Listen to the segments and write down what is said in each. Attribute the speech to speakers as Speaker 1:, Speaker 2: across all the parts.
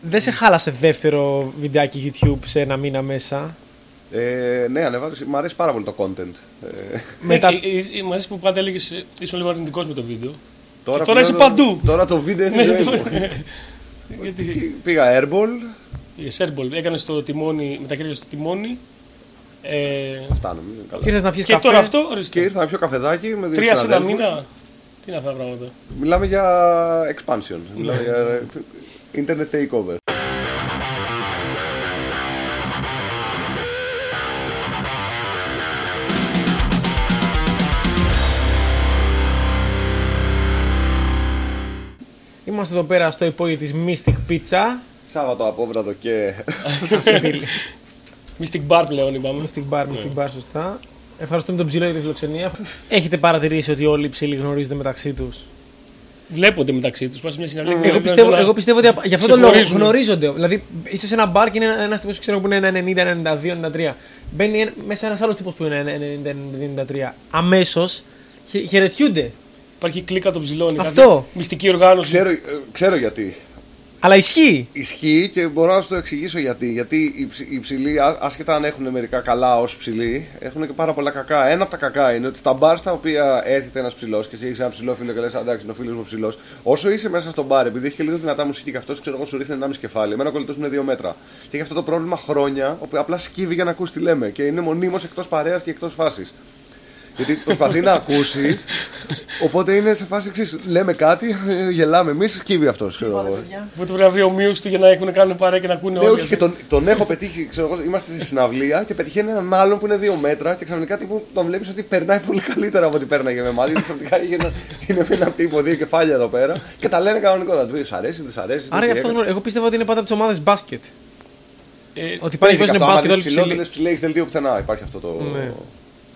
Speaker 1: Δεν σε χάλασε δεύτερο βιντεάκι YouTube σε ένα μήνα μέσα.
Speaker 2: Ε, ναι, ανεβάζω. Μ' αρέσει πάρα πολύ το content. Ε,
Speaker 1: Μετά-
Speaker 3: Μετά... ε, μου αρέσει που πάντα έλεγες ήσουν λίγο αρνητικός με το βίντεο.
Speaker 2: τώρα
Speaker 3: Τώρα είσαι
Speaker 2: πλέον-
Speaker 3: παντού.
Speaker 2: Τώρα το βίντεο είναι
Speaker 3: Ναι,
Speaker 2: ζωή μου.
Speaker 3: Γιατί.
Speaker 2: Πήγα airball.
Speaker 3: Σέρμπολ, έκανες το τιμόνι με τα χέρια στο τιμόνι. Ε,
Speaker 2: Αυτά νομίζω. είναι καλά.
Speaker 1: Και ήρθες να πιεις
Speaker 3: και τώρα αυτό, ορίστε.
Speaker 2: Και ήρθα να πιω καφεδάκι με δύο
Speaker 3: Τρία σε ένα
Speaker 2: συναδέλφους.
Speaker 3: μήνα. Τι είναι αυτά τα πράγματα.
Speaker 2: Μιλάμε για expansion.
Speaker 3: Ναι.
Speaker 2: Μιλάμε για internet takeover.
Speaker 1: Είμαστε εδώ πέρα στο υπόγειο της Mystic Pizza.
Speaker 2: Σάββατο απόβραδο και
Speaker 3: Mystic Bar πλέον είπαμε.
Speaker 1: Mystic Bar,
Speaker 3: Ναι.
Speaker 1: Mystic Bar, σωστά. Ευχαριστούμε τον Ψηλό για τη φιλοξενία. Έχετε παρατηρήσει ότι όλοι οι ψηλοί γνωρίζονται μεταξύ τους.
Speaker 3: Βλέπονται μεταξύ τους. Πας σε μια συναυλία. και
Speaker 1: Εγώ
Speaker 3: βλέπεις
Speaker 1: πιστεύω,
Speaker 3: ένα-
Speaker 1: εγώ πιστεύω ότι απ- για αυτόν τον λόγο
Speaker 3: Ναι, ξεχωρίζουν.
Speaker 1: γνωρίζονται. Δηλαδή, είσαι σε ένα μπαρ και είναι ένας τύπος που ξέρω που είναι 90, 92, 93. Μπαίνει εν- μέσα ένας άλλος τύπος που είναι 90, 93. Αμέσω χαιρετιούνται.
Speaker 3: Υπάρχει κλίκα των ψηλών.
Speaker 1: Αυτό.
Speaker 3: κάτι Μυστική οργάνωση.
Speaker 2: ξέρω, ε, ξέρω γιατί.
Speaker 1: Αλλά ισχύει.
Speaker 2: Ισχύει και μπορώ να σου το εξηγήσω γιατί. Γιατί οι, ψη- οι ψηλοί, α- άσχετα αν έχουν μερικά καλά ως ψηλοί, έχουν και πάρα πολλά κακά. Ένα από τα κακά είναι ότι στα μπαρ στα οποία έρχεται ένας ψηλός και εσύ έχεις ένα ψηλό φίλο και λες: Εντάξει, είναι ο φίλος μου ψηλός. Όσο είσαι μέσα στο μπαρ, επειδή έχει και λίγο δυνατά μουσική και αυτός ξέρω εγώ σου ρίχνει ένα μισή κεφάλι. Εμένα ο κολλητός μου είναι δύο μέτρα. Και έχει αυτό το πρόβλημα χρόνια, όπου απλά σκύβει για να ακούσει τι λέμε. Και είναι μονίμως εκτός παρέας και εκτός φάσης. Γιατί προσπαθεί να ακούσει. Οπότε είναι σε φάση εξής. Λέμε κάτι, ε, γελάμε εμείς, σκύβει αυτό.
Speaker 3: Οπότε πρέπει να βρει ομοίου του για να έχουν κάνουν παρέα και να ακούνε
Speaker 2: Ναι,
Speaker 3: όλοι.
Speaker 2: όχι, και τον, τον έχω πετύχει. Ξέρω, εγώ, είμαστε στη συναυλία και πετυχαίνει έναν άλλον που είναι δύο μέτρα και ξαφνικά τύπου, τον βλέπεις ότι περνάει πολύ καλύτερα από ό,τι πέρναγε με εμά. Γιατί ξαφνικά έγινε- είναι με ένα τύπο δύο κεφάλια εδώ πέρα και τα λένε κανονικό. Να του πει: Σ' αρέσει, δεν σ' αρέσει.
Speaker 1: Άρα
Speaker 2: τι
Speaker 1: γι' αυτό
Speaker 2: έκανε».
Speaker 1: γνω- εγώ πίστευα ότι είναι πάντα από τις ομάδες μπάσκετ.
Speaker 3: Ε,
Speaker 1: Ότι πάνε και
Speaker 2: Παίζει
Speaker 1: παίζουν
Speaker 2: και αυτό, άμα
Speaker 1: μπάσκετ
Speaker 2: δεις
Speaker 1: όλοι
Speaker 2: ψηλό, δεν
Speaker 1: ψηλοί.
Speaker 2: λες ψηλό, έχεις δελτίο πουθενά. Υπάρχει αυτό το.
Speaker 1: Ναι.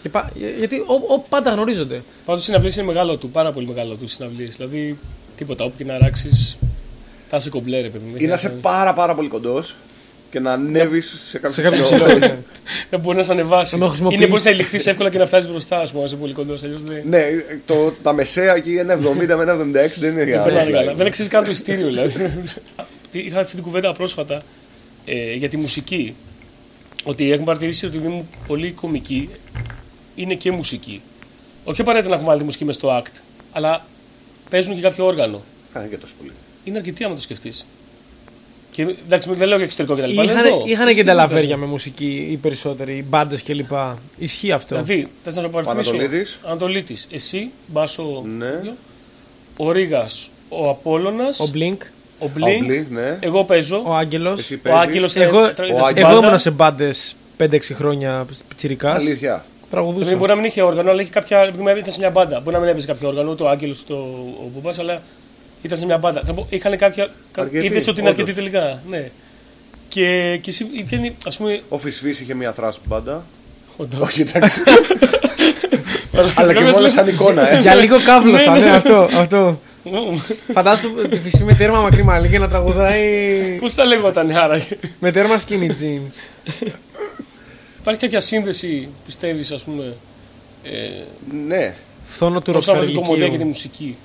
Speaker 1: Και πα- Γιατί ό, ό, πάντα γνωρίζονται.
Speaker 3: Πάντως οι συναυλίε είναι μεγάλο του, πάρα πολύ μεγάλο του οι συναυλίες. Δηλαδή τίποτα, όπου και να ράξει, θα είσαι κομπλέ, ρε παιδί. μου. Δεν
Speaker 2: Ή να
Speaker 3: χρειάζεται
Speaker 2: είσαι πάρα πάρα πολύ κοντός και να ανέβεις σε
Speaker 1: Σε
Speaker 2: κάποιο
Speaker 1: κάποιο
Speaker 2: ψηλό.
Speaker 1: ψηλό. ναι.
Speaker 3: Δεν Ε, μπορεί να σε ανεβάσει.
Speaker 1: Να το χρησιμοποιείς.
Speaker 3: Είναι μπορείς να ελιχθείς εύκολα και να φτάσεις μπροστά, ας πούμε, αν είσαι πολύ κοντός. Αλλιώς δεν.
Speaker 2: Ναι, το, τα μεσαία εκεί 1,70 με 1,76 δεν είναι
Speaker 3: Δεν περνάνε καλά.
Speaker 2: για
Speaker 3: Δεν ξέρεις καν το ειστήριο, δηλαδή. Τι- Είχα αυτή την κουβέντα πρόσφατα ε, για τη μουσική. Ότι έχουν παρατηρήσει ότι είναι πολύ κομική είναι και μουσική. Όχι απαραίτητα να έχουμε άλλη τη μουσική μες στο act, αλλά παίζουν και κάποιο όργανο.
Speaker 2: Κάθε και τόσο πολύ.
Speaker 3: Είναι αρκετή άμα το σκεφτείς. Και εντάξει, δεν λέω για εξωτερικό κτλ.
Speaker 1: Είχαν, είχαν και τα λαβέρια με μουσική οι περισσότεροι, οι μπάντες κλπ. Ισχύει αυτό.
Speaker 3: Δηλαδή, θες να σου παραθυμίσω.
Speaker 2: Ανατολίτης.
Speaker 3: Ανατολίτης. Εσύ, Μπάσο.
Speaker 2: Ναι.
Speaker 3: Ο Ρίγα. Ο Απόλωνα.
Speaker 1: Ο Blink,
Speaker 3: Ο Μπλίνκ.
Speaker 2: Ο Blink, ναι.
Speaker 3: Εγώ παίζω.
Speaker 1: ο Άγγελος.
Speaker 2: Εσύ
Speaker 3: Ο
Speaker 2: παίζεις.
Speaker 3: Άγγελο.
Speaker 1: Εγώ,
Speaker 2: ο Άγγελος.
Speaker 1: εγώ ήμουν σε μπάντες 5-6 χρόνια τσιρικάς.
Speaker 2: Αλήθεια.
Speaker 1: Τραγουδούσα.
Speaker 3: Μπορεί να μην είχε όργανο, αλλά είχε κάποια. επειδή Ήταν σε μια μπάντα. Μπορεί να μην έπαιζε κάποιο όργανο, ούτε ο Άγγελος ούτε ο, ο Μπούμπας, αλλά ήταν σε μια μπάντα. Θα πω, είχαν κάποια.
Speaker 2: Αρκετή,
Speaker 3: Είδες ότι
Speaker 2: όντως.
Speaker 3: είναι αρκετή τελικά. Ναι. Και, και εσύ, ποια είναι, ας πούμε.
Speaker 2: Ο Φυσφής είχε μια thrash μπάντα.
Speaker 3: όντως.
Speaker 2: Όχι, εντάξει. Αλλά και μόνο σαν εικόνα, ε.
Speaker 1: Για λίγο κάβλωσα,
Speaker 3: Ναι, ναι.
Speaker 1: ναι, αυτό. αυτό.
Speaker 3: Ω,
Speaker 1: Φαντάζομαι τη φυσή με τέρμα μακρύ μαλλί και να τραγουδάει
Speaker 3: Πώς τα λεγόταν άραγε.
Speaker 1: με τέρμα skinny jeans.
Speaker 3: Υπάρχει κάποια σύνδεση, πιστεύεις, ας πούμε, ε,
Speaker 2: Ναι.
Speaker 1: Θόνο του
Speaker 3: όσο αφορά την κομμωδία και τη
Speaker 1: ροξαργικίου.
Speaker 3: μουσική.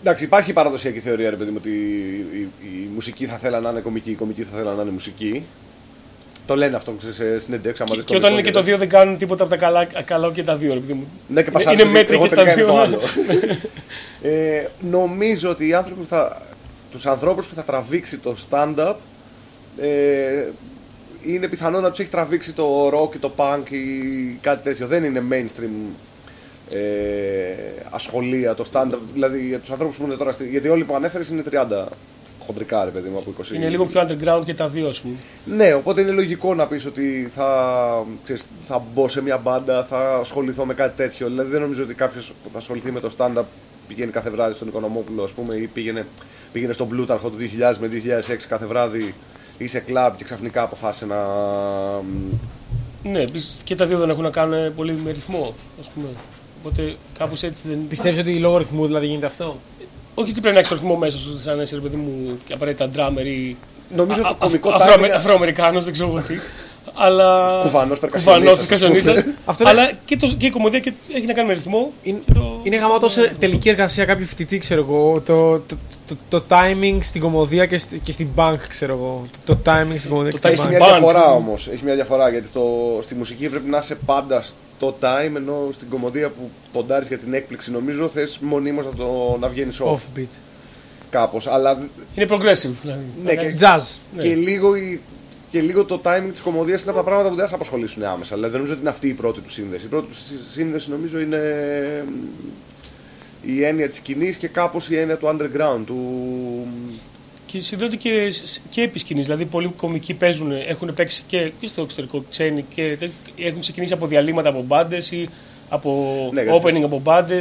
Speaker 2: Εντάξει, υπάρχει η παραδοσιακή θεωρία, ρε παιδί μου, ότι η, η- η μουσική θα θέλανε να είναι κομική, η κομική θα θέλανε να είναι μουσική. Το λένε αυτό, ξέρεις, σε συνέντευξη, άμα δεις
Speaker 3: Και όταν
Speaker 2: κωμικό
Speaker 3: είναι και τα
Speaker 2: τέτοια.
Speaker 3: δύο δεν κάνουν τίποτα από τα καλά, καλά και τα δύο, ρε παιδί μου.
Speaker 2: Ναι, και
Speaker 3: Είναι-
Speaker 2: πασάρεις,
Speaker 3: Είναι μέτρη
Speaker 2: εγώ
Speaker 3: και στα
Speaker 2: τελικά είναι το
Speaker 3: δύο.
Speaker 2: άλλο. ε, νομίζω ότι οι άνθρωποι που θα, τους ανθρώπους που θα τραβήξει το stand-up ε, είναι πιθανό να τους έχει τραβήξει το rock ή το punk ή κάτι τέτοιο. Δεν είναι mainstream ε, ασχολία το stand-up. Δηλαδή για τους ανθρώπους που είναι τώρα... στη- Γιατί όλοι που ανέφερες είναι 30 χοντρικά ρε παιδί μου από 20.
Speaker 3: Είναι λίγο πιο underground και τα δύο, ας πούμε.
Speaker 2: Ναι, οπότε είναι λογικό να πεις ότι θα, ξέρεις, θα μπω σε μια μπάντα, θα ασχοληθώ με κάτι τέτοιο. Δηλαδή δεν νομίζω ότι κάποιος που θα ασχοληθεί με το stand-up πηγαίνει κάθε βράδυ στον Οικονομόπουλο, ας πούμε, ή πήγαινε, πήγαινε στον Πλούταρχο του 2000 με 2006 κάθε βράδυ ή σε κλαμπ και ξαφνικά αποφάσισε να...
Speaker 3: Ναι, επίσης και τα δύο δεν έχουν να κάνουν πολύ με ρυθμό, ας πούμε. Οπότε κάπως έτσι δεν.
Speaker 1: Πιστεύεις ότι λόγω ρυθμού δηλαδή γίνεται αυτό.
Speaker 3: Όχι ότι πρέπει να έχεις το ρυθμό μέσα σου, σαν να είσαι ρε παιδί μου και απαραίτητα drummer ή.
Speaker 2: Νομίζω
Speaker 3: α-
Speaker 2: το
Speaker 3: α-
Speaker 2: κωμικό
Speaker 3: Αφρο-
Speaker 2: timing-
Speaker 3: Αφροαμερικάνος, δεν ξέρω εγώ τι. Αλλά.
Speaker 2: Κουβανός περκασιονίστας,
Speaker 3: Κουβανός
Speaker 2: ας
Speaker 3: περκασιονίστας.
Speaker 1: Αυτό είναι-
Speaker 3: Αλλά και, το, και η κομμωδία και, έχει να κάνει με ρυθμό.
Speaker 1: Είναι,
Speaker 3: και το-
Speaker 1: είναι γαμάτο σε τελική εργασία κάποιου φοιτητή, ξέρω εγώ. Το, το, το, το timing στην κομμωδία και, στη- και στην bank, ξέρω εγώ. Το, το timing στην κομμωδία
Speaker 3: Το
Speaker 1: και
Speaker 3: timing
Speaker 2: Έχει
Speaker 1: στην
Speaker 3: στην
Speaker 1: bank.
Speaker 2: μια
Speaker 3: Bank.
Speaker 2: διαφορά όμως. Έχει μια διαφορά γιατί στο, στη μουσική πρέπει να είσαι πάντα στο time ενώ στην κομμωδία που ποντάρεις για την έκπληξη νομίζω θες μονίμως να, το- να βγαίνεις off,
Speaker 1: Offbeat.
Speaker 2: κάπως. Αλλά
Speaker 3: Είναι progressive. Δηλαδή.
Speaker 2: Ναι, και-
Speaker 1: Jazz.
Speaker 2: και, λίγο η- και λίγο το timing της κομμωδίας είναι από τα πράγματα που δεν θα σε απασχολήσουν άμεσα. Δηλαδή δεν νομίζω ότι είναι αυτή η πρώτη του σύνδεση. Η πρώτη του σύνδεση νομίζω είναι μ, η έννοια της κοινή και κάπως η έννοια του underground. Του...
Speaker 3: Και συνδέονται και, σ- και επί σκηνής, Δηλαδή, πολλοί κομικοί παίζουν, έχουν παίξει και, και στο εξωτερικό ξένοι και τέ- έχουν ξεκινήσει από διαλύματα από μπάντες ή από
Speaker 2: Ναι, γιατί-
Speaker 3: opening από μπάντες.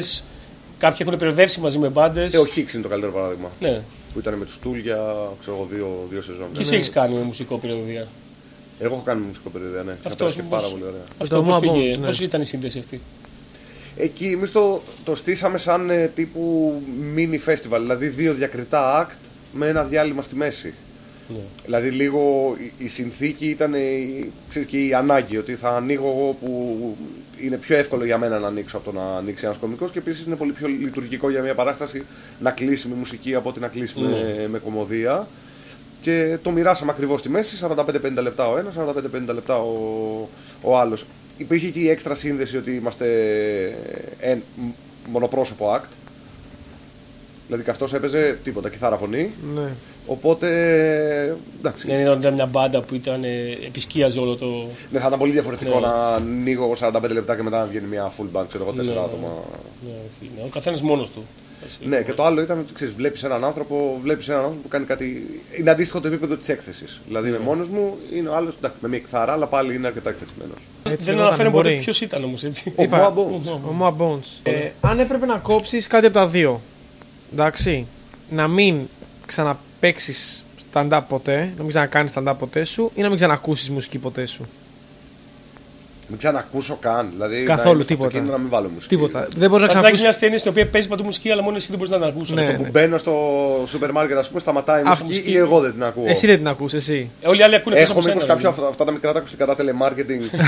Speaker 3: Κάποιοι έχουν περιοδεύσει μαζί με μπάντες.
Speaker 2: Ε, ο Hicks είναι το καλύτερο παράδειγμα.
Speaker 3: Ναι.
Speaker 2: Που ήταν με τους Τούλ για ξέρω εγώ, δύο, δύο σεζόν.
Speaker 1: Ναι,
Speaker 3: Και εσύ έχεις κάνει με μουσικό περιοδία.
Speaker 2: Εγώ έχω κάνει μουσικό περιοδία, ναι.
Speaker 3: Αυτός
Speaker 2: είναι πάρα πολύ ωραία.
Speaker 1: Το
Speaker 3: Αυτό πώς
Speaker 1: Mama
Speaker 3: πήγε,
Speaker 1: Bones, ναι.
Speaker 3: πώς ήταν η σύνδεση αυτή.
Speaker 2: Εκεί εμείς το, το στήσαμε σαν ε, τύπου mini festival, δηλαδή δύο διακριτά act με ένα διάλειμμα στη μέση.
Speaker 3: Ναι.
Speaker 2: Δηλαδή λίγο η- η συνθήκη ήταν ε, η- ξέρεις, και η ανάγκη ότι θα ανοίγω εγώ που είναι πιο εύκολο για μένα να ανοίξω από το να ανοίξει ένας κωμικός και επίσης είναι πολύ πιο λειτουργικό για μια παράσταση να κλείσει με μουσική από ότι να κλείσει με, με κομμωδία. Και το μοιράσαμε ακριβώς στη μέση, 45-50 λεπτά ο ένας, 45-50 λεπτά ο, ο άλλος. Υπήρχε και η έξτρα σύνδεση ότι είμαστε ε, εν, μονοπρόσωπο act. Δηλαδή και αυτός έπαιζε τίποτα, κιθάρα φωνή.
Speaker 1: Ναι.
Speaker 2: Οπότε. Εντάξει.
Speaker 3: Δεν Δηλαδή, ήταν- ήταν μια μπάντα που ήταν, ε, επισκίαζε όλο το.
Speaker 2: Ναι, θα ήταν πολύ διαφορετικό
Speaker 3: Ναι.
Speaker 2: να ανοίγω εγώ 45 λεπτά και μετά να βγαίνει μια full bank, ξέρω εγώ, τέσσερα άτομα.
Speaker 3: Ναι, όχι, ναι, ο καθένας μόνος του.
Speaker 2: Ναι, και το άλλο ήταν ότι ξέρεις, βλέπεις έναν άνθρωπο, βλέπεις έναν άνθρωπο που κάνει κάτι. Είναι αντίστοιχο το επίπεδο της έκθεσης. Δηλαδή
Speaker 1: Ναι.
Speaker 2: είμαι μόνος μου, είναι ο άλλος με μια κθαρά, αλλά πάλι είναι αρκετά εκτεθειμένος.
Speaker 1: Έτσι
Speaker 3: δεν
Speaker 1: λεγόταν,
Speaker 3: αναφέραμε ποτέ
Speaker 1: μπορεί.
Speaker 3: ποιος ήταν όμως έτσι.
Speaker 2: Ο
Speaker 1: Είπα-
Speaker 2: Moa Bones.
Speaker 1: Ο Moa Bones. Ε, αν έπρεπε να κόψεις κάτι από τα δύο, εντάξει, να μην ξαναπαίξεις stand-up ποτέ, να μην ξανακάνεις stand-up ποτέ σου ή να μην ξανακούσεις μουσική ποτέ σου.
Speaker 2: Μην ξανακούσω καν. Δηλαδή,
Speaker 1: Καθόλου,
Speaker 2: να είμαι στο
Speaker 1: τίποτα.
Speaker 2: αυτοκίνητο να μην βάλω μουσική.
Speaker 1: Τίποτα. Δεν μπορείς να
Speaker 3: Μα εντάξει,
Speaker 1: ξανακούσεις...
Speaker 3: μια ασθένεια στην οποία παίζεις παντού μουσική, αλλά μόνο εσύ δεν μπορείς να την ακούσει.
Speaker 1: Ναι.
Speaker 3: Αυτό
Speaker 2: Που μπαίνω στο σούπερ μάρκετ, ας πούμε, σταματάει η μουσική,
Speaker 3: μουσική.
Speaker 2: ή εγώ δεν την ακούω.
Speaker 1: Εσύ δεν την ακούς, εσύ.
Speaker 3: Ε, Όλοι οι άλλοι ακούνε
Speaker 2: Έχω
Speaker 3: εκτός από
Speaker 2: μήπως
Speaker 3: σένα,
Speaker 2: κάποια
Speaker 3: δηλαδή.
Speaker 2: αυτά, αυτά τα μικρά τα ακουστικά τα telemarketing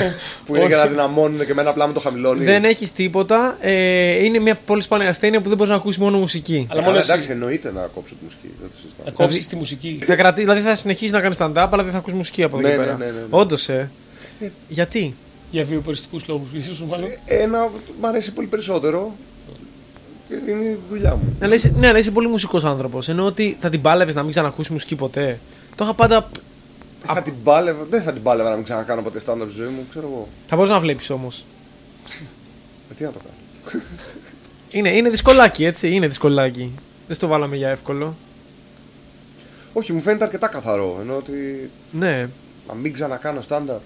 Speaker 2: που είναι για να δυναμώνουν και εμένα απλά με το χαμηλώνει.
Speaker 1: Δεν έχεις τίποτα. Ε, είναι μια πολύ σπάνια ασθένεια που δεν μπορείς να ακούσεις μόνο μουσική.
Speaker 3: Αλλά
Speaker 2: Ε,
Speaker 3: μόνο
Speaker 2: καλά,
Speaker 3: εσύ.
Speaker 2: εντάξει, εννοείται να κόψω τη μουσική. Δεν το συζητάω.
Speaker 3: Να κόψεις τη μουσική.
Speaker 1: Θα κρατήσεις, δηλαδή θα συνεχίσεις να κάνεις stand-up, αλλά δεν θα ακούς μουσική από εδώ
Speaker 2: Ναι,
Speaker 1: και
Speaker 2: ναι,
Speaker 1: πέρα.
Speaker 2: ναι, ναι, ναι.
Speaker 1: Όντως, ε. Γιατί.
Speaker 3: Για βιοποριστικούς λόγους, ίσως μάλλον.
Speaker 2: Ένα μ' αρέσει πολύ περισσότερο. και Είναι η δουλειά μου.
Speaker 1: Να λες, ναι, αλλά είσαι πολύ μουσικός άνθρωπος. Ενώ ότι θα την πάλευες να μην ξανακούσεις μουσική ποτέ. Το είχα πάντα.
Speaker 2: Θα την πάλευα, δεν θα την πάλευα να μην ξανακάνω ποτέ stand-up στη ζωή μου, ξέρω εγώ.
Speaker 1: Θα μπορούσε να βλέπεις όμως.
Speaker 2: Ε, τι να το κάνω.
Speaker 1: Είναι, είναι δυσκολάκι, έτσι. Είναι δυσκολάκι. Δεν στο βάλαμε για εύκολο.
Speaker 2: Όχι, μου φαίνεται αρκετά καθαρό. Ενώ ότι
Speaker 1: Ναι.
Speaker 2: να μην ξανακάνω stand-up.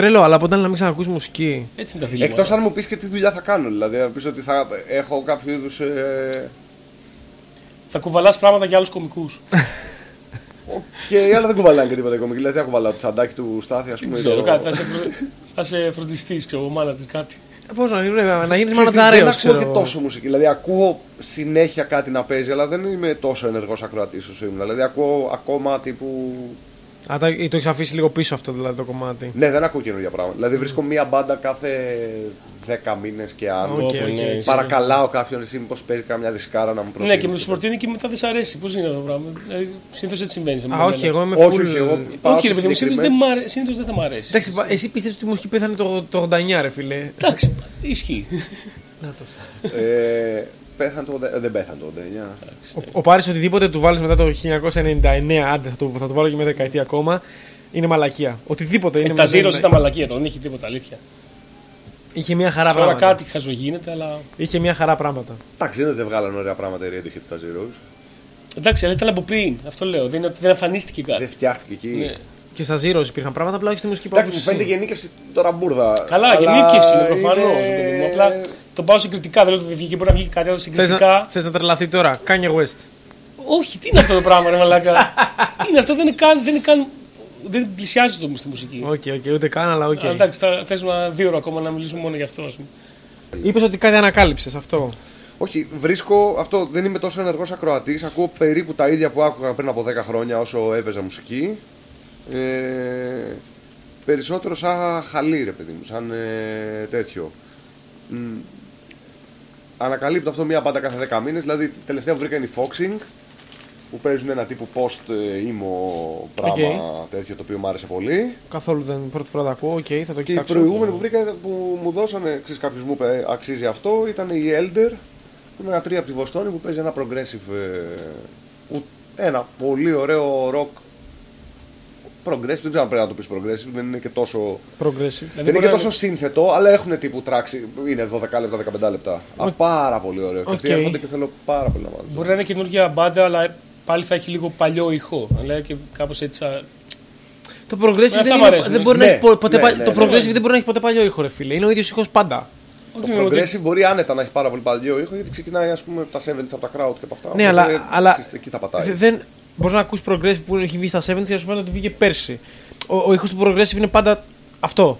Speaker 1: Τρελό, αλλά ποτέ να μην ξανακούσεις μουσική.
Speaker 3: Έτσι είναι τα διλήμματα.
Speaker 2: Εκτό αν μου πεις και τι δουλειά θα κάνω. Δηλαδή, να πεις ότι θα έχω κάποιο είδους. Ε...
Speaker 3: Θα κουβαλάς πράγματα για άλλους κομικούς.
Speaker 2: Και άλλα δεν κουβαλάνε και τίποτα οι κομικοί. Δηλαδή, θα κουβαλάω το τσαντάκι του Στάθη, ας
Speaker 3: Δεν
Speaker 2: πούμε.
Speaker 3: ξέρω
Speaker 2: το-
Speaker 3: κάτι. Θα σε, φρο... θα σε φροντιστή, ξέρω εγώ, μάνατζερ, κάτι.
Speaker 1: Πώ Ε, να γίνει, να γίνεις
Speaker 2: Ξέρεις τι, Δεν
Speaker 1: μανατζαρέο,
Speaker 2: ακούω
Speaker 1: ξέρω.
Speaker 2: και
Speaker 1: εγώ.
Speaker 2: τόσο μουσική. Δηλαδή, ακούω συνέχεια κάτι να παίζει, αλλά δεν είμαι τόσο ενεργός ακροατής όσο ήμουν. Δηλαδή, ακούω ακόμα τύπου
Speaker 1: Α, τα- το έχεις αφήσει λίγο πίσω αυτό δηλαδή το κομμάτι.
Speaker 2: Ναι, δεν ακούω καινούργια πράγματα. Δηλαδή βρίσκω μία μπάντα κάθε 10 μήνες και άνω.
Speaker 1: Οκ,
Speaker 3: Όπο,
Speaker 1: οκ.
Speaker 3: ναι, εσύ.
Speaker 2: Παρακαλάω κάποιον εσύ μήπως παίζει καμιά δισκάρα να μου προτείνει.
Speaker 3: Ναι, και με σου προτείνει και μετά δεν σ' αρέσει. Πώς είναι αυτό το πράγμα. Συνήθως έτσι συμβαίνει. σε
Speaker 1: Α,
Speaker 3: μένα.
Speaker 1: όχι, εγώ είμαι
Speaker 2: Ναι, Όχι,
Speaker 1: full-
Speaker 2: όχι, εγώ πάω
Speaker 3: Όχι,
Speaker 2: σε
Speaker 3: ρε παιδί μου, συνήθως δεν,
Speaker 2: συγκεκριμένο-
Speaker 3: μ' αρέ- συνήθως δεν θα μ' αρέσει.
Speaker 1: Εντάξει, πα- εσύ πιστεύει ότι η μουσική πέθανε το, το 89, ρε φίλε.
Speaker 3: Εντάξει, ισχύει.
Speaker 1: Να το σ-
Speaker 2: Ε, πέθανε το 80 ε, Δεν πέθανε το 89.
Speaker 1: Ο, ο Πάρης οτιδήποτε του βάλεις μετά το 1999, άντε θα το, θα το βάλω και μια δεκαετία ακόμα, είναι μαλακία. Οτιδήποτε είναι
Speaker 3: Ε, τα
Speaker 1: μετά-
Speaker 3: ζήρωσε τα μαλακία τώρα, δεν είχε τίποτα αλήθεια.
Speaker 1: Είχε μια χαρά
Speaker 3: Τώρα
Speaker 1: πράγματα.
Speaker 3: κάτι χαζογίνεται, αλλά.
Speaker 1: Είχε μια χαρά πράγματα.
Speaker 2: Εντάξει, δεν είναι ότι δεν βγάλανε ωραία πράγματα η Radiohead στα Zeros.
Speaker 3: Εντάξει, αλλά ήταν από πριν. Αυτό λέω. Δεν, είναι ότι δεν εμφανίστηκε κάτι.
Speaker 2: Δεν φτιάχτηκε εκεί.
Speaker 3: Ναι.
Speaker 1: Και στα Zeros υπήρχαν πράγματα, απλά όχι στη μουσική που
Speaker 2: Εντάξει, μου
Speaker 1: άκουσες
Speaker 2: φαίνεται
Speaker 1: εσύ.
Speaker 2: γενίκευση τώρα μπουρδα.
Speaker 3: Καλά,
Speaker 2: αλλά
Speaker 3: γενίκευση είναι προφανώ.
Speaker 2: είναι-
Speaker 3: Απλά το πάω συγκριτικά. Δεν λέω ότι δεν βγήκε, μπορεί να βγει κάτι άλλο
Speaker 1: Θες
Speaker 3: συγκριτικά.
Speaker 1: να, θες να τρελαθεί τώρα, Kanye West.
Speaker 3: Όχι, τι είναι αυτό το πράγμα, ρε Μαλάκα. τι είναι αυτό, δεν είναι καν. Δεν, είναι καν, δεν πλησιάζει το μου στη μουσική.
Speaker 1: Οκ, οκ, ούτε καν, αλλά οκ.
Speaker 3: Αλλά Ε, εντάξει, θα θέσουμε ένα δύο ώρα ακόμα να μιλήσουμε μόνο γι' αυτό, ας πούμε.
Speaker 1: Είπες ότι κάτι ανακάλυψες αυτό.
Speaker 2: Όχι, βρίσκω αυτό. Δεν είμαι τόσο ενεργός ακροατής. Ακούω περίπου τα ίδια που άκουγα πριν από 10 χρόνια όσο έπαιζα μουσική. Ε, περισσότερο σαν χαλί, ρε παιδί μου, σαν ε, τέτοιο. Μ, ανακαλύπτω αυτό μία πάντα κάθε 10 μήνες. Δηλαδή, τελευταία που βρήκα είναι η Foxing, που παίζουν ένα τύπου post ε, ήμο πράγμα τέτοιο το οποίο μου άρεσε πολύ.
Speaker 1: Καθόλου δεν πρώτη φορά τα ακούω. Οκ, θα το
Speaker 2: Και η
Speaker 1: κοιτάξω.
Speaker 2: προηγούμενη που βρήκα που μου δώσανε, ξέρεις κάποιος μου είπε «Ε, αξίζει αυτό, ήταν η Elder. που Είναι ένα τρία από τη Βοστόνη που παίζει ένα progressive. ε, ου- ένα πολύ ωραίο rock. Progressive, δεν ξέρω αν πρέπει να το πεις progressive, δεν είναι και τόσο.
Speaker 1: Progressive.
Speaker 2: δεν είναι και
Speaker 3: μπορεί να
Speaker 2: τόσο σύνθετο, αλλά έχουν τύπου τράξη. Είναι 12 λεπτά, 15 λεπτά. Α, πάρα πολύ ωραίο. Και αυτοί
Speaker 1: Οκ.
Speaker 2: έρχονται και θέλω πάρα πολύ να μάθω.
Speaker 3: Μπορεί να είναι καινούργια μπάντα, αλλά πάλι θα έχει λίγο παλιό ηχό. Αλλά και κάπως έτσι. θα-
Speaker 1: Το
Speaker 3: Ε, Αυτά
Speaker 1: progressive δεν,
Speaker 3: μ'
Speaker 1: είναι-
Speaker 3: αρέσουν.
Speaker 1: δεν μπορεί
Speaker 2: Ναι,
Speaker 1: να έχει πο- ποτέ,
Speaker 2: ναι,
Speaker 1: πα-
Speaker 2: ναι,
Speaker 1: το
Speaker 2: ναι,
Speaker 1: progressive
Speaker 2: ναι.
Speaker 1: δεν μπορεί να έχει ποτέ παλιό ήχο, ρε φίλε. Είναι ο ίδιος ήχος πάντα.
Speaker 3: Όχι,
Speaker 2: Το
Speaker 3: ναι, ότι-
Speaker 2: progressive μπορεί άνετα να έχει πάρα πολύ παλιό ήχο γιατί ξεκινάει ας πούμε από τα 70 από τα crowd και από αυτά.
Speaker 1: Ναι,
Speaker 2: οπότε,
Speaker 1: αλλά, αλλά
Speaker 2: ξέρεις, εκεί θα πατάει.
Speaker 1: δε- δεν, μπορείς να ακούσεις progressive που έχει βγει στα 70 και να σου φαίνεται ότι βγήκε πέρσι. Ο, ο ήχος του progressive είναι πάντα αυτό.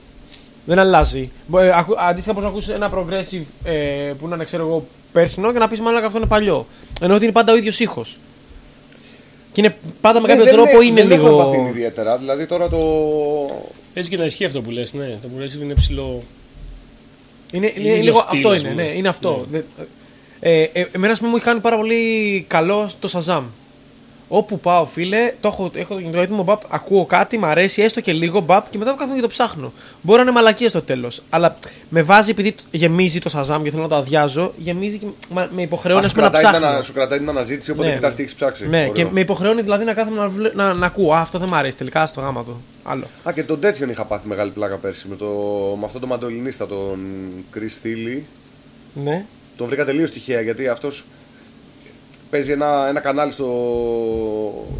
Speaker 1: Δεν αλλάζει. Μπο- ε, ακου- αντίστοιχα, μπορείς να ακούσεις ένα progressive ε, που να είναι, ξέρω εγώ, πέρσινο και να πεις μάλλον αυτό είναι παλιό. Ενώ ότι είναι πάντα ο ίδιος ήχος. Και είναι πάντα με
Speaker 2: Ναι,
Speaker 1: κάποιο
Speaker 2: δεν
Speaker 1: τρόπο
Speaker 2: έχω-
Speaker 1: είναι
Speaker 2: δεν έχω
Speaker 1: λίγο.
Speaker 2: βαθύνει ιδιαίτερα. Δηλαδή τώρα το.
Speaker 3: Έτσι και να ισχύει αυτό που λες. Ναι, το progressive είναι ψηλό.
Speaker 1: Είναι, είναι,
Speaker 3: ίδιο
Speaker 1: λίγο
Speaker 3: στυλ,
Speaker 1: αυτό
Speaker 3: ας
Speaker 1: είναι.
Speaker 3: πούμε.
Speaker 1: Ναι, είναι αυτό. Δεν- Ε, ε, εμένα, ας πούμε, μου έχει κάνει πάρα πολύ καλό το Shazam. Όπου πάω, φίλε, το έχω, έχω το κινητό έτοιμο, μπαπ, ακούω κάτι, μ' αρέσει έστω και λίγο, μπαπ, και μετά κάθομαι και το ψάχνω. Μπορεί να είναι μαλακία στο τέλος. Αλλά με βάζει επειδή το- γεμίζει το Shazam και θέλω να το αδειάζω, γεμίζει και μα- με υποχρεώνει
Speaker 2: ας
Speaker 1: ας πούμε, να
Speaker 2: κρατάει την
Speaker 1: ψάχνω.
Speaker 2: ανα- Σου κρατάει την αναζήτηση, οπότε
Speaker 1: Ναι.
Speaker 2: κοιτάς τι έχεις ψάξει.
Speaker 1: Ναι,
Speaker 2: Ωραίο.
Speaker 1: και με υποχρεώνει δηλαδή να κάθομαι να, βλέ- να, να ακούω. Α, αυτό δεν μ' αρέσει τελικά, στο γάμα του. Άλλο.
Speaker 2: Α, και τον τέτοιον είχα πάθει μεγάλη πλάκα πέρσι με, το... με αυτόν τον μαντολινίστα, τον Chris Thiele.
Speaker 1: Ναι.
Speaker 2: Τον βρήκα τελείως τυχαία γιατί αυτός παίζει ένα, ένα κανάλι στο,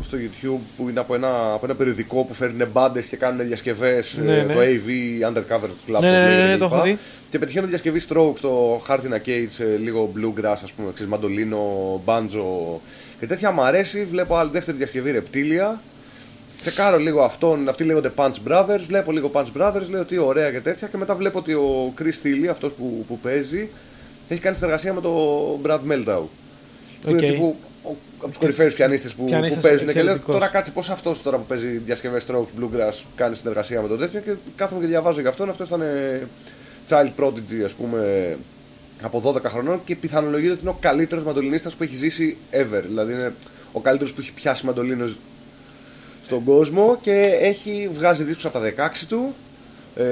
Speaker 2: στο YouTube που είναι από ένα, από ένα περιοδικό που φέρνει μπάντες και κάνουν διασκευές.
Speaker 1: Ναι, ναι.
Speaker 2: Το AV Undercover
Speaker 1: Ναι,
Speaker 2: Club. όπως
Speaker 1: ναι, ναι,
Speaker 2: λέγεται
Speaker 1: ναι, το
Speaker 2: κλπ.
Speaker 1: έχω δει.
Speaker 2: Και πετυχαίνω διασκευή Strokes, το Hardin Cage, ε, λίγο Bluegrass, ας πούμε, ξέρεις, μαντολίνο, μπάντζο και τέτοια. Μ' αρέσει. Βλέπω άλλη δεύτερη διασκευή Reptilia. Τσεκάρω λίγο αυτόν, αυτοί λέγονται Punch Brothers, βλέπω λίγο Punch Brothers, λέω τι ωραία και τέτοια και μετά βλέπω ότι ο Chris Thiele, αυτός που, που παίζει, έχει κάνει συνεργασία με τον Brad Meldow. Που είναι
Speaker 1: Οκ.
Speaker 2: τύπου ο- από τους κορυφαίους πιανίστες που, που
Speaker 1: Πιανίστας
Speaker 2: παίζουν. Και λέω
Speaker 1: εξαιρετικός.
Speaker 2: τώρα κάτσε πώς αυτό τώρα που παίζει διασκευές Strokes, Bluegrass κάνει συνεργασία με τον τέτοιο και κάθομαι και διαβάζω για αυτόν. Αυτός ήταν ε, Child Prodigy, ας πούμε, από 12 χρονών και πιθανολογείται ότι είναι ο καλύτερος μαντολινίστας που έχει ζήσει ever. Δηλαδή είναι ο καλύτερος που έχει πιάσει μαντολίνος στον κόσμο και έχει βγάζει δίσκους από τα 16 του ε,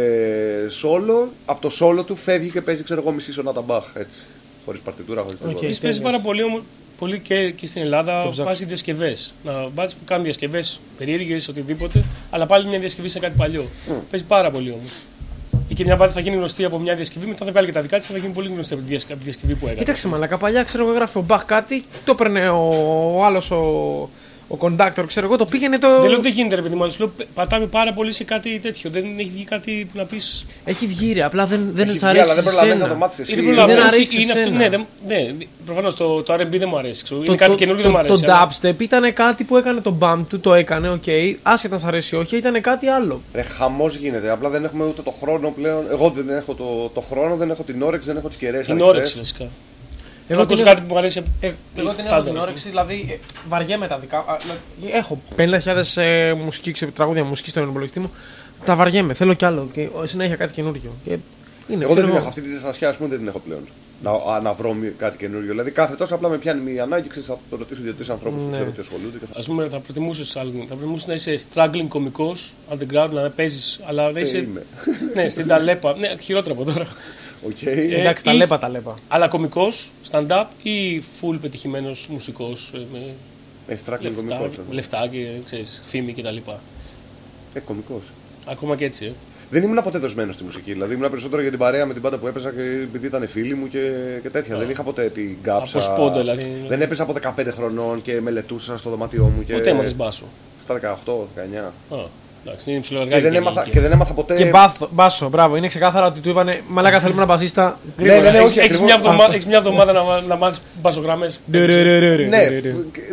Speaker 2: solo, από το solo του φεύγει και παίζει ξέρω εγώ μισή σονάτα μπαχ έτσι χωρίς παρτιτούρα,
Speaker 1: Οκ.
Speaker 2: χωρίς τίποτα
Speaker 3: Εμείς παίζεις
Speaker 1: τέλειος.
Speaker 3: πάρα πολύ, όμως- πολύ και, και στην Ελλάδα
Speaker 1: ψάξω.
Speaker 3: βάζεις διασκευές. Να μπάτσε που κάνουν διασκευές περίεργες, οτιδήποτε, αλλά πάλι μια διασκευή σε κάτι παλιό.
Speaker 1: Mm.
Speaker 3: Παίζει πάρα πολύ όμως. Ή και μια μπάτα θα γίνει γνωστή από μια διασκευή, μετά θα βγάλει και τα δικά της, θα γίνει πολύ γνωστή από τη διασκευή, από τη διασκευή που έκανε.
Speaker 1: Κοίταξε μαλακά, παλιά ξέρω εγώ έγραφε ο Μπαχ κάτι, το έπαιρνε ο, ο άλλος ο, ο conductor, ξέρω εγώ, το πήγαινε το.
Speaker 3: Δεν λέω ότι δεν γίνεται, ρε παιδί μου, αλλά σου λέω πε- πατάμε πάρα πολύ σε κάτι τέτοιο. Δεν έχει βγει κάτι που να πεις.
Speaker 1: Έχει βγει ρε, απλά δεν, δεν
Speaker 2: Έχει
Speaker 1: σ'
Speaker 2: βγει,
Speaker 1: αρέσει.
Speaker 2: αλλά δεν
Speaker 1: σε
Speaker 2: προλαβαίνεις
Speaker 1: σένα.
Speaker 2: να το μάθεις εσύ.
Speaker 3: Είναι, προλαβαίνεις,
Speaker 1: δεν αρέσει
Speaker 3: είναι
Speaker 1: σε
Speaker 3: αυτό.
Speaker 1: σένα.
Speaker 3: Ναι, δεν, ναι, προφανώς το, το RB δεν μου αρέσει. ξέρω. Είναι κάτι καινούργιο
Speaker 1: το,
Speaker 3: δεν μου αρέσει.
Speaker 1: Το
Speaker 3: αλλά-
Speaker 1: dubstep ήταν κάτι που έκανε το bump του, το έκανε, οκ. Άσχετα αν σ' αρέσει ή όχι, ήταν κάτι άλλο.
Speaker 2: Ρε χαμός γίνεται, απλά δεν έχουμε ούτε το χρόνο πλέον εγώ δεν έχω το, το χρόνο, δεν έχω την όρεξη, δεν έχω τις κεραίες
Speaker 3: Είναι
Speaker 2: ανοιχτές.
Speaker 3: όρεξη ναι. βασικά.
Speaker 1: Εγώ
Speaker 3: Εγώ ακούσω
Speaker 1: την έχω-
Speaker 3: κάτι που μου αρέσει.
Speaker 1: Ε, εγώ την έχω
Speaker 3: στάνταρ,
Speaker 1: την
Speaker 3: ας
Speaker 1: όρεξη, δηλαδή ε, βαριέμαι τα δικά. α, δηλαδή, Έχω 50.000 ε, μουσική, ξε- τραγούδια μουσική στον υπολογιστή μου. Τα βαριέμαι, θέλω κι άλλο. Και ε, συνέχεια κάτι καινούριο. Και είναι,
Speaker 2: Εγώ δεν
Speaker 1: ξέρω
Speaker 2: την έχω αυτή τη ζεστασιά, ας πούμε, δεν την έχω πλέον. Να, α, να βρω μη- κάτι καινούριο. Δηλαδή κάθε τόσο απλά με πιάνει μια ανάγκη, ξέρεις, θα το ρωτήσω για τρεις ανθρώπους που ξέρω ότι ασχολούνται. Και θα...
Speaker 3: Ας πούμε, θα προτιμούσες Θα προτιμούσες να είσαι struggling κωμικός, underground, να παίζεις, αλλά να είσαι.
Speaker 2: είμαι.
Speaker 3: ναι, στην ταλέπα. Ναι, χειρότερα από τώρα.
Speaker 2: Οκ.
Speaker 1: Εντάξει, τα
Speaker 3: ή-
Speaker 1: λέπα, τα λέπα.
Speaker 3: αλλά κωμικός, stand-up ή full πετυχημένος μουσικός με
Speaker 2: Έχει τράκι
Speaker 3: λεφτά,
Speaker 2: κωμικός. ε.
Speaker 3: λεφτά και ξέρεις, φήμη κτλ.
Speaker 2: Ε, κωμικός.
Speaker 3: Ακόμα και έτσι. Ε.
Speaker 2: Δεν ήμουν ποτέ δοσμένο στη μουσική. Δηλαδή ήμουν περισσότερο για την παρέα με την πάντα που έπαιζα και επειδή ήταν φίλοι μου και, και τέτοια. Δεν είχα ποτέ την κάψα.
Speaker 3: Από σπόντο, δηλαδή.
Speaker 2: Δεν έπαιζα από 15 χρονών και μελετούσα στο δωμάτιό μου. Και...
Speaker 3: Ούτε έμαθε μπάσο.
Speaker 2: Στα 18-19.
Speaker 3: Α, εντάξει, είναι υψηλό
Speaker 2: Και, Ε, δεν έμαθα, και δεν έμαθα ποτέ.
Speaker 1: Και μπάθο, μπάσο, μπράβο. Είναι ξεκάθαρα ότι του είπανε Μαλάκα θέλουμε ένα μπασίστα.
Speaker 2: Ναι, ναι, ναι, όχι.
Speaker 3: Έχεις
Speaker 2: ακριβώς.
Speaker 3: μια εβδομάδα, έχεις μια εβδομάδα να, να μάθεις μπασογραμμέ.
Speaker 2: Ναι,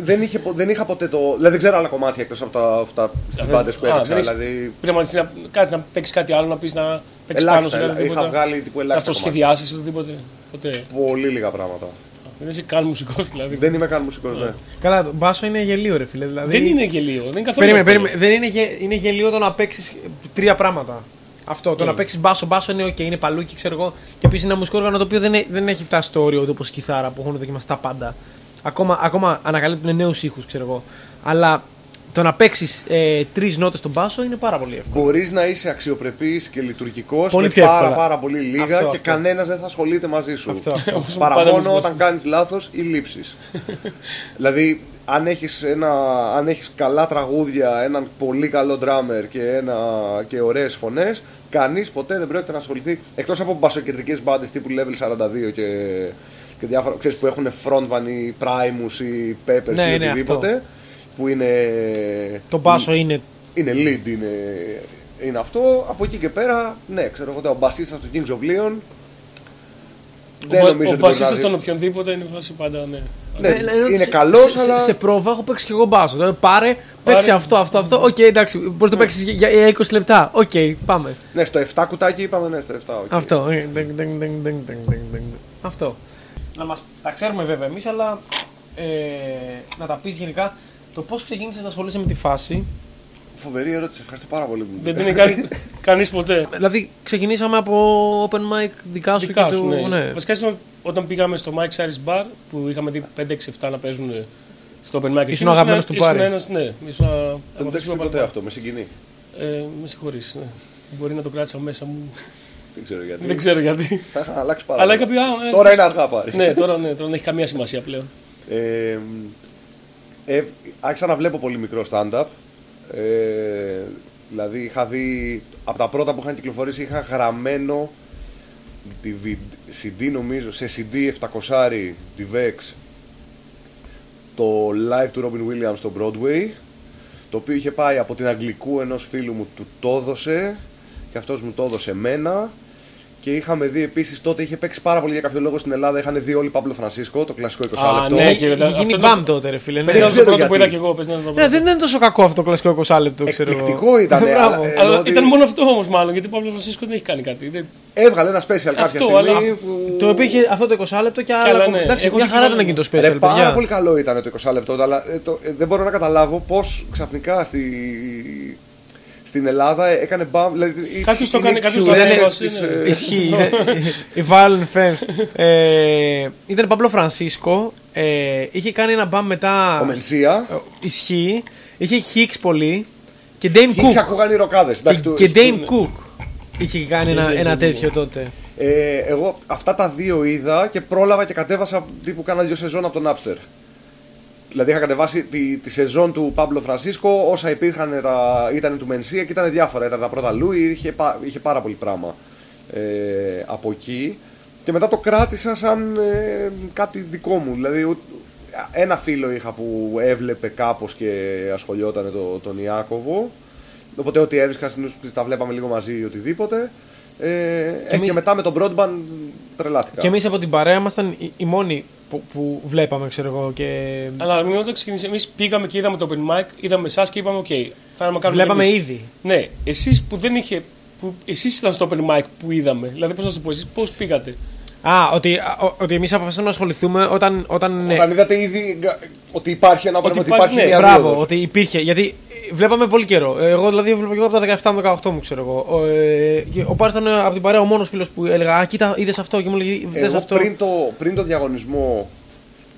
Speaker 2: δεν, είχε, πο- δεν είχα ποτέ το. Δηλαδή δεν ξέρω άλλα κομμάτια εκτός από τα, αυτά, τις μπάντες που έπαιξα. Δηλαδή,
Speaker 3: Πρέπει να κάτσει να παίξεις κάτι άλλο, να πεις να παίξεις
Speaker 2: Ελάχιστα,
Speaker 3: πάνω σε κάτι.
Speaker 2: ελα- είχα
Speaker 3: τίποτα.
Speaker 2: βγάλει τύπου
Speaker 3: Να
Speaker 2: ελάχιστα.
Speaker 3: το
Speaker 2: κομμάτια.
Speaker 3: σχεδιάσει οτιδήποτε. Ποτέ.
Speaker 2: Πολύ λίγα πράγματα.
Speaker 3: Δεν είσαι καν μουσικός δηλαδή. Δεν,
Speaker 2: Δεν είμαι καν μουσικός. Ναι.
Speaker 1: Καλά, το μπάσο είναι γελίο, ρε φίλε. Δηλαδή...
Speaker 3: είναι γελίο. Δεν είναι καθόλου.
Speaker 1: Περίμενε,
Speaker 3: εύκολο.
Speaker 1: περίμενε. Δεν είναι, γε... είναι γελίο το να παίξεις τρία πράγματα. Αυτό, το να παίξεις μπάσο, μπάσο είναι οκ, είναι παλούκι, ξέρω εγώ. Και επίσης ένα μουσικό όργανο το οποίο δεν, ε- δεν έχει φτάσει στο όριο του όπως κιθάρα που έχουν δοκιμαστεί τα πάντα. Ακόμα, ακόμα ανακαλύπτουν νέους ήχους, ξέρω εγώ. Αλλά το να παίξεις ε, τρεις νότες στον μπάσο είναι πάρα πολύ εύκολο.
Speaker 2: Μπορείς να είσαι αξιοπρεπής και λειτουργικός
Speaker 1: Πολύ
Speaker 2: με
Speaker 1: πιο
Speaker 2: πάρα,
Speaker 1: εύκολα.
Speaker 2: πάρα πολύ λίγα
Speaker 1: Αυτό,
Speaker 2: και
Speaker 1: αυτό.
Speaker 2: κανένας δεν θα ασχολείται μαζί σου.
Speaker 1: Αυτό, αυτό.
Speaker 3: Όπως μου
Speaker 2: Παρά
Speaker 3: πάντα
Speaker 2: μόνο
Speaker 3: μου
Speaker 2: όταν
Speaker 3: θυμάστε.
Speaker 2: κάνεις λάθος ή λήψει. δηλαδή, αν έχεις αν έχεις καλά τραγούδια, έναν πολύ καλό drummer και, ένα, και ωραίες φωνές, κανείς ποτέ δεν πρόκειται να ασχοληθεί. Εκτός από μπασοκεντρικές μπάντες τύπου level 42 και, και διάφορα ξέρεις, που έχουν frontman ή primus ή peppers
Speaker 1: Ναι,
Speaker 2: ή
Speaker 1: ναι,
Speaker 2: οτιδήποτε. Που είναι.
Speaker 1: Το μπάσο είναι.
Speaker 2: είναι lead, είναι, είναι αυτό. Από εκεί και πέρα, ναι, ξέρω εγώ, ο μπασίστα του Kings of Leon. Δεν
Speaker 3: ο,
Speaker 2: νομίζω
Speaker 3: ο
Speaker 2: ότι μπορεί να
Speaker 3: μπασίστας
Speaker 2: δει-
Speaker 3: των οποιονδήποτε είναι φάση πάντα, ναι.
Speaker 2: Ναι,
Speaker 1: Ε, λέω,
Speaker 2: είναι
Speaker 1: σε-
Speaker 2: καλός,
Speaker 1: σε, σε-
Speaker 2: αλλά-
Speaker 1: σε πρόβα έχω παίξει και εγώ μπάσο. Τώρα πάρε, παίξε αυτό, αυτό, αυτό. Οκ, εντάξει, μπορείς να το παίξεις για, για 20 λεπτά. Οκ, πάμε.
Speaker 2: Ναι, στο 7 κουτάκι είπαμε, ναι, στο 7. οκ.
Speaker 1: Αυτό. ε, ντεν, ντεν, ντεν, ντεν, ντεν, ντεν, ντεν. Αυτό. Να μας τα ξέρουμε βέβαια εμείς, αλλά ε, να τα πεις γενικά το πώς ξεκίνησες να ασχολείσαι με τη φάση.
Speaker 2: Φοβερή ερώτηση, ευχαριστώ πάρα πολύ. που μου
Speaker 3: Δεν
Speaker 2: την
Speaker 3: την έχει κάνει κανείς ποτέ.
Speaker 1: Δηλαδή ξεκινήσαμε από open mic δικά σου
Speaker 3: Δικά
Speaker 1: και
Speaker 3: σου,
Speaker 1: του...
Speaker 3: ναι. Βασικά ήσουν όταν πήγαμε στο Mike Cyrus Bar που είχαμε δει 5-6-7 να παίζουν ε, στο Open Mic. Εκείνος Ήσουν
Speaker 1: αγαπημένος του
Speaker 3: Ήσουν
Speaker 1: πάρη.
Speaker 3: ένας, ναι. Ήσουν ένα-
Speaker 2: Δεν το
Speaker 3: από αυτούς
Speaker 2: ξέρω
Speaker 3: που
Speaker 2: ποτέ αυτό, με συγκινεί.
Speaker 3: Ε, με συγχωρείς, ναι. Μπορεί να το κράτησα μέσα μου.
Speaker 2: Δεν ξέρω γιατί.
Speaker 3: Δεν ξέρω γιατί.
Speaker 2: Θα είχαν αλλάξει πάρα
Speaker 3: Αλλά
Speaker 2: πολλά.
Speaker 3: κάποιο άλλο.
Speaker 2: Τώρα είναι αργά πάρει.
Speaker 3: ε, Ναι, τώρα, ναι, τώρα δεν έχει καμία σημασία πλέον.
Speaker 2: Ε, ε, άρχισα να βλέπω πολύ μικρό stand-up. Ε, δηλαδή είχα δει από τα πρώτα που είχαν κυκλοφορήσει είχα γραμμένο τη βι- CD νομίζω σε CD 700 τη VEX το live του Robin Williams στο Broadway το οποίο είχε πάει από την Αγγλικού ενός φίλου μου του το έδωσε και αυτός μου το έδωσε εμένα και είχαμε δει επίσης τότε είχε παίξει πάρα πολύ για κάποιο λόγο στην Ελλάδα είχαν δει όλοι Παύλο Φρανσίσκο το κλασικό 20
Speaker 3: Α,
Speaker 2: λεπτό
Speaker 3: ναι,
Speaker 1: Έχει
Speaker 3: και μετά-
Speaker 1: γίνει
Speaker 3: αυτό
Speaker 1: μπαμ
Speaker 3: το-
Speaker 1: τότε ρε φίλε.
Speaker 3: Πες
Speaker 1: ναι.
Speaker 3: να
Speaker 2: ξέρω
Speaker 3: το πρώτο που
Speaker 2: γιατί. Ε,
Speaker 3: είδα και εγώ. Πες να το
Speaker 1: Ναι,
Speaker 3: πρώτο.
Speaker 1: δεν είναι τόσο κακό αυτό το κλασικό 20 λεπτό, ξέρω εγώ.
Speaker 2: Εκπληκτικό ήταν,
Speaker 1: Μπράβο.
Speaker 2: αλλά, ε,
Speaker 3: Αλλά
Speaker 2: ότι
Speaker 3: ήταν μόνο αυτό όμως μάλλον, γιατί ο Παύλος Βασίσκο δεν έχει κάνει κάτι. Δεν...
Speaker 2: Έβγαλε ένα special κάποια
Speaker 3: Αυτό,
Speaker 2: στιγμή.
Speaker 3: αλλά-
Speaker 2: που-
Speaker 1: Το οποίο είχε αυτό το 20 λεπτό και
Speaker 3: Καλά,
Speaker 1: άλλα.
Speaker 3: ναι.
Speaker 1: Εντάξει,
Speaker 3: Έχω
Speaker 1: μια
Speaker 3: και
Speaker 1: χαρά
Speaker 3: εγώ-
Speaker 1: ήταν και το special.
Speaker 2: Ρε, πάρα
Speaker 1: παιδιά.
Speaker 2: πολύ καλό ήταν το 20 λεπτό, αλλά ε, το, ε, δεν μπορώ να καταλάβω πώς ξαφνικά στη, στην Ελλάδα ε, έκανε μπαμ. Δηλαδή, ε,
Speaker 3: Κάποιος το
Speaker 2: είναι
Speaker 3: έκανε,
Speaker 2: η
Speaker 3: κάποιος το
Speaker 2: curator
Speaker 3: έκανε,
Speaker 2: της,
Speaker 3: ναι.
Speaker 2: ε,
Speaker 1: Ισχύει. ήταν- Η Violent Femmes. Ε, Ήταν Παύλο Φρανσίσκο. ε, Είχε κάνει ένα μπαμ μετά.
Speaker 2: Ο Μενσία.
Speaker 1: Ε, Ισχύει. Είχε Hicks πολύ. Και Dame
Speaker 2: Χίξ
Speaker 1: Cook.
Speaker 2: ακούγαν οι ροκάδε.
Speaker 1: Και, και Dame Cook. Είχε κάνει ένα,
Speaker 3: Dame
Speaker 1: ένα
Speaker 3: Cook.
Speaker 1: τέτοιο τότε.
Speaker 2: Ε, εγώ αυτά τα δύο είδα και πρόλαβα και κατέβασα τύπου κάνα δύο σεζόν από τον Napster. Δηλαδή είχα κατεβάσει τη, τη σεζόν του Παύλο Φρανσίσκο, όσα υπήρχαν τα, ήταν του Μενσία και ήταν διάφορα. Ήταν τα πρώτα Λούι, είχε, πα- είχε πάρα πολύ πράγμα ε, από εκεί. Και μετά το κράτησα σαν ε, κάτι δικό μου. Δηλαδή ο- ένα φίλο είχα που έβλεπε κάπως και ασχολιόταν το, τον Ιάκωβο. Οπότε ό,τι έβρισκα στην ουσία, τα βλέπαμε λίγο μαζί ή οτιδήποτε. Ε, ε, και,
Speaker 1: εμείς-
Speaker 2: μετά με τον Broadband τρελάθηκα.
Speaker 1: Και εμείς από την παρέα ήμασταν οι- οι μόνοι που, που βλέπαμε, ξέρω εγώ. Και
Speaker 3: Αλλά μην όταν ξεκινήσεις, εμείς πήγαμε και είδαμε το open mic, είδαμε εσάς και είπαμε: Οκ, θα να κάνουμε.
Speaker 1: βλέπαμε
Speaker 3: κι εμείς».
Speaker 1: ήδη.
Speaker 3: Ναι, εσείς που δεν είχε. Που εσείς ήταν στο open mic που είδαμε. Δηλαδή, πώς να σου πω, εσείς πώς πήγατε.
Speaker 1: Α, ότι, α, ο- ότι εμείς αποφασίσαμε να ασχοληθούμε όταν. όταν ε,
Speaker 2: Όταν είδατε ήδη γκα- ότι υπάρχει ένα
Speaker 3: Ότι
Speaker 2: ότι
Speaker 3: υπάρχει,
Speaker 2: υπάρχει
Speaker 3: ναι,
Speaker 2: μια
Speaker 1: Μπράβο,
Speaker 2: δίωδος.
Speaker 1: ότι υπήρχε. Γιατί ε, βλέπαμε πολύ καιρό. Ε, Εγώ δηλαδή βλέπα και εγώ από τα 17 με 18 μου, ξέρω εγώ. Ο, ε, και ο Πάρης ήταν ε, από την παρέα ο μόνος φίλος που έλεγα Α, κοίτα, είδες αυτό και μου λέγει Είδε
Speaker 2: Εγώ
Speaker 1: αυτό.
Speaker 2: πριν, το, πριν το διαγωνισμό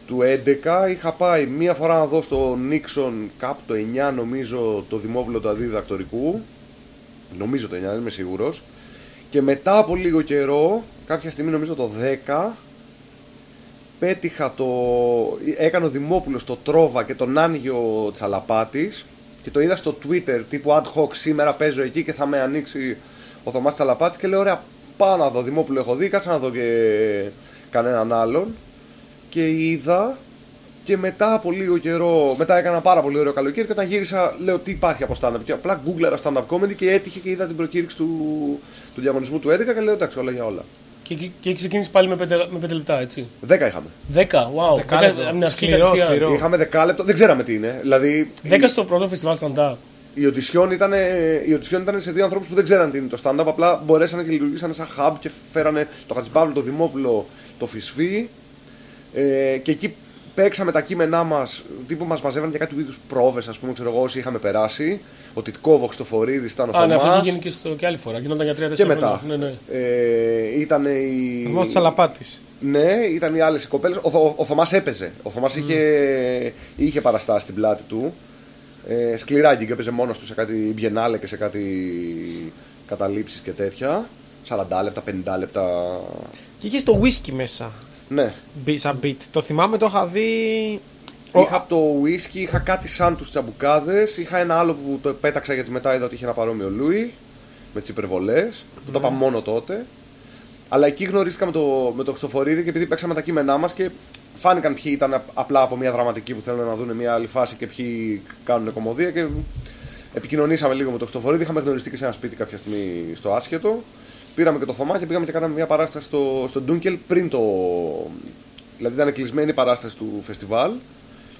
Speaker 2: του 11 είχα πάει μία φορά να δω στο Νίξον κάπου το 9 νομίζω το Δημόπουλο του Αδίδακτορικού νομίζω το 9 δεν είμαι σίγουρος και μετά από λίγο καιρό κάποια στιγμή νομίζω το 10 πέτυχα το... έκανε ο Δημόπουλος το Τρόβα και τον άνοιγε ο Τσαλαπάτης και το είδα στο Twitter τύπου ad hoc σήμερα παίζω εκεί και θα με ανοίξει ο Θωμάς Τσαλαπάτης και λέω ωραία πάω να δω Δημόπουλο έχω δει κάτσα να δω και κανέναν άλλον και είδα και μετά από λίγο καιρό, μετά έκανα πάρα πολύ ωραίο καλοκαίρι και όταν γύρισα λέω τι υπάρχει από stand-up και απλά googlαρα stand-up comedy και έτυχε και είδα την προκήρυξη του, του διαγωνισμού του 11 και λέω εντάξει όλα για όλα.
Speaker 3: Και, και, και ξεκίνησε πάλι με 5, με πέντε λεπτά, έτσι.
Speaker 2: 10 είχαμε.
Speaker 3: 10, wow. 10,
Speaker 1: Δεκάλεπτο.
Speaker 3: από την αρχή
Speaker 1: ναι, Σκληρό,
Speaker 3: κατευθείαν.
Speaker 1: σκληρό. Ρο.
Speaker 2: Είχαμε δεκάλεπτο, δεν ξέραμε τι είναι. Δηλαδή
Speaker 3: 10 στο πρώτο φεστιβάλ stand-up.
Speaker 2: η audition ήταν, η audition ήταν σε δύο ανθρώπους που δεν ξέραν τι είναι το stand-up, απλά μπορέσανε και λειτουργήσαν σαν hub και φέρανε το Χατζηπαύλο, το Δημόπουλο, το Φυσφή. Ε, και εκεί παίξαμε τα κείμενά μας, τύπου μας μαζεύανε για κάτι είδους πρόβες, ας πούμε, ξέρω εγώ, όσοι είχαμε περάσει. Ο Τιτκόβοξ, το Φορίδη ήταν ο
Speaker 3: Α, ναι, αυτό
Speaker 2: Θωμάς.
Speaker 3: έχει γίνει και, στο, και άλλη φορά. Γινόταν για
Speaker 2: Και
Speaker 3: 3-4
Speaker 2: μετά.
Speaker 3: χρόνια. Ναι, ναι.
Speaker 2: Ε, ήταν η.
Speaker 1: Θυμό τη Αλαπάτη.
Speaker 2: Ναι, ήταν οι άλλες οι κοπέλες. Ο, Θω- ο Θωμάς έπαιζε. Ο Θωμάς είχε, είχε παραστάσει στην πλάτη του. Ε, σκληράκι και έπαιζε μόνος του σε κάτι μπιενάλε και σε κάτι καταλήψεις και τέτοια. 40 λεπτά, 50 λεπτά.
Speaker 1: Και είχε το whisky μέσα.
Speaker 2: Ναι.
Speaker 1: Μπι- Σαν beat. Το θυμάμαι, το είχα δει.
Speaker 2: Είχα από το whisky, είχα κάτι σαν τους τσαμπουκάδες. Είχα ένα άλλο που το επέταξα γιατί μετά είδα ότι είχε ένα παρόμοιο Λούι με τις υπερβολές. Που το είπα μόνο τότε. Αλλά εκεί γνωρίστηκα με το, με το Χρυστοφορίδη και επειδή παίξαμε τα κείμενά μας και φάνηκαν ποιοι ήταν απ- απλά από μια δραματική που θέλουν να δουν μια άλλη φάση και ποιοι κάνουν κομμωδία. Και επικοινωνήσαμε λίγο με τον Χρυστοφορίδη. Είχαμε γνωριστεί και σε ένα σπίτι κάποια στιγμή στο άσχετο. Πήραμε και το Θωμά και πήγαμε και κάναμε μια παράσταση στο, στο Ντούνκελ πριν το. Δηλαδή ήταν κλεισμένη η παράσταση του φεστιβάλ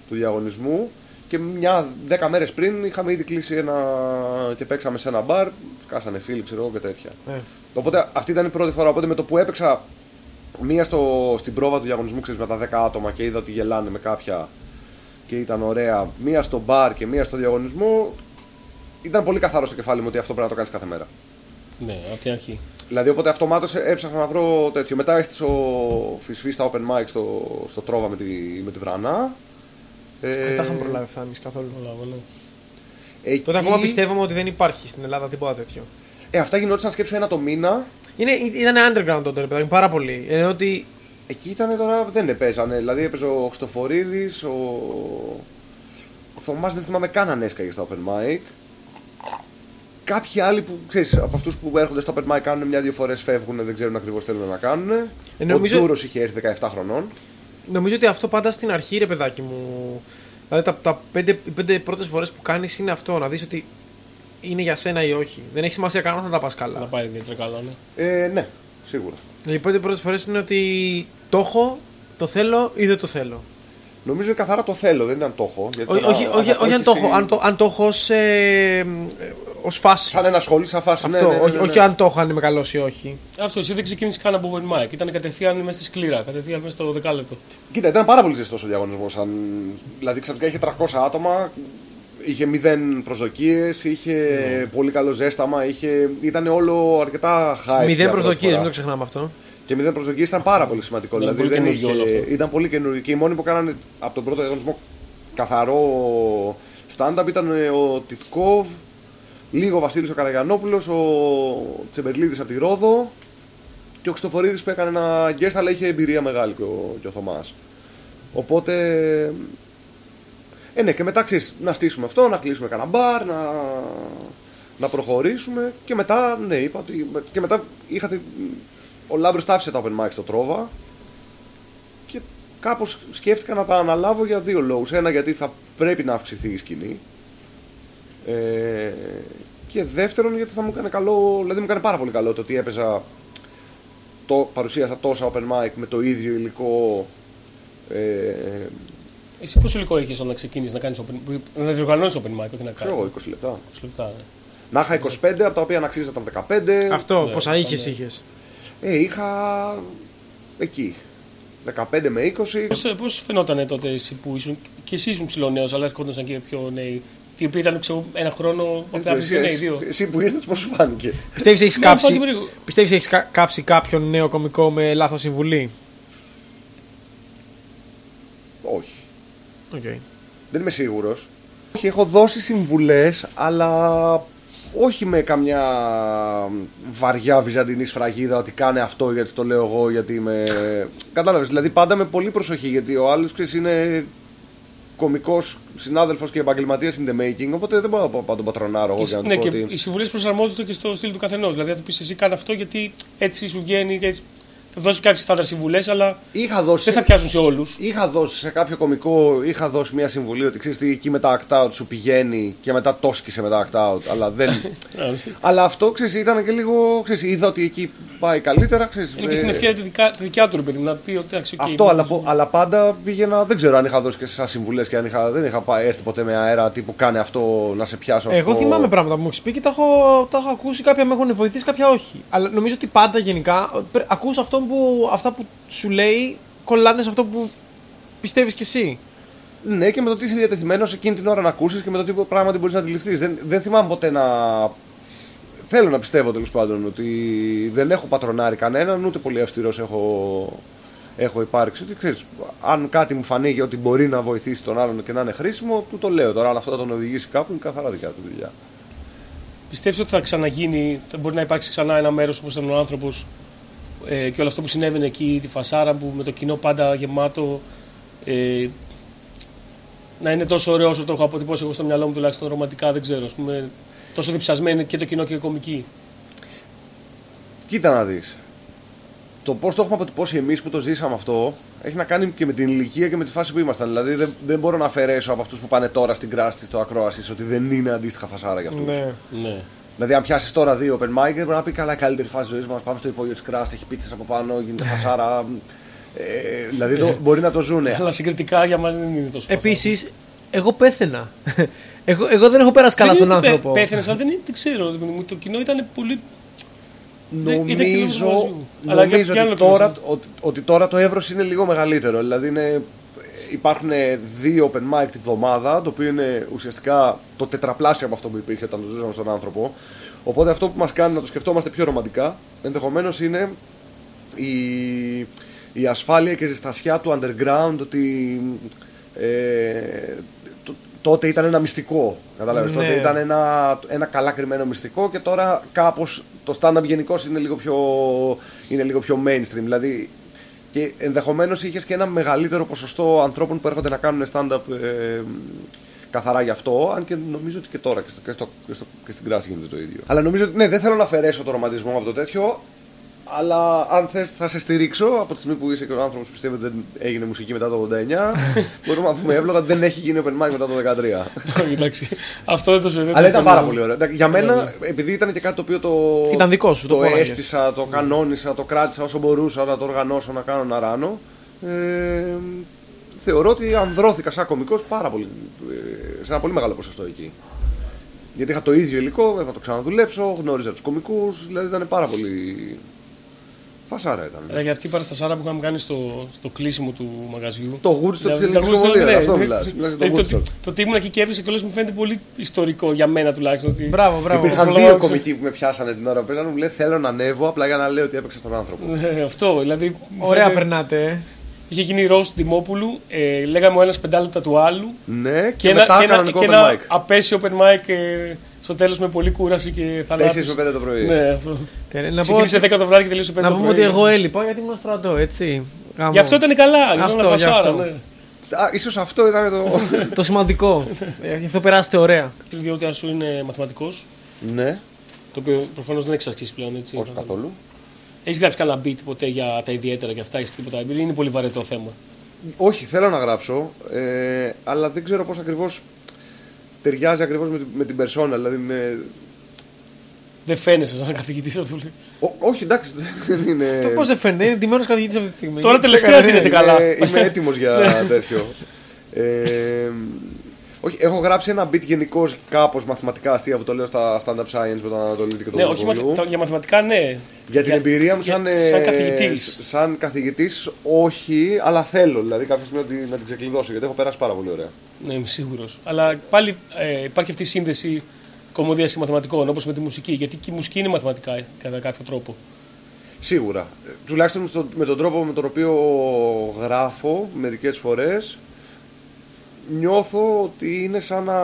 Speaker 2: του διαγωνισμού και μια δέκα μέρες πριν είχαμε ήδη κλείσει ένα και παίξαμε σε ένα μπαρ, σκάσανε φίλοι ξέρω εγώ και τέτοια.
Speaker 1: Ε,
Speaker 2: Οπότε αυτή ήταν η πρώτη φορά, οπότε με το που έπαιξα μία στο, στην πρόβα του διαγωνισμού ξέρεις, με τα 10 άτομα και είδα ότι γελάνε με κάποια και ήταν ωραία, μία στο μπαρ και μία στο διαγωνισμό, ήταν πολύ καθαρό στο κεφάλι μου ότι αυτό πρέπει να το κάνεις κάθε μέρα.
Speaker 3: ναι, από την αρχή.
Speaker 2: Δηλαδή, οπότε αυτομάτως έψαχνα να βρω τέτοιο. Μετά έστησε ο Φυσφή στα open mic στο, στο Τρόβα με τη, με τη Βρανά.
Speaker 1: Δεν τα
Speaker 2: Ε,
Speaker 1: είχαμε προλάβει αυτά εμεί καθόλου.
Speaker 3: Όλα, όλα.
Speaker 2: Εκεί...
Speaker 1: Τότε ακόμα πιστεύαμε ότι δεν υπάρχει στην Ελλάδα τίποτα τέτοιο.
Speaker 2: Ε, αυτά γινόντουσαν σκέψου ένα το μήνα.
Speaker 1: Είναι, ήταν underground τότε, ρε παιδάκι, πάρα πολύ. Ενώ ότι
Speaker 2: Εκεί ήταν τώρα, δεν παίζανε. Δηλαδή έπαιζε ο Χρυστοφορίδη, ο. Ο Θωμάς δεν θυμάμαι καν αν έσκαγε στα open mic. Κάποιοι άλλοι που ξέρεις, από αυτούς που έρχονται στα open mic κάνουν μια-δύο φορές φεύγουν, δεν ξέρουν ακριβώς τι θέλουν να κάνουν.
Speaker 1: Ε, νομίζω-
Speaker 2: Ο Τούρο είχε έρθει 17 χρονών.
Speaker 1: Νομίζω ότι αυτό πάντα στην αρχή, ρε παιδάκι μου. Δηλαδή, τα, τα πέντε, οι πέντε πρώτες φορές που κάνεις είναι αυτό, να δεις ότι είναι για σένα ή όχι. Δεν έχει σημασία καν αν θα τα πας καλά.
Speaker 3: Να πάει ιδιαίτερα καλά, ναι.
Speaker 2: Ε, ναι, σίγουρα.
Speaker 1: Δηλαδή, οι πέντε πρώτες φορές είναι ότι το έχω, το θέλω ή δεν το θέλω.
Speaker 2: Νομίζω είναι καθαρά το θέλω, δεν ήταν Ε, το έχω. γιατί
Speaker 1: Ό,
Speaker 2: τώρα
Speaker 1: όχι, όχι,
Speaker 2: αγαπώ
Speaker 1: όχι αν το
Speaker 2: εσύ-
Speaker 1: έχω, αν το, αν το έχω ως, ε, μ, ε, ως φάση.
Speaker 2: Σαν ένα σχόλιο, σαν φάση. ναι,
Speaker 1: αυτό,
Speaker 2: ναι, ναι,
Speaker 1: όχι,
Speaker 2: ναι,
Speaker 1: όχι
Speaker 2: ναι.
Speaker 1: αν το έχω, αν είμαι καλός ή όχι.
Speaker 3: Αυτό εσύ δεν ξεκίνησες καν από open mic. Ήταν κατευθείαν μέσα στη σκληρά, κατευθείαν μέσα στο δεκάλεπτο.
Speaker 2: Κοίτα, ήταν πάρα πολύ ζεστός ο διαγωνισμός. Δηλαδή ξαφνικά είχε 300 άτομα, είχε μηδέν προσδοκίες, είχε
Speaker 1: Ναι.
Speaker 2: πολύ καλό ζέσταμα, είχε... ήταν όλο αρκετά high.
Speaker 1: Μηδέν προσδοκίε, μην το ξεχνάμε αυτό.
Speaker 2: Και μηδέν προσδοκίε ήταν πάρα πολύ σημαντικό.
Speaker 3: Ήταν
Speaker 2: δηλαδή
Speaker 3: πολύ
Speaker 2: δεν είχε...
Speaker 3: καινούργιο όλο αυτό.
Speaker 2: ήταν πολύ καινούργιο. Και οι μόνοι που κάνανε από τον πρώτο διαγωνισμό καθαρό stand-up ήταν ε, ο Τιτκόβ, λίγο ο Βασίλης ο Καραγιανόπουλος, ο Τσεμπερλίδης από τη Ρόδο και ο Χρυστοφορίδη που έκανε ένα guest, αλλά είχε εμπειρία μεγάλη και ο, και ο Θωμάς. Οπότε. Ε, ναι, και μετά ξέρεις να στήσουμε αυτό, να κλείσουμε κανένα μπαρ, να, να προχωρήσουμε. Και μετά, ναι, είπα ότι. Και μετά είχατε. Ο Λάμπρος τα άφησε τα open mic στο Τρόβα. Και κάπως σκέφτηκα να τα αναλάβω για δύο λόγους. Ένα, γιατί θα πρέπει να αυξηθεί η σκηνή. Ε, και δεύτερον, γιατί θα μου έκανε καλό. Δηλαδή, μου έκανε πάρα πολύ καλό το ότι έπαιζα. Το, παρουσίασα τόσα open mic με το ίδιο υλικό. Ε,
Speaker 3: Εσύ πόσο υλικό είχες όταν ξεκίνησες να κάνεις open Να διοργανώσεις open mic, όχι να
Speaker 2: ξέρω
Speaker 3: κάνει.
Speaker 2: εγώ, 20 λεπτά.
Speaker 3: 20 λεπτά, ναι.
Speaker 2: Να είχα 25, από τα οποία να αξίζονταν 15.
Speaker 1: Αυτό,
Speaker 3: ναι,
Speaker 1: πόσα
Speaker 3: ναι.
Speaker 1: είχε, είχες.
Speaker 2: Ε, είχα εκεί. 15 με 20.
Speaker 3: Πώ πώς φαινόταν τότε εσύ που ήσουν, και εσύ ήσουν ψηλό αλλά ερχόντουσαν και πιο νέοι. Οι οποίοι ήταν ξέρω, ένα χρόνο, απλά
Speaker 2: Ε,
Speaker 3: πιο νέοι, δύο.
Speaker 2: εσύ που ήρθες πώς σου φάνηκε.
Speaker 1: Πιστεύεις έχεις
Speaker 3: Ναι,
Speaker 1: κάψει,
Speaker 3: φάνηκε περίεργο.
Speaker 1: πιστεύεις έχεις κα- κάψει κάποιον νέο κωμικό με λάθος συμβουλή.
Speaker 2: Όχι.
Speaker 1: Okay.
Speaker 2: Δεν είμαι σίγουρος. Όχι, έχω δώσει συμβουλές, αλλά όχι με καμιά βαριά βυζαντινή σφραγίδα ότι κάνε αυτό γιατί το λέω εγώ, γιατί είμαι... Κατάλαβες, δηλαδή πάντα με πολύ προσοχή, γιατί ο άλλος ξέρεις είναι κομικός συνάδελφος και επαγγελματίας in the making, οπότε δεν μπορώ να πάω- να τον πατρονάρω εγώ και να του
Speaker 3: ναι,
Speaker 2: πω
Speaker 3: και
Speaker 2: ότι-
Speaker 3: οι συμβουλές προσαρμόζονται και στο στυλ του καθενός. Δηλαδή, να του πεις εσύ κάνε αυτό γιατί έτσι σου βγαίνει. και Έτσι. Θα δώσει κάποιες στάνταρ συμβουλές, αλλά
Speaker 2: Είχα δώσει...
Speaker 3: δεν θα πιάσουν σε όλους.
Speaker 2: Είχα δώσει σε κάποιο κωμικό, είχα δώσει μια συμβουλή ότι ξέρεις τι εκεί με τα act out σου πηγαίνει και μετά το σκησε με τα act out. Αλλά, δεν... αλλά αυτό ξέρεις ήταν και λίγο. Ξέρεις, είδα ότι εκεί πάει καλύτερα. Ξέρεις,
Speaker 3: Είναι
Speaker 2: ε,
Speaker 3: και στην ευκαιρία τη δικιά, τη δικιά του, ρε παιδί μου, να πει ότι εντάξει, οκ,
Speaker 2: Αυτό,
Speaker 3: μου
Speaker 2: αλλά,
Speaker 3: άρεσε.
Speaker 2: πο- αλλά πάντα πήγαινα. Δεν ξέρω αν είχα δώσει και σαν συμβουλές και αν είχα, δεν είχα πάει, έρθει ποτέ με αέρα τύπου κάνει αυτό να σε πιάσω. ας
Speaker 1: Εγώ
Speaker 2: πω.
Speaker 1: θυμάμαι πράγματα που μου έχεις πει και τα έχω, τα έχω ακούσει. Κάποια με έχουν βοηθήσει, κάποια όχι. Αλλά νομίζω ότι πάντα γενικά ακούς αυτό που, αυτά που σου λέει κολλάνε σε αυτό που πιστεύεις κι εσύ.
Speaker 2: Ναι, και με το τι είσαι διατεθειμένος εκείνη την ώρα να ακούσεις και με το τι πράγματι μπορείς να αντιληφθείς. Δεν, δεν θυμάμαι ποτέ να. Θέλω να πιστεύω τέλος πάντων ότι δεν έχω πατρονάρει κανέναν, ούτε πολύ αυστηρός έχω, έχω υπάρξει. Ότι, ξέρεις, αν κάτι μου φανεί ότι μπορεί να βοηθήσει τον άλλον και να είναι χρήσιμο, του το λέω τώρα. Αν αυτό θα τον οδηγήσει κάπου, είναι καθαρά δικιά του δουλειά.
Speaker 3: Πιστεύεις ότι θα ξαναγίνει, θα μπορεί να υπάρξει ξανά ένα μέρος όπως ήταν ο άνθρωπος ε, και όλο αυτό που συνέβαινε εκεί, τη φασάρα που με το κοινό πάντα γεμάτο. Ε, να είναι τόσο ωραίο όσο το έχω αποτυπώσει εγώ στο μυαλό μου τουλάχιστον ρομαντικά, δεν ξέρω. Ας πούμε, τόσο διψασμένη και το κοινό και η κομική.
Speaker 2: Κοίτα να δεις. Το πώς το έχουμε αποτυπώσει εμείς που το ζήσαμε αυτό έχει να κάνει και με την ηλικία και με τη φάση που ήμασταν. Δηλαδή δεν, δεν μπορώ να αφαιρέσω από αυτούς που πάνε τώρα στην κράστη στο ακρόασης ότι δεν είναι αντίστοιχα φασάρα για αυτούς.
Speaker 1: Ναι.
Speaker 3: Ναι.
Speaker 2: Δηλαδή, αν πιάσεις τώρα δύο open mic, μπορεί να πει καλά, η καλύτερη φάση ζωής μας. Πάμε στο υπόγειο της κράστης, έχει πίτσες από πάνω, γίνεται φασάρα. Ε, δηλαδή το, μπορεί να το ζουνε.
Speaker 3: Αλλά συγκριτικά για μας δεν είναι τόσο.
Speaker 1: Επίσης, εγώ πέθαινα. Εγώ, εγώ δεν έχω πέρασει καλά στον άνθρωπο.
Speaker 3: Πέθανε, αλλά δεν, είναι- δεν ξέρω. ρε παιδί μου, Το κοινό ήταν πολύ. Δεν- ήταν και λίγο
Speaker 2: Νομίζω,
Speaker 3: ζωγραφικό. Αλλά για
Speaker 2: νομίζω
Speaker 3: ποια
Speaker 2: ότι,
Speaker 3: άλλη
Speaker 2: τώρα,
Speaker 3: ρωτήση.
Speaker 2: ότι, ότι τώρα το εύρος είναι λίγο μεγαλύτερο. Δηλαδή είναι, υπάρχουν δύο open mic τη βδομάδα, το οποίο είναι ουσιαστικά το τετραπλάσιο από αυτό που υπήρχε όταν το ζούσαμε στον άνθρωπο. Οπότε αυτό που μας κάνει να το σκεφτόμαστε πιο ρομαντικά ενδεχομένως είναι η, η ασφάλεια και ζεστασιά του underground ότι ε, το- τότε ήταν ένα μυστικό. Καταλάβες,
Speaker 1: Ναι.
Speaker 2: τότε ήταν ένα, ένα καλά κρυμμένο μυστικό και τώρα κάπως το stand-up γενικώς είναι, λίγο πιο- είναι λίγο πιο mainstream. Δηλαδή και ενδεχομένως είχες και ένα μεγαλύτερο ποσοστό ανθρώπων που έρχονται να κάνουν stand-up ε, καθαρά γι' αυτό, αν και νομίζω ότι και τώρα και, στο, και, στο, και, στο, και στην κράση γίνεται το ίδιο. Αλλά νομίζω ότι ναι, δεν θέλω να αφαιρέσω το ρομαντισμό από το τέτοιο, αλλά αν θες θα σε στηρίξω από τη στιγμή που είσαι και ο άνθρωπος που πιστεύει ότι δεν έγινε μουσική μετά το 89, μπορούμε να πούμε εύλογα ότι δεν έχει γίνει open mic μετά το 13.
Speaker 3: Όχι, εντάξει. Αυτό δεν το σου
Speaker 2: Αλλά ήταν πάρα πολύ ωραίο. Εντάξει, Για μένα, επειδή ήταν και κάτι το οποίο το.
Speaker 1: Ήταν δικό σου, το
Speaker 2: Το
Speaker 1: πόναγες.
Speaker 2: αίσθησα, το κανόνισα, το κράτησα όσο μπορούσα να το οργανώσω, να κάνω, να ράνω. Ε, θεωρώ ότι ανδρώθηκα σαν κωμικός πάρα πολύ. ε, σε ένα πολύ μεγάλο ποσοστό εκεί. Γιατί είχα το ίδιο υλικό, έπρεπε να το ξαναδουλέψω, γνώριζα τους κωμικούς, δηλαδή ήταν πάρα πολύ. Φασάρα ήταν.
Speaker 3: Ρε, για αυτή η παραστασάρα που είχαμε κάνει στο, στο κλείσιμο του μαγαζιού.
Speaker 2: Το Woodstock
Speaker 3: Δηλαδή,
Speaker 2: της
Speaker 3: τα
Speaker 2: ελληνικής
Speaker 3: Woodstock,
Speaker 2: ομοσπονδίας,
Speaker 3: ναι,
Speaker 2: αυτό
Speaker 3: ναι.
Speaker 2: μιλάς. Μιλάς για το
Speaker 3: Δηλαδή, Το,
Speaker 2: Woodstock.
Speaker 3: το, ότι ήμουν εκεί και έπεσε και όλες μου φαίνεται πολύ ιστορικό για μένα τουλάχιστον. Ότι...
Speaker 1: Μπράβο, μπράβο.
Speaker 2: Υπήρχαν
Speaker 3: προλάβα
Speaker 2: δύο
Speaker 3: να ξέρω.
Speaker 2: κωμικοί που με πιάσανε την ώρα που παίζανε, μου λέει Θέλω να ανέβω απλά για να λέω ότι έπαιξα στον άνθρωπο.
Speaker 3: Ναι, αυτό, δηλαδή. μου
Speaker 1: Ωραία
Speaker 3: φαίνεται-
Speaker 1: περνάτε. ε.
Speaker 3: Είχε γίνει ροζ του Δημόπουλου, ε, λέγαμε ο ένας πεντάλεπτα του άλλου.
Speaker 2: Ναι, και,
Speaker 3: Και, ένα,
Speaker 2: μετά
Speaker 3: και, ένα,
Speaker 2: κανονικό
Speaker 3: και
Speaker 2: open
Speaker 3: ένα
Speaker 2: mic.
Speaker 3: απέσιο open mic ε, στο τέλος με πολλή κούραση και θανάτους.
Speaker 2: Τέσσερις με πέντε το πρωί.
Speaker 3: Ναι, αυτό.
Speaker 1: Τε- Ε, Να πω,
Speaker 3: Ξεκίνησε 10 το βράδυ και τελείωσε 5
Speaker 1: να
Speaker 3: το
Speaker 1: πούμε
Speaker 3: πρωί.
Speaker 1: ότι εγώ έλειπα γιατί ήμουν στρατό, έτσι. Γαμώ.
Speaker 3: Γι' αυτό ήταν καλά, γι' αυτό ήταν
Speaker 1: Αυτό, γι'
Speaker 3: φασάρα.
Speaker 1: αυτό.
Speaker 3: ναι.
Speaker 2: Α, ίσως αυτό ήταν το.
Speaker 1: Το σημαντικό. Ε, Γι' αυτό περάσετε ωραία.
Speaker 3: Θέλει διότι αν σου είναι μαθηματικός,
Speaker 2: ναι,
Speaker 3: το οποίο προφανώς δεν έχει ασκήσει πλέον έτσι.
Speaker 2: όχι καθόλου.
Speaker 3: Έχεις γράψει κανένα beat ποτέ για τα ιδιαίτερα και αυτά, έχεις τίποτα. beat, Είναι πολύ βαρετό θέμα.
Speaker 2: Όχι, θέλω να γράψω, ε, αλλά δεν ξέρω πώς ακριβώς ταιριάζει ακριβώς με, την- με την persona. Δηλαδή με...
Speaker 3: Δεν φαίνεσαι σαν καθηγητής αυτό. λέει.
Speaker 2: Ό, όχι, εντάξει, δεν είναι.
Speaker 1: Το πώς δεν φαίνεται, είναι ντυμένος καθηγητής αυτή τη στιγμή. Ε,
Speaker 3: Τώρα τελευταία
Speaker 1: Ξεκαρδί.
Speaker 3: δίνεται
Speaker 2: είμαι,
Speaker 3: καλά. Ναι.
Speaker 2: είμαι έτοιμος για τέτοιο. Ε, όχι, έχω γράψει ένα beat γενικώς κάπως μαθηματικά αστεία που το λέω στα stand-up science με τον Ανατολίτη και τον
Speaker 3: Ναι, όχι
Speaker 2: Βολιού.
Speaker 3: μαθη- τα- για μαθηματικά ναι.
Speaker 2: Για την εμπειρία μου
Speaker 3: για-
Speaker 2: σαν, ε,
Speaker 3: σαν καθηγητής.
Speaker 2: σ- σαν καθηγητής, όχι, αλλά θέλω. Δηλαδή κάποια στιγμή να την, να την ξεκλειδώσω γιατί έχω περάσει πάρα πολύ ωραία.
Speaker 3: Ναι, είμαι σίγουρος. Αλλά πάλι ε, υπάρχει αυτή η σύνδεση κομμωδίας και μαθηματικών, όπως με τη μουσική. Γιατί και η μουσική είναι μαθηματικά ε, κατά κάποιο τρόπο.
Speaker 2: Σίγουρα. Ε, Τουλάχιστον στο- με τον τρόπο με τον οποίο γράφω μερικές φορές νιώθω ότι είναι σαν να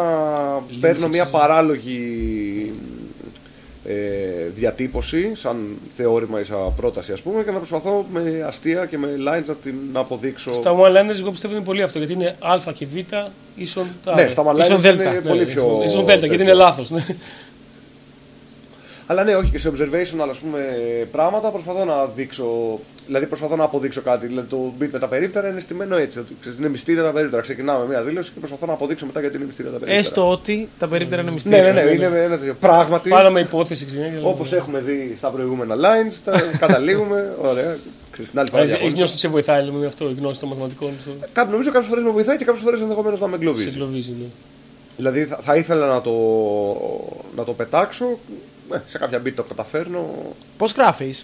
Speaker 2: παίρνω μια
Speaker 3: εξαιρετικά.
Speaker 2: παράλογη ε, διατύπωση σαν θεώρημα ή σαν πρόταση ας πούμε και να προσπαθώ με αστεία και με lines να την αποδείξω
Speaker 3: Στα one liners, εγώ πιστεύω είναι πολύ αυτό. Γιατί είναι Α και Β ίσον τα.
Speaker 2: Ναι,
Speaker 3: άλλα.
Speaker 2: στα one liners
Speaker 3: Ίσον
Speaker 2: είναι
Speaker 3: δέλτα.
Speaker 2: πολύ
Speaker 3: ναι,
Speaker 2: πιο
Speaker 3: ίσον- Ίσον δέλτα,
Speaker 2: τέτοιο.
Speaker 3: γιατί είναι λάθος. Ναι.
Speaker 2: Αλλά ναι, όχι και σε observation, αλλά ας πούμε πράγματα προσπαθώ να δείξω. Δηλαδή προσπαθώ να αποδείξω κάτι. Δηλαδή το beat με τα περίπτερα είναι στημένο έτσι. Ότι ξέρεις, είναι μυστήρια τα περίπτερα. Ξεκινάμε μια δήλωση και προσπαθώ να αποδείξω μετά γιατί είναι μυστήρια τα περίπτερα.
Speaker 1: Έστω ότι τα περίπτερα είναι
Speaker 2: Ναι,
Speaker 1: μυστήρια.
Speaker 2: ναι, ναι, είναι ένα τέτοιο. Πράγματι,
Speaker 3: Πάνω με υπόθεση ξεκινάει.
Speaker 2: όπω έχουμε δει στα προηγούμενα lines, τα καταλήγουμε. Ωραία. Ξέρεις, την άλλη φορά
Speaker 3: Έχεις
Speaker 2: διαβάζω.
Speaker 3: νιώσει ότι σε βοηθάει λέμε, με αυτό η γνώση των μαθηματικών. στο-
Speaker 2: Κάπου- Νομίζω κάποιες φορές με βοηθάει και κάποιες φορές ενδεχομένως να με
Speaker 3: Σε
Speaker 2: εγκλωβίζει.
Speaker 3: εγκλωβίζει. ναι.
Speaker 2: Δηλαδή θα, θα ήθελα να το, να το πετάξω. Ε, σε κάποια beat το καταφέρνω.
Speaker 1: Πώς γράφεις.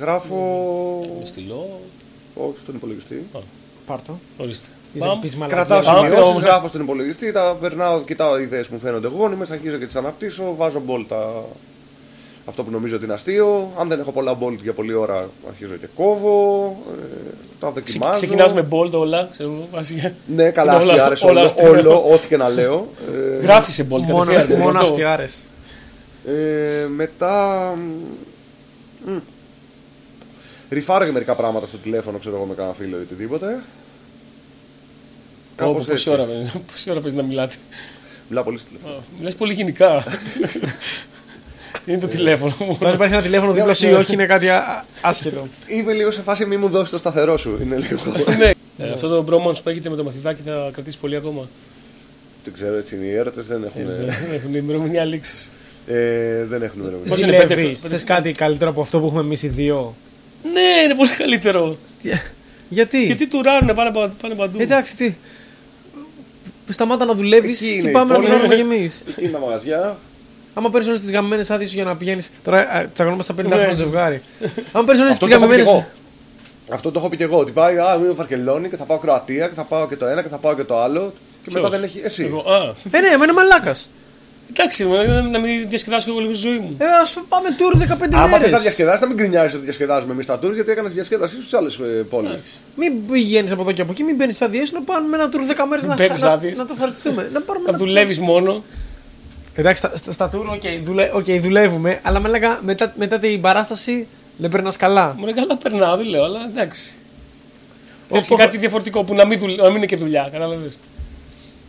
Speaker 2: Γράφω.
Speaker 3: Με στυλό.
Speaker 2: Όχι στον υπολογιστή.
Speaker 1: Πάρτο.
Speaker 3: Ορίστε.
Speaker 1: Παμ.
Speaker 3: Παμ.
Speaker 1: Πεις μαλακία.
Speaker 2: Κρατάω
Speaker 3: Πάμε,
Speaker 2: σημειώσεις,
Speaker 3: πάμε.
Speaker 2: γράφω στον υπολογιστή, τα περνάω, κοιτάω ιδέες που μου φαίνονται γόνιμε, αρχίζω και τις αναπτύσσω, βάζω bolt τα... αυτό που νομίζω ότι είναι αστείο. Αν δεν έχω πολλά bolt για πολλή ώρα, αρχίζω και κόβω. Ε, τα
Speaker 3: Ξε-
Speaker 2: δοκιμάζω.
Speaker 3: Ξεκινάς με bold όλα, ξέρω εγώ, βασικά.
Speaker 2: Ναι, καλά,
Speaker 3: Είναι όλα-
Speaker 2: αστείαρες
Speaker 3: όλα
Speaker 2: όλο,
Speaker 3: αστεία.
Speaker 2: όλο, ό,τι και να λέω. Ε,
Speaker 3: Γράφεις σε bold
Speaker 1: Μόνο,
Speaker 3: κατευθείαν.
Speaker 1: μόνο
Speaker 3: αυτό.
Speaker 1: αστιάρε.
Speaker 2: Ε, μετά. μ, μ. Ριφάρω και μερικά πράγματα στο τηλέφωνο, ξέρω εγώ, με κανένα φίλο ή οτιδήποτε.
Speaker 3: Πω, πω,
Speaker 2: Κάπως
Speaker 3: Πόση
Speaker 2: έτσι.
Speaker 3: ώρα παίζει- πόση ώρα παίζεις να μιλάτε.
Speaker 2: Μιλάω πολύ στο τηλέφωνο.
Speaker 3: Μιλάς πολύ γενικά. Είναι
Speaker 2: Ε.
Speaker 3: το τηλέφωνο μου.
Speaker 1: Όταν υπάρχει ένα τηλέφωνο δίπλα σου ή όχι, είναι κάτι α- άσχετο.
Speaker 2: Είμαι λίγο σε φάση μη μου δώσεις το σταθερό σου. Είναι λίγο.
Speaker 3: Ναι. Ε, Αυτό το bromance που έχετε με το μαθητάκι θα κρατήσει πολύ ακόμα.
Speaker 2: δεν ξέρω, έτσι είναι οι έρωτες, δεν έχουν.
Speaker 3: Ε, Έχουν ημερομηνία λήξη.
Speaker 2: ε, δεν έχουν ημερομηνία.
Speaker 3: Πώς είναι, πέντε
Speaker 1: Ζηλεύει.
Speaker 3: χρο-
Speaker 1: Θες κάτι καλύτερο από αυτό που έχουμε εμείς οι δύο.
Speaker 3: Ναι, είναι πολύ καλύτερο.
Speaker 1: Γιατί. Ε,
Speaker 3: Γιατί τουράρουνε πάνε, πα- πάνε παντού.
Speaker 1: Εντάξει, τι. Σταμάτα να δουλεύεις
Speaker 2: Εκεί
Speaker 1: και
Speaker 2: είναι η
Speaker 1: πάμε να
Speaker 2: πόλη.
Speaker 1: δουλεύουμε κι εμείς.
Speaker 2: ε, Είναι τα μαγαζιά.
Speaker 1: Άμα παίρνεις όλες τις γαμμένες άδειες σου για να πηγαίνεις. Τώρα τσακωνόμαστε 50
Speaker 3: Ναι.
Speaker 1: χρόνια ζευγάρι. Άμα παίρνει
Speaker 3: Ε,
Speaker 1: όλε τι
Speaker 2: Αυτό το έχω πει και
Speaker 1: γαμμένε.
Speaker 2: εγώ. Αυτό το έχω πει και εγώ. Ότι πάει, Α, είμαι Βαρκελόνη και θα πάω Κροατία και θα πάω και το ένα και θα πάω και το άλλο. Και μετά
Speaker 3: Ποιος?
Speaker 2: δεν έχει. Εσύ.
Speaker 3: Εγώ, α,
Speaker 1: Ε, ναι, εμένα μαλάκας.
Speaker 3: εντάξει, να να μην διασκεδάσω εγώ λίγο τη ζωή μου.
Speaker 1: Ε, ας πάμε tour 15
Speaker 2: Άμα θες να
Speaker 1: μέρε.
Speaker 2: διασκεδάσεις, να μην κρινιάζει ότι διασκεδάζουμε εμείς τα τουρ, γιατί έκανες διασκέδαση στις άλλες πόλει.
Speaker 1: Μην πηγαίνεις από εδώ και από εκεί, μην παίρνει άδειε να πάμε ένα tour 10 μέρε να,
Speaker 3: παίρνεις
Speaker 1: να,
Speaker 3: άδειες.
Speaker 1: να το ευχαριστούμε. να πάρουμε
Speaker 3: Να
Speaker 1: ένα-
Speaker 3: δουλεύεις μόνο.
Speaker 1: Εντάξει, στα, στα, στα tour, οκ, δουλε- οκ, δουλεύουμε, αλλά με λέγα μετά, μετά την παράσταση δεν περνάς καλά.
Speaker 3: Μου καλά περνάω, δεν λέω, αλλά εντάξει. Θέλει και
Speaker 1: Όπου-
Speaker 3: κάτι διαφορετικό που να μην, δουλε- να μην είναι και δουλειά, κατάλαβε.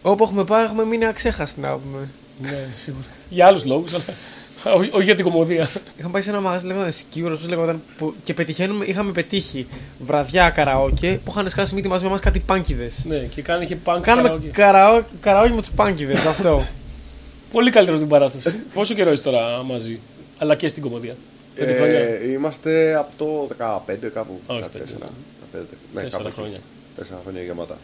Speaker 1: Όπου έχουμε πάει, έχουμε μείνει αξέχαστοι να πούμε.
Speaker 3: Ναι, σίγουρα. Για άλλους λόγους, αλλά όχι, όχι για την κομμωδία.
Speaker 1: Είχαμε πάει σε ένα μαγαζί που λέγονταν Σκύουρο, πώς λέγονταν. Που, και πετυχαίνουμε, είχαμε πετύχει βραδιά καραόκε που είχαν σκάσει μύτη μαζί με εμάς κάτι πάνκιδες.
Speaker 3: ναι, και κάνε είχε πάνκ
Speaker 1: Κάναμε
Speaker 3: καραόκε.
Speaker 1: καραό, καραόκε με τους πάνκιδες αυτό.
Speaker 3: Πολύ καλύτερο την παράσταση. Πόσο καιρό είσαι τώρα μαζί, αλλά και στην κομμωδία. Πέντε χρόνια.
Speaker 2: Ε, είμαστε από το 15 κάπου.
Speaker 3: Όχι,
Speaker 2: 14.
Speaker 3: πέντε.
Speaker 2: 15, ναι,
Speaker 3: Τέσσερα
Speaker 2: κάπου εκεί.
Speaker 3: χρόνια.
Speaker 2: Τέσσερα χρόνια γεμάτα.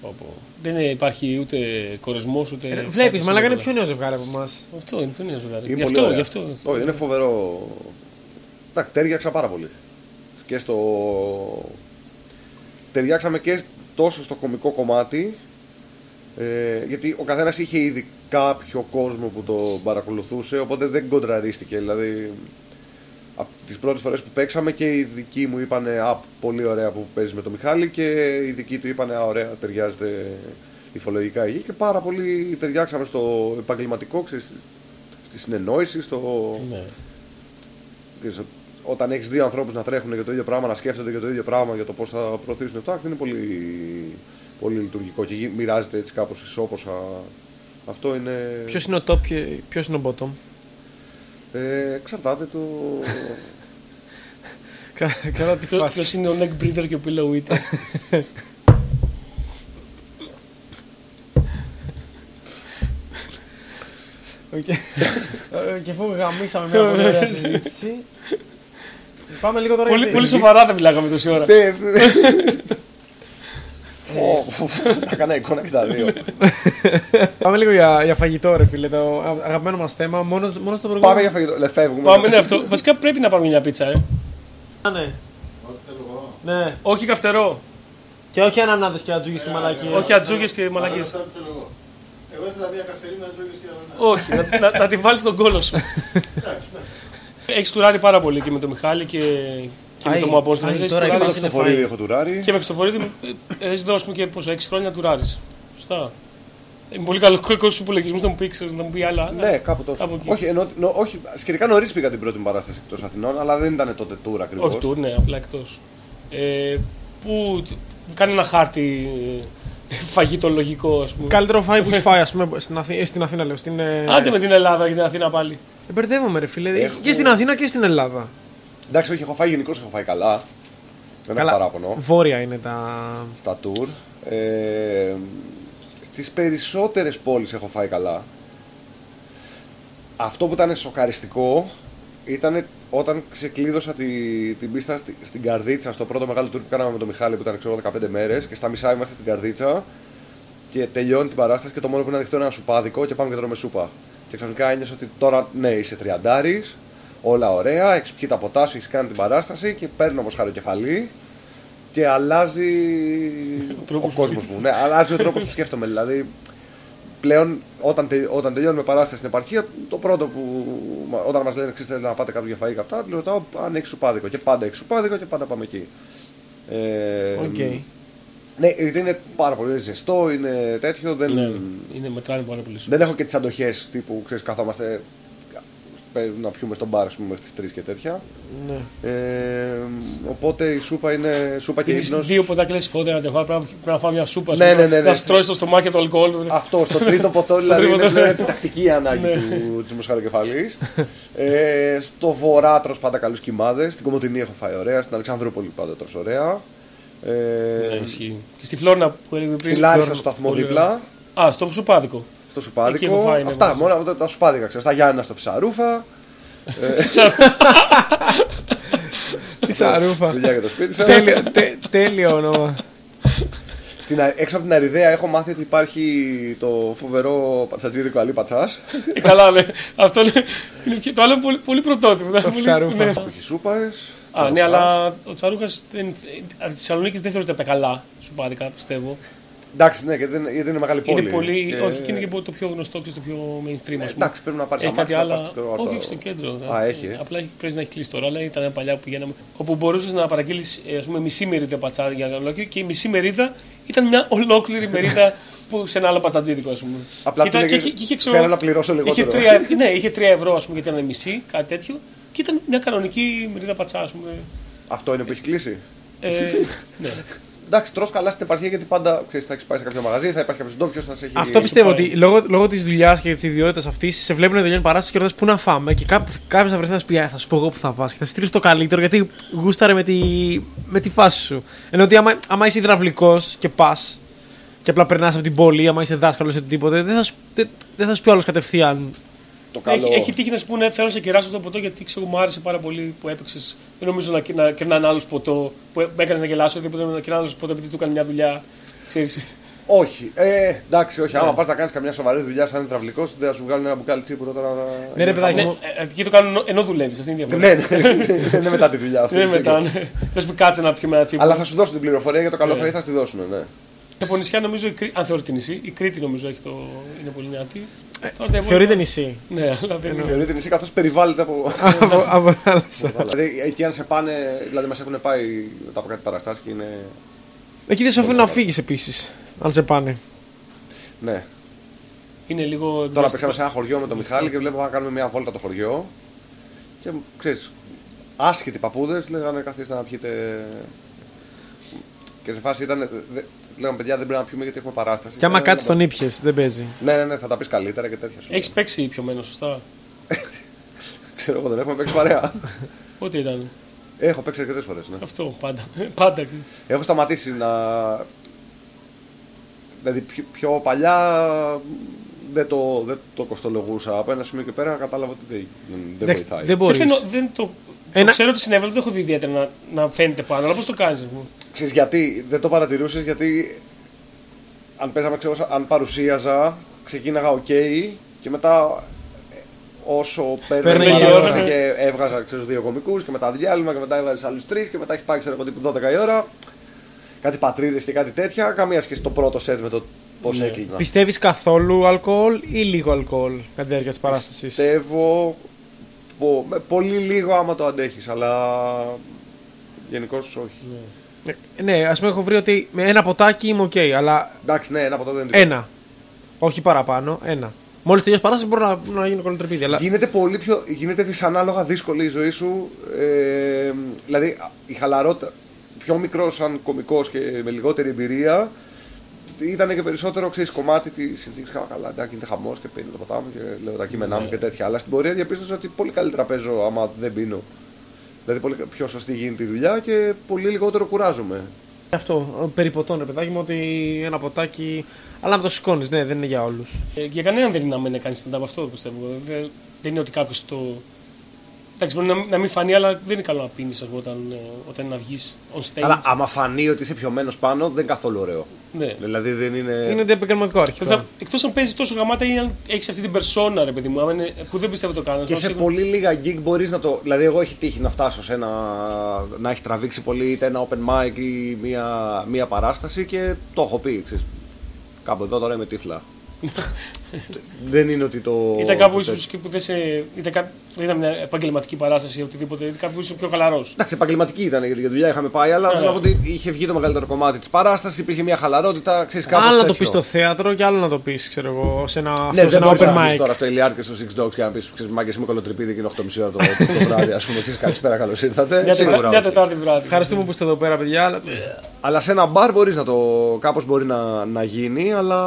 Speaker 3: Πω, πω. Δεν ε, υπάρχει ούτε κορεσμός ούτε.
Speaker 1: Βλέπει,
Speaker 3: εξάρτηση,
Speaker 1: μα λέγανε
Speaker 3: τίποτα.
Speaker 1: πιο νέο ζευγάρι από εμάς.
Speaker 3: Αυτό είναι, είναι ζωγάρι.
Speaker 2: Είναι
Speaker 3: δηλαδή. Γι'
Speaker 2: πολύ
Speaker 3: αυτό,
Speaker 2: ωραία.
Speaker 3: γι' αυτό. Ναι.
Speaker 2: Όχι, είναι φοβερό. Εντάξει, τέριαξα πάρα πολύ. Και στο. Ταιριάξαμε και τόσο στο κομικό κομμάτι. Ε, γιατί ο καθένας είχε ήδη κάποιο κόσμο που το παρακολουθούσε, οπότε δεν κοντραρίστηκε. Δηλαδή, από τις πρώτες φορές που παίξαμε και οι δικοί μου είπαν Α, πολύ ωραία που παίζεις με τον Μιχάλη και οι δικοί του είπαν Α, ωραία, ταιριάζεται υφολογικά εκεί και πάρα πολύ ταιριάξαμε στο επαγγελματικό, ξέρεις, στη συνεννόηση, στο.
Speaker 3: Ναι.
Speaker 2: Ξέρεις, όταν έχεις δύο ανθρώπους να τρέχουν για το ίδιο πράγμα, να σκέφτονται για το ίδιο πράγμα, για το πώς θα προωθήσουν το act, είναι πολύ, πολύ λειτουργικό και γι- μοιράζεται έτσι κάπως ισόποσα. Αυτό είναι.
Speaker 1: Ποιος είναι ο top, ποιος είναι ο bottom.
Speaker 2: Ε, εξαρτάται το.
Speaker 1: Κα- Κατά τη
Speaker 3: Ποιο
Speaker 1: φάση.
Speaker 3: είναι ο neck breather και ο pillow eater.
Speaker 1: Οκ. Ε, Και αφού γαμίσαμε μια πολύ ωραία συζήτηση. Πάμε λίγο τώρα.
Speaker 3: πολύ,
Speaker 1: γιατί-
Speaker 3: πολύ σοβαρά δεν μιλάγαμε τόση ώρα.
Speaker 2: Ναι, ναι. Ω, Τα Κάνα εικόνα και τα δύο.
Speaker 1: Πάμε λίγο για, για φαγητό, ρε φίλε. Το α- αγαπημένο μας θέμα. Μόνος, μόνος στο προηγούμενο.
Speaker 2: Πάμε για φαγητό. Λε, φεύγουμε.
Speaker 3: Πάμε, ναι, αυτό. Βασικά πρέπει να πάμε μια πίτσα, ε.
Speaker 1: Α, ναι. Ναι.
Speaker 3: Όχι καυτερό.
Speaker 1: Και όχι ανανάδε και ατζούγες και μαλακίε.
Speaker 3: Ε, Όχι ατζούγες και μαλακίε.
Speaker 4: Αυτά που θέλω εγώ. Εγώ ήθελα μια καυτερή με ατζόγες και αγωνά.
Speaker 3: Όχι, να, να, να τη βάλεις στον κόλο σου. Έχεις τουράρει πάρα πολύ και με τον Μιχάλη και, και με
Speaker 1: Άι,
Speaker 3: τον Μαπόστολο.
Speaker 1: άι,
Speaker 3: Έχεις
Speaker 1: τώρα
Speaker 2: Πάμε
Speaker 1: Μας είναι
Speaker 2: το
Speaker 3: τουράρει.
Speaker 2: ξεφορίδι,
Speaker 1: fine.
Speaker 2: έχω τουράρι.
Speaker 3: Και με Χρυστοφορίδη έχεις δώσει ε, μου και πόσο, 6 χρόνια τουράρει. Σωστά. Είμαι πολύ καλό κόκκο στους υπολογισμούς να μου πεις, ξέρεις, να μου πει άλλα.
Speaker 2: Ναι, κάπου
Speaker 3: Κάπου
Speaker 2: τόσο.
Speaker 3: εκεί.
Speaker 2: Όχι, ενώ, νο- όχι, σχετικά νωρίς πήγα την πρώτη μου παράσταση εκτός Αθηνών, αλλά δεν ήταν τότε tour ακριβώς.
Speaker 3: Όχι του, ναι, απλά εκτός. Ε, που τ- κάνει ένα χάρτη ε, φαγητολογικό, ας πούμε.
Speaker 1: Καλύτερο φάι που έχει φάει, ας πούμε, στην, Αθή... ε, στην Αθήνα, λέω. Στην, ε,
Speaker 3: Άντε με την Ελλάδα και την Αθήνα πάλι.
Speaker 1: ε, Μπερδεύομαι, ρε φίλε.
Speaker 2: Έχω-
Speaker 1: Και στην Αθήνα και στην Ελλάδα.
Speaker 2: Εντάξει, όχι, έχω φάει γενικώς, έχω φάει καλά. Δεν
Speaker 1: Καλά,
Speaker 2: έχω παράπονο.
Speaker 1: Βόρεια είναι τα.
Speaker 2: στα tour. Ε, στις περισσότερες πόλεις έχω φάει καλά. Αυτό που ήταν σοκαριστικό ήταν όταν ξεκλείδωσα τη, την πίστα στη- στην Καρδίτσα, στο πρώτο μεγάλο tour που κάναμε με τον Μιχάλη που ήταν ξέρω, 15 μέρες και στα μισά είμαστε στην Καρδίτσα και τελειώνει την παράσταση και το μόνο που είναι ανοιχτό είναι ένα σουπάδικο και πάμε και τρώμε σούπα. Και ξαφνικά ένιωσα ότι τώρα ναι, είσαι τριαντάρης, όλα ωραία, έχεις πιει τα ποτά σου, έχεις κάνει την παράσταση και παίρνω μοσχαροκεφαλή και αλλάζει ο,
Speaker 3: τρόπος που
Speaker 2: κόσμο μου. Ναι, αλλάζει ο τρόπος που σκέφτομαι. Δηλαδή, πλέον όταν, τε, όταν τελειώνουμε παράσταση στην επαρχία, το πρώτο που. μα- Όταν μας λένε ξέρετε θέλετε να πάτε κάτω για φαΐ και αυτά, τους ρωτάω αν έχεις σουπάδικο. Και πάντα έχεις σουπάδικο και πάντα πάμε εκεί. Ε,
Speaker 1: Οκ.
Speaker 2: Ναι, γιατί είναι πάρα πολύ ζεστό, είναι τέτοιο. Δεν,
Speaker 3: Ναι, είναι μετράνε πάρα πολύ σου.
Speaker 2: δεν έχω και τις αντοχές τύπου ξέρεις, καθόμαστε ε, να πιούμε στον μπαρ ας πούμε, μέχρι τις 3 και τέτοια.
Speaker 1: Ναι.
Speaker 2: Ε, οπότε η σούπα είναι σούπα και
Speaker 3: Έχεις
Speaker 2: ύπνος.
Speaker 3: δύο ποτά και λες πότε να τεχώ, πρέπει να- πρέπει να φάω μια σούπα, ας
Speaker 2: Ναι,
Speaker 3: πούμε,
Speaker 2: ναι, ναι,
Speaker 3: να
Speaker 2: ναι.
Speaker 3: στρώσει το στομάχι το αλκοόλ.
Speaker 2: Αυτό στο τρίτο ποτό
Speaker 3: Στο
Speaker 2: δηλαδή
Speaker 3: τρίτο
Speaker 2: είναι
Speaker 3: ποτό. ναι.
Speaker 2: πλέον επιτακτική ανάγκη του, της μοσχαροκεφαλής. ε, στο βορρά τρως πάντα καλούς κοιμάδες, στην Κομωτινή έχω φάει ωραία, στην Αλεξανδρούπολη πάντα τρως ωραία.
Speaker 3: Ναι,
Speaker 2: Ε,
Speaker 3: ισχύει. Και στη Φλόρνα που έλεγε πριν.
Speaker 2: στη Λάρισα στο
Speaker 3: Φλόρνα,
Speaker 2: σταθμό
Speaker 3: πολύ
Speaker 2: δίπλα,
Speaker 3: ωραία. Α, στο σουπάδικο.
Speaker 2: στο
Speaker 3: Εκεί έχω
Speaker 2: Σουπάδικο.
Speaker 3: φάει, ναι,
Speaker 2: Αυτά
Speaker 3: εγώ.
Speaker 2: μόνο τα, τα Σουπάδικα ξέρεις, τα Γιάννα στο Φυσαρούφα.
Speaker 1: Τι σαρούφα.
Speaker 2: Δουλειά για το σπίτι σας.
Speaker 1: Τέλειο- τε- Τέλειο όνομα.
Speaker 2: Στην, α- έξω από την Αριδαία έχω μάθει ότι υπάρχει το φοβερό πατσατζίδικο Αλή Πατσάς.
Speaker 3: Ε, Καλά, ναι. Αυτό είναι. είναι και- Το άλλο είναι πολύ, πολύ πρωτότυπο. ήταν πολύ-
Speaker 1: ψαρούφα.
Speaker 3: ναι.
Speaker 2: Έχει σούπαρες.
Speaker 3: Α, ναι, αλλά ο Τσαρούκα τη Θεσσαλονίκη δεν θεωρείται από τα καλά σουπάδικα, πιστεύω.
Speaker 2: Εντάξει, ναι, γιατί δεν, γιατί δεν είναι μεγάλη πόλη.
Speaker 3: Είναι πολύ.
Speaker 2: Και- Ε,
Speaker 3: Όχι, και είναι και το πιο γνωστό και το πιο mainstream, ας πούμε.
Speaker 2: Εντάξει, πρέπει να πάρεις
Speaker 3: Έχει κάτι
Speaker 2: αμάξι να πας
Speaker 3: άλλο.
Speaker 2: στο κέντρο.
Speaker 3: Όχι, όχι, στο κέντρο.
Speaker 2: Α, έχει, ε.
Speaker 3: Απλά έχει- πρέπει να έχει κλείσει τώρα, αλλά ήταν μια παλιά που πηγαίναμε. Όπου μπορούσες να παραγγείλεις μισή μερίδα πατσάδι για καλοκαίρι και η μισή μερίδα ήταν μια ολόκληρη μερίδα που σε ένα άλλο πατσατζίδικο, ας πούμε.
Speaker 2: Απλά
Speaker 3: Και
Speaker 2: του
Speaker 3: ήταν-
Speaker 2: λέγες,
Speaker 3: και- και- και είχε, ξέρω,
Speaker 2: θέλω να πληρώσω
Speaker 3: Είχε
Speaker 2: λιγότερο.
Speaker 3: τρία, ναι, είχε τρία ευρώ, ας πούμε, γιατί ήταν μισή, κάτι τέτοιο. Και ήταν μια κανονική μερίδα πατσά, ας πούμε.
Speaker 2: Αυτό είναι που έχει κλείσει.
Speaker 3: Ε, ναι.
Speaker 2: Εντάξει, τρως καλά στην επαρχία γιατί πάντα ξέρεις, θα έχεις πάει σε κάποιο μαγαζί, θα υπάρχει κάποιος ντόπιος να σε έχει.
Speaker 1: Αυτό πιστεύω
Speaker 3: πάει.
Speaker 1: ότι λόγω, λόγω της δουλειάς και της ιδιότητας αυτής σε βλέπουν να τελειώνει παράσταση και ρωτάς πού να φάμε. Και κάποιο θα βρεθεί να σου πει: «Α, Θα σου πω εγώ που θα πας και θα στείλει το καλύτερο γιατί γούσταρε με τη, με τη φάση σου. Ενώ ότι άμα, άμα είσαι υδραυλικός και πας και απλά περνάς από την πόλη, ή άμα είσαι δάσκαλος ή οτιδήποτε, δεν θα σου, δεν, δεν θα σου πει άλλο κατευθείαν.
Speaker 2: Το καλό.
Speaker 3: Έχει, έχει τύχει να σου πούνε θέλω να σε κεράσω αυτό το ποτό γιατί ξέρω, μου άρεσε πάρα πολύ που έπαιξες. Δεν νομίζω να, να κερνάνε άλλο ποτό που έ- με έκανες να γελάσω, δεν να κερνάνε άλλο ποτό επειδή του έκανε μια δουλειά. Ξέρεις.
Speaker 2: Όχι. Ε, εντάξει, όχι.
Speaker 3: Ναι.
Speaker 2: Άμα πας να κάνεις καμιά σοβαρή δουλειά σαν υδραυλικός, δεν θα σου βγάλουν ένα μπουκάλι τσίπουρο τώρα. να-
Speaker 1: Ναι, ρε παιδάκι
Speaker 3: ναι,
Speaker 1: μου.
Speaker 3: ε, εκεί το κάνουν ενώ δουλεύεις. Αυτή είναι η
Speaker 2: Ναι,
Speaker 3: διαφορά.
Speaker 2: ναι, είναι μετά τη δουλειά αυτή.
Speaker 3: Δεν
Speaker 2: τη στιγμή.
Speaker 3: μετά. Ναι. Θα σου πει κάτσε να πιούμε ένα τσίπουρο.
Speaker 2: Αλλά θα σου δώσουν την πληροφορία για το καλό
Speaker 3: Ναι.
Speaker 2: φαΐ, θα σου τη δώσουν. Ναι.
Speaker 3: Τα πονησιά νομίζω, η Κρή- αν θεωρεί την νησί, η Κρήτη νομίζω έχει το... είναι πολύ νεατή. Τώρα τα υπόλοιπα-
Speaker 1: Θεωρείται νησί.
Speaker 3: Ναι, αλλά δεν είναι.
Speaker 2: Θεωρείται νησί καθώς περιβάλλεται από.
Speaker 1: από, από θάλασσα.
Speaker 2: δηλαδή, εκεί αν σε πάνε, δηλαδή μας έχουν πάει μετά από κάτι παραστάσεις και είναι.
Speaker 1: Εκεί δεν σου αφήνουν να φύγεις επίσης, αν σε πάνε.
Speaker 2: Ναι.
Speaker 3: Είναι λίγο.
Speaker 2: Τώρα
Speaker 3: δραστικό.
Speaker 2: παίξαμε σε ένα χωριό με τον Μιχάλη και βλέπαμε να κάνουμε μια βόλτα το χωριό. Και ξέρεις, άσχετοι παππούδες λέγανε καθίστε να πιείτε. Και σε φάση ήταν. Δε, λέγανε παιδιά δεν πρέπει να πιούμε γιατί έχουμε παράσταση.
Speaker 1: Και άμα
Speaker 2: Ε,
Speaker 1: κάτσει
Speaker 2: ναι,
Speaker 1: τον ήπιες, δεν παίζει.
Speaker 2: Ναι, ναι, ναι, θα τα πεις καλύτερα και τέτοια. σου λέω.
Speaker 3: Έχεις παίξει πιωμένο, σωστά.
Speaker 2: Ξέρω εγώ, δεν έχουμε παίξει παρέα.
Speaker 3: Πότε ήταν.
Speaker 2: Έχω παίξει αρκετές φορές. Ναι.
Speaker 3: Αυτό πάντα. πάντα. ξέρεις.
Speaker 2: Έχω σταματήσει να. Δηλαδή πιο, πιο παλιά δεν το, δεν το κοστολογούσα. Από ένα σημείο και πέρα κατάλαβα ότι δεν, δεν
Speaker 1: Εντάξει,
Speaker 2: βοηθάει.
Speaker 1: δεν
Speaker 3: Δεν,
Speaker 1: μπορείς.
Speaker 3: φαίνω, δεν το, το
Speaker 1: Ένα-
Speaker 3: ξέρω ότι συνέβη, αλλά δεν το έχω δει ιδιαίτερα να, να φαίνεται πάνω. Αλλά πώς το κάνεις, μου.
Speaker 2: Ξέρεις γιατί, δεν το παρατηρούσες γιατί αν παίζαμε, ξέρω, αν παρουσίαζα, ξεκίναγα οκ και μετά ε, όσο
Speaker 1: Παίρνει
Speaker 2: παίρνει
Speaker 1: η ώρα,
Speaker 2: ώρα
Speaker 1: ναι.
Speaker 2: και έβγαζα ξέρω, δύο κομικούς και μετά διάλειμμα και μετά έβγαζες άλλους τρεις και μετά έχει πάει ξέρω εγώ τύπου 12 η ώρα κάτι πατρίδες και κάτι τέτοια, καμία σχέση το πρώτο σετ με το
Speaker 1: Ναι.
Speaker 2: πώς έκλεινα.
Speaker 1: Πιστεύεις καθόλου αλκοόλ ή λίγο αλκοόλ κατά τη διάρκεια της παράστασης.
Speaker 2: Πιστεύω πο- με πολύ λίγο άμα το αντέχεις, αλλά γενικώς όχι.
Speaker 1: Ναι, ας πούμε, έχω βρει ότι με ένα ποτάκι είμαι οκ, αλλά
Speaker 2: Εντάξει, ναι, ένα από το δεν είναι τίποτα.
Speaker 1: ένα. Όχι παραπάνω, ένα. Μόλις τελειώσει η παράσταση μπορεί να, να γίνει κολοτρεπίδι. Αλλά...
Speaker 2: Γίνεται πολύ πιο. Γίνεται δυσανάλογα δύσκολη η ζωή σου. Ε, δηλαδή, η χαλαρότητα. Πιο μικρό σαν κωμικός και με λιγότερη εμπειρία. Ήταν και περισσότερο ξέρεις κομμάτι της συνθήκης. Καλά, καλά, εντάξει, γίνεται χαμός και πίνω το ποτάμι και λέω τα κείμενά μου και τέτοια. Αλλά στην πορεία διαπίστωσα ότι πολύ καλύτερα παίζω άμα δεν πίνω. Δηλαδή, πολύ πιο σωστή γίνεται η δουλειά και πολύ λιγότερο κουράζομαι.
Speaker 1: Αυτό, ε, περιποτών, ρε παιδάκι μου, ότι ένα ποτάκι. Αλλά να το σηκώνεις, ναι, δεν είναι για όλους.
Speaker 3: Ε, για κανέναν δεν είναι να μην κάνεις stand-up αυτό, πιστεύω. Ε, Δεν είναι ότι κάποιος το, Εντάξει, μπορεί να, μην- να μην φανεί, αλλά δεν είναι καλό να πίνεις όταν, ε, όταν είναι να βγεις on stage.
Speaker 2: Αλλά άμα φανεί ότι είσαι πιωμένο πάνω, δεν είναι καθόλου ωραίο.
Speaker 3: Ναι.
Speaker 2: Δηλαδή δεν είναι.
Speaker 1: Είναι επαγγελματικό αρχικά.
Speaker 3: Εκτός αν παίζεις τόσο γαμάτα ή αν έχεις αυτή την περσόνα, ρε παιδί μου, άμα είναι- που δεν πιστεύω το κάνω.
Speaker 2: Και σε πολύ λίγα gig μπορείς να το. Δηλαδή, εγώ έχει τύχει να φτάσω σε ένα. να έχει τραβήξει πολύ είτε ένα open mic ή μία, μία παράσταση και το έχω πει. Ξέρεις. Κάπου εδώ τώρα είμαι τύφλα. δεν είναι ότι το.
Speaker 3: Ήταν κάπου
Speaker 2: το
Speaker 3: ίσως
Speaker 2: τέτοιο.
Speaker 3: και που δεν σε. Ήταν, κά... ήταν μια επαγγελματική παράσταση ή οτιδήποτε. Ήταν κάπου ίσως πιο χαλαρός.
Speaker 2: Εντάξει, επαγγελματική ήταν γιατί για δουλειά είχαμε πάει,
Speaker 1: Ναι.
Speaker 2: αλλά θέλω να πω ότι είχε βγει το μεγαλύτερο κομμάτι της παράστασης, υπήρχε μια χαλαρότητα, ξέρεις κάπως.
Speaker 1: Άλλο να το πεις στο θέατρο και άλλο να το πεις, ξέρω εγώ, σε ένα, αυτό,
Speaker 2: Ναι,
Speaker 1: σε
Speaker 2: δεν
Speaker 1: ένα
Speaker 2: μπορεί
Speaker 1: open
Speaker 2: να πεις
Speaker 1: mic.
Speaker 2: τώρα στο Iliad και στο Six Dogs και να πεις: Ξέρεις, μάγκες είμαι κολοτρεπίδι και είναι 8.30 ώρα το, το, το βράδυ, ας πούμε. Τι καλησπέρα, καλώς ήρθατε.
Speaker 3: Μια, τετά...
Speaker 2: Σίγουρα.
Speaker 3: μια
Speaker 2: όχι.
Speaker 3: Τετάρτη βράδυ.
Speaker 1: Ευχαριστούμε που είστε εδώ πέρα, παιδιά. αλλά-
Speaker 2: Αλλά σε ένα μπαρ μπορείς να το. κάπως μπορεί να, να γίνει, αλλά.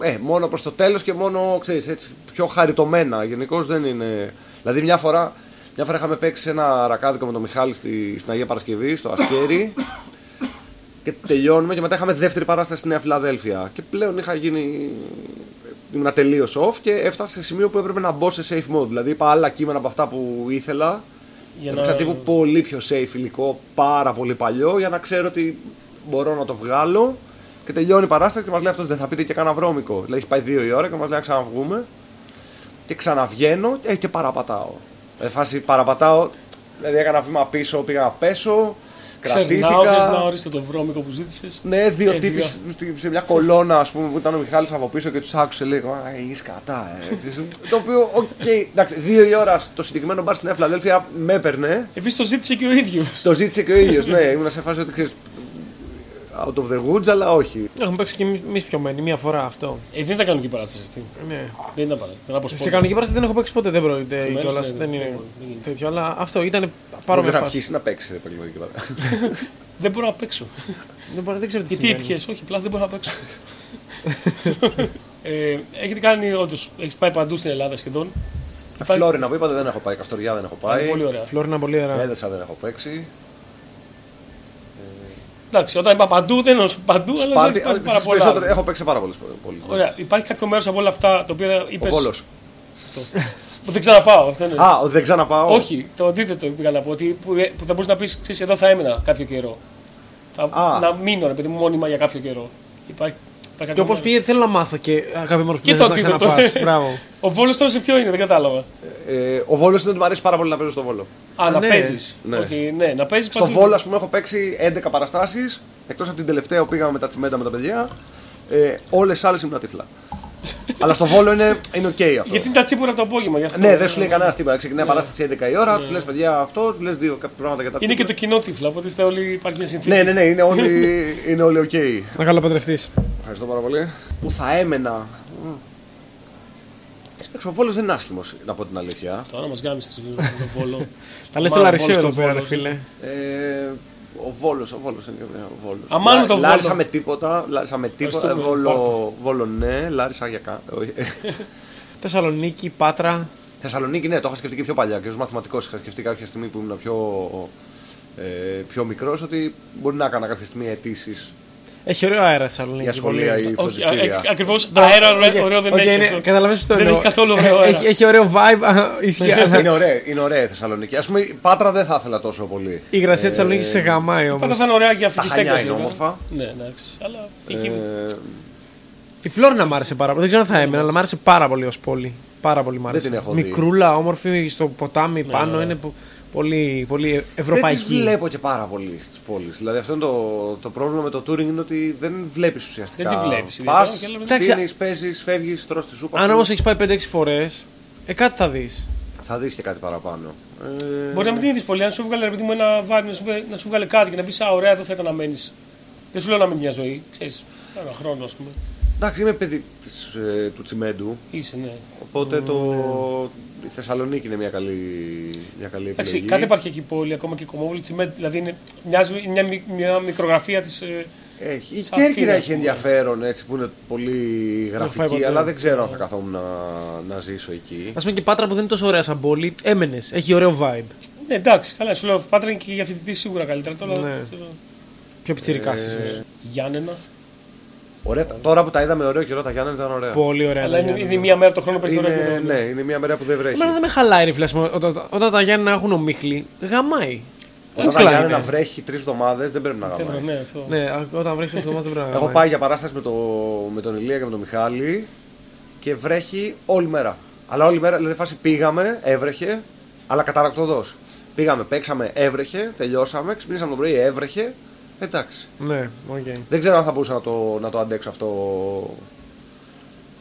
Speaker 2: Ε, μόνο προς το τέλος και μόνο ξέρεις, έτσι, πιο χαριτωμένα. Γενικώς δεν είναι. Δηλαδή, μια φορά, μια φορά είχαμε παίξει σε ένα ρακάδικο με τον Μιχάλη στη, στην Αγία Παρασκευή, στο Ασκέρι. και τελειώνουμε και μετά είχαμε δεύτερη παράσταση στη Νέα Φιλαδέλφια. Και πλέον είχα γίνει. ήμουν τελείως off και έφτασα σε σημείο που έπρεπε να μπω σε safe mode. Δηλαδή, είπα άλλα κείμενα από αυτά που ήθελα.
Speaker 3: Για
Speaker 2: Έπαιξα
Speaker 3: να...
Speaker 2: τύπου πολύ πιο safe υλικό, πάρα πολύ παλιό, για να ξέρω ότι μπορώ να το βγάλω. Και τελειώνει η παράσταση και μας λέει αυτός δεν θα πείτε και κανένα βρώμικο. Δηλαδή έχει πάει δύο η ώρα και μας λέει να ξαναβγούμε. Και ξαναβγαίνω ε, και παραπατάω. Ε, φάση παραπατάω, δηλαδή έκανα βήμα πίσω, πήγα να πέσω.
Speaker 3: Ξερνάω,
Speaker 2: κρατήθηκα.
Speaker 3: να ορίστε το βρώμικο που ζήτησες.
Speaker 2: Ναι, δύο
Speaker 3: Ε,
Speaker 2: τύποι
Speaker 3: δύο.
Speaker 2: στη- σε μια κολόνα ας πούμε, που ήταν ο Μιχάλης από πίσω και τους άκουσε λίγο. Α, είσαι κατά. Ε. το οποίο, οκ, εντάξει, δύο η ώρα στο συγκεκριμένο μπαρ στην Νέα Φιλαδέλφια με έπαιρνε.
Speaker 3: Επίση το ζήτησε και ο ίδιος.
Speaker 2: Το ζήτησε και ο ίδιος, ναι. Ήμουν σε φάση ότι ξέρεις. Out of the woods, αλλά όχι.
Speaker 1: Έχουμε παίξει και εμείς πιωμένοι μία φορά αυτό.
Speaker 3: Ε, δεν ήταν κανονική παράσταση αυτή.
Speaker 1: Ναι.
Speaker 3: Δεν ήταν παράσταση. Ήταν από
Speaker 1: Σε
Speaker 3: σπόντα.
Speaker 1: κανονική παράσταση δεν έχω παίξει ποτέ, δεν πρόκειται
Speaker 3: μέρος,
Speaker 1: κιόλας.
Speaker 3: ναι,
Speaker 1: Δεν
Speaker 3: ναι,
Speaker 1: είναι
Speaker 3: δεν γίνεται.
Speaker 1: τέτοιο, αλλά αυτό ήταν πάρα
Speaker 2: Μπορεί
Speaker 1: πολύ
Speaker 2: να
Speaker 1: φάση.
Speaker 2: αρχίσει να παίξει επαγγελματική παράσταση.
Speaker 3: Δεν μπορώ να παίξω.
Speaker 1: Δεν μπορώ- Δεν ξέρω τι
Speaker 3: Γιατί
Speaker 1: σημαίνει.
Speaker 3: έπιες, όχι, απλά δεν μπορώ να παίξω. ε, έχετε κάνει, όντως, έχεις πάει παντού στην Ελλάδα σχεδόν. Υπάρχει-
Speaker 2: Φλόρινα που είπατε δεν έχω πάει, Καστοριά δεν έχω
Speaker 3: Είναι
Speaker 2: πάει.
Speaker 3: Πολύ ωραία.
Speaker 1: Φλόρινα πολύ ωραία.
Speaker 2: Έδεσα δεν έχω παίξει.
Speaker 3: Εντάξει, όταν είπα παντού, δεν εννοώ παντού, αλλά δεν
Speaker 2: Πάρτι,
Speaker 3: έχει
Speaker 2: αλλά
Speaker 3: πάει πάρα
Speaker 2: στις
Speaker 3: πολλά.
Speaker 2: περισσότερες- έχω παίξει σε πάρα πολλές πόλει.
Speaker 3: Ωραία, υπάρχει κάποιο μέρος από όλα αυτά το οποίο
Speaker 2: Ο
Speaker 3: είπε.
Speaker 2: Βόλο.
Speaker 3: Που δεν ξαναπάω, αυτό είναι.
Speaker 2: Α, ο- δεν ξαναπάω.
Speaker 3: Όχι, το αντίθετο πήγα να πω. Ότι, που, ε, που θα μπορούσε να πεις, ξέρεις, εδώ θα έμενα κάποιο καιρό. Θα,
Speaker 2: Α.
Speaker 3: να μείνω, ρε παιδί μου, μόνιμα για κάποιο καιρό. Υπάρχει, υπάρχει
Speaker 1: Και
Speaker 3: κάποιο
Speaker 1: όπω
Speaker 3: μέρος.
Speaker 1: πήγε, θέλω να μάθω και αγαπημένο που
Speaker 3: Και
Speaker 1: θες
Speaker 3: το
Speaker 1: Ναι, να
Speaker 3: αντίθετο.
Speaker 1: ξαναπάς. Μπράβο.
Speaker 3: Ο Βόλος τώρα σε ποιο είναι, δεν κατάλαβα.
Speaker 2: Ε, ο Βόλος είναι ότι μου αρέσει πάρα πολύ να παίζω στο Βόλο.
Speaker 3: Α, να
Speaker 1: ναι.
Speaker 3: παίζεις.
Speaker 2: Ναι.
Speaker 3: Όχι, ναι, να παίζεις
Speaker 2: Στο Βόλο, ας πούμε, έχω παίξει 11 παραστάσεις. Εκτός από την τελευταία που πήγαμε με τα τσιμέντα με τα παιδιά. Ε, Όλες τι άλλες ήμουν τυφλά. αλλά στο Βόλο είναι, είναι οκ αυτό.
Speaker 3: Γιατί είναι τα τσίπουρα το απόγευμα. Γι αυτό
Speaker 2: Ναι, δεν σου λέει κανένα τίποτα. Ξεκινάει η παράσταση 11 η ώρα, τους λες παιδιά αυτό, τους λες δύο κάποια πράγματα για τα
Speaker 3: Είναι και το
Speaker 2: τσίπρα.
Speaker 3: κοινό τύφλα, οπότε είστε όλοι, υπάρχει μια συνθήκη.
Speaker 2: Ναι, ναι, ναι, είναι όλοι, είναι όλοι οκ.
Speaker 1: Να καλοπατρευτεί.
Speaker 2: Ευχαριστώ πάρα πολύ. Πού θα έμενα. Μμ. Εντάξει, ο Βόλος δεν είναι άσχημος, να πω την αλήθεια.
Speaker 3: Τώρα μας γάμισε το Βόλο.
Speaker 1: Τα λες το
Speaker 3: Μάλλον
Speaker 1: Λαρισαίο εδώ
Speaker 3: Βόλος το
Speaker 1: πέρα, ρε
Speaker 3: Βόλος.
Speaker 1: φίλε.
Speaker 2: Ε, ο Βόλος, ο Βόλος είναι και ο Βόλος.
Speaker 3: Α, μάλλον
Speaker 2: Λά-
Speaker 3: το Βόλο.
Speaker 2: Λάρισα με τίποτα, Λάρισα με τίποτα.
Speaker 3: Ευχαριστούμε,
Speaker 2: Βόλο, Βόλο ναι, Λάρισα για κάτω.
Speaker 1: Θεσσαλονίκη, Πάτρα.
Speaker 2: Θεσσαλονίκη, ναι, το είχα σκεφτεί και πιο παλιά. Και ως μαθηματικός είχα σκεφτεί κάποια στιγμή που ήμουν πιο, ε, πιο μικρός ότι μπορεί να έκανα κάποια στιγμή αιτήσεις
Speaker 1: Έχει ωραίο αέρα η Θεσσαλονίκη.
Speaker 2: για σχολεία ή
Speaker 3: Όχι,
Speaker 2: φροντιστήρια.
Speaker 3: ακριβώ αέρα ωραίο- ωραίο δεν έχει. αυτό.
Speaker 1: Καταλαβαίνεις τι το
Speaker 3: Δεν
Speaker 1: εννοώ. Ε,
Speaker 3: έχει καθόλου ωραίο αέρα.
Speaker 1: Έχει- Έχει ωραίο vibe, α, ισχύει. αλλά
Speaker 2: Είναι ωραία, είναι ωραία η Θεσσαλονίκη. Ας πούμε, η Πάτρα δεν θα ήθελα τόσο πολύ. Ε,
Speaker 1: Η υγρασία της Θεσσαλονίκης σε γαμάει
Speaker 3: Πάντα
Speaker 1: όμως.
Speaker 3: θα είναι ωραία για
Speaker 2: Τα
Speaker 3: φοιτητές.
Speaker 2: χανιά είναι όμορφα.
Speaker 3: Ναι, εντάξει. Αλλά εκεί.
Speaker 2: Ε,
Speaker 1: Η Φλόρινα μ' άρεσε πάρα πολύ. Δεν ξέρω αν θα έμενα, αλλά μ' άρεσε πάρα πολύ ως πόλη. Πάρα πολύ μ' άρεσε.
Speaker 2: την έχω δει.
Speaker 1: Μικρούλα, όμορφη στο ποτάμι
Speaker 3: Ναι,
Speaker 1: πάνω. Είναι πο- πολύ, πολύ
Speaker 2: δεν τις
Speaker 1: ευρωπαϊκή.
Speaker 2: βλέπω και πάρα πολύ στις πόλεις. Δηλαδή αυτό είναι το, το πρόβλημα με το touring είναι ότι δεν βλέπεις ουσιαστικά.
Speaker 3: Δεν τη βλέπεις,
Speaker 2: Πας,
Speaker 3: ιδιαίτερα, και λέμε,
Speaker 1: Εντάξει,
Speaker 2: πίνεις, παίζεις, φεύγεις, τρως τη σούπα
Speaker 1: Αν
Speaker 2: σου.
Speaker 1: όμως έχεις πάει 5-6 φορές, ε, κάτι θα δεις.
Speaker 2: Θα δεις και κάτι παραπάνω. Ε,
Speaker 3: Μπορεί να μην την είδες πολύ. Αν σου βγάλε ρε παιδί μου, ένα βάρη, να σου, πει- να σου βγάλε κάτι και να πεις Α, ωραία, εδώ θα ήταν να μένεις. Δεν σου λέω να μείνει μια ζωή. Ξέρεις, ένα χρόνο, ας πούμε.
Speaker 2: εντάξει, είμαι παιδί της, ε, του τσιμέντου,
Speaker 3: Είσαι, ναι.
Speaker 2: οπότε το... η Θεσσαλονίκη είναι μια καλή, μια καλή
Speaker 3: Εντάξει,
Speaker 2: επιλογή.
Speaker 3: κάθε επαρχιακή πόλη, ακόμα και η Κομόπολη, τσιμέν, δηλαδή είναι, μοιάζει με μια, μι- μια μικρογραφία ε, τη.
Speaker 2: Έχει. Η
Speaker 3: Σαν
Speaker 2: Κέρκυρα
Speaker 3: Αθήνας, ας
Speaker 2: έχει
Speaker 3: πούμε.
Speaker 2: ενδιαφέρον έτσι, που είναι πολύ
Speaker 1: πάει
Speaker 2: γραφική,
Speaker 1: ποτέ.
Speaker 2: αλλά δεν ξέρω αν θα καθόμουν να, να ζήσω εκεί.
Speaker 1: Ας πούμε και η Πάτρα που δεν είναι τόσο ωραία σαν πόλη, έμενες. Έχει ωραίο vibe.
Speaker 3: Ναι, εντάξει, καλά, σου λέω Πάτρα είναι και για
Speaker 2: Ναι.
Speaker 3: φοιτητή σίγουρα καλύτερα. Τώρα,
Speaker 2: Ε,
Speaker 1: Ναι. Πιο πιτσιρικάς, ίσως.
Speaker 3: Γιάννενα.
Speaker 2: Ωραία, τώρα που τα είδαμε ωραίο καιρό, τα Γιάννενα ήταν ωραία.
Speaker 1: Πολύ ωραία.
Speaker 3: Αλλά
Speaker 1: τα
Speaker 3: είναι,
Speaker 1: Γιάννενα.
Speaker 3: είναι μία μέρα το χρόνο που έχει ωραία
Speaker 2: Είναι,
Speaker 3: καιρό.
Speaker 2: ναι, είναι μια μέρα που δεν βρέχει.
Speaker 1: Εμένα δεν με χαλάει ρε φίλε, ας πούμε, όταν, όταν τα Γιάννενα έχουν ομίχλη, γαμάει.
Speaker 2: Όταν τα
Speaker 1: Κλάει,
Speaker 2: Γιάννενα
Speaker 1: ναι.
Speaker 2: βρέχει τρεις εβδομάδες δεν πρέπει να γαμάει.
Speaker 3: Θέλω, ναι, αυτό.
Speaker 1: Ναι, α- όταν βρέχει το δεν πρέπει να
Speaker 2: Έχω
Speaker 1: γαμάει.
Speaker 2: πάει για παράσταση με, το, με τον Ηλία και με τον Μιχάλη και βρέχει όλη μέρα. Αλλά όλη μέρα, δηλαδή φάση πήγαμε, έβρεχε, αλλά καταρακτοδό. Πήγαμε, παίξαμε, έβρεχε, τελειώσαμε, ξυπνήσαμε το πρωί, έβρεχε. Εντάξει.
Speaker 1: Ναι, οκ.
Speaker 2: Δεν ξέρω αν θα μπορούσα να το, να το αντέξω αυτό.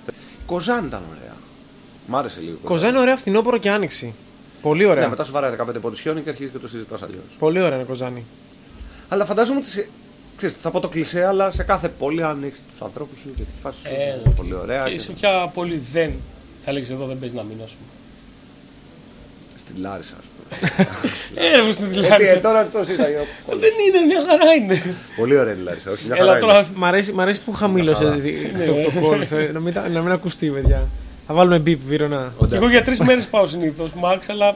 Speaker 2: Η Κοζάν ήταν ωραία. Μ' άρεσε λίγο. η
Speaker 1: Κοζά είναι ωραία φθινόπωρο και άνοιξη. Πολύ ωραία.
Speaker 2: Ναι, μετά σου βαράει 15 πόντου χιόνι και αρχίζει και το συζητάς αλλιώς.
Speaker 1: Πολύ ωραία είναι Κοζάνη.
Speaker 2: Αλλά φαντάζομαι ότι. σε- Ξέρεις, θα πω το κλισέ, αλλά σε κάθε πόλη αν έχεις τους ανθρώπους σου και τη φάση. σου,
Speaker 3: Ε,
Speaker 2: Ναι. είναι πολύ ωραία.
Speaker 3: Και
Speaker 2: και-
Speaker 3: σε ποια πόλη δεν. Θα λέγεις εδώ δεν παίζει να μείνω, ας πούμε.
Speaker 2: Στη Λάρισα, ας πούμε.
Speaker 3: Ε, ρε, μου στην
Speaker 2: Γιατί ε,
Speaker 3: Λάρισα.
Speaker 2: τώρα το ζήταγε.
Speaker 3: Δεν είναι, μια χαρά είναι.
Speaker 2: Πολύ ωραία η Λάρισα, όχι μια χαρά.
Speaker 3: Έλα
Speaker 2: είναι.
Speaker 3: τώρα.
Speaker 1: Μ' αρέσει, μ αρέσει που χαμήλωσε δηλαδή. Ναι.
Speaker 2: Μια
Speaker 1: το, το, το call, θε- να, μην, τα- να μην ακουστεί, παιδιά. Θα βάλουμε beep, Βίρονα.
Speaker 3: Και εγώ για τρεις μέρες πάω συνήθως, Μαξ, αλλά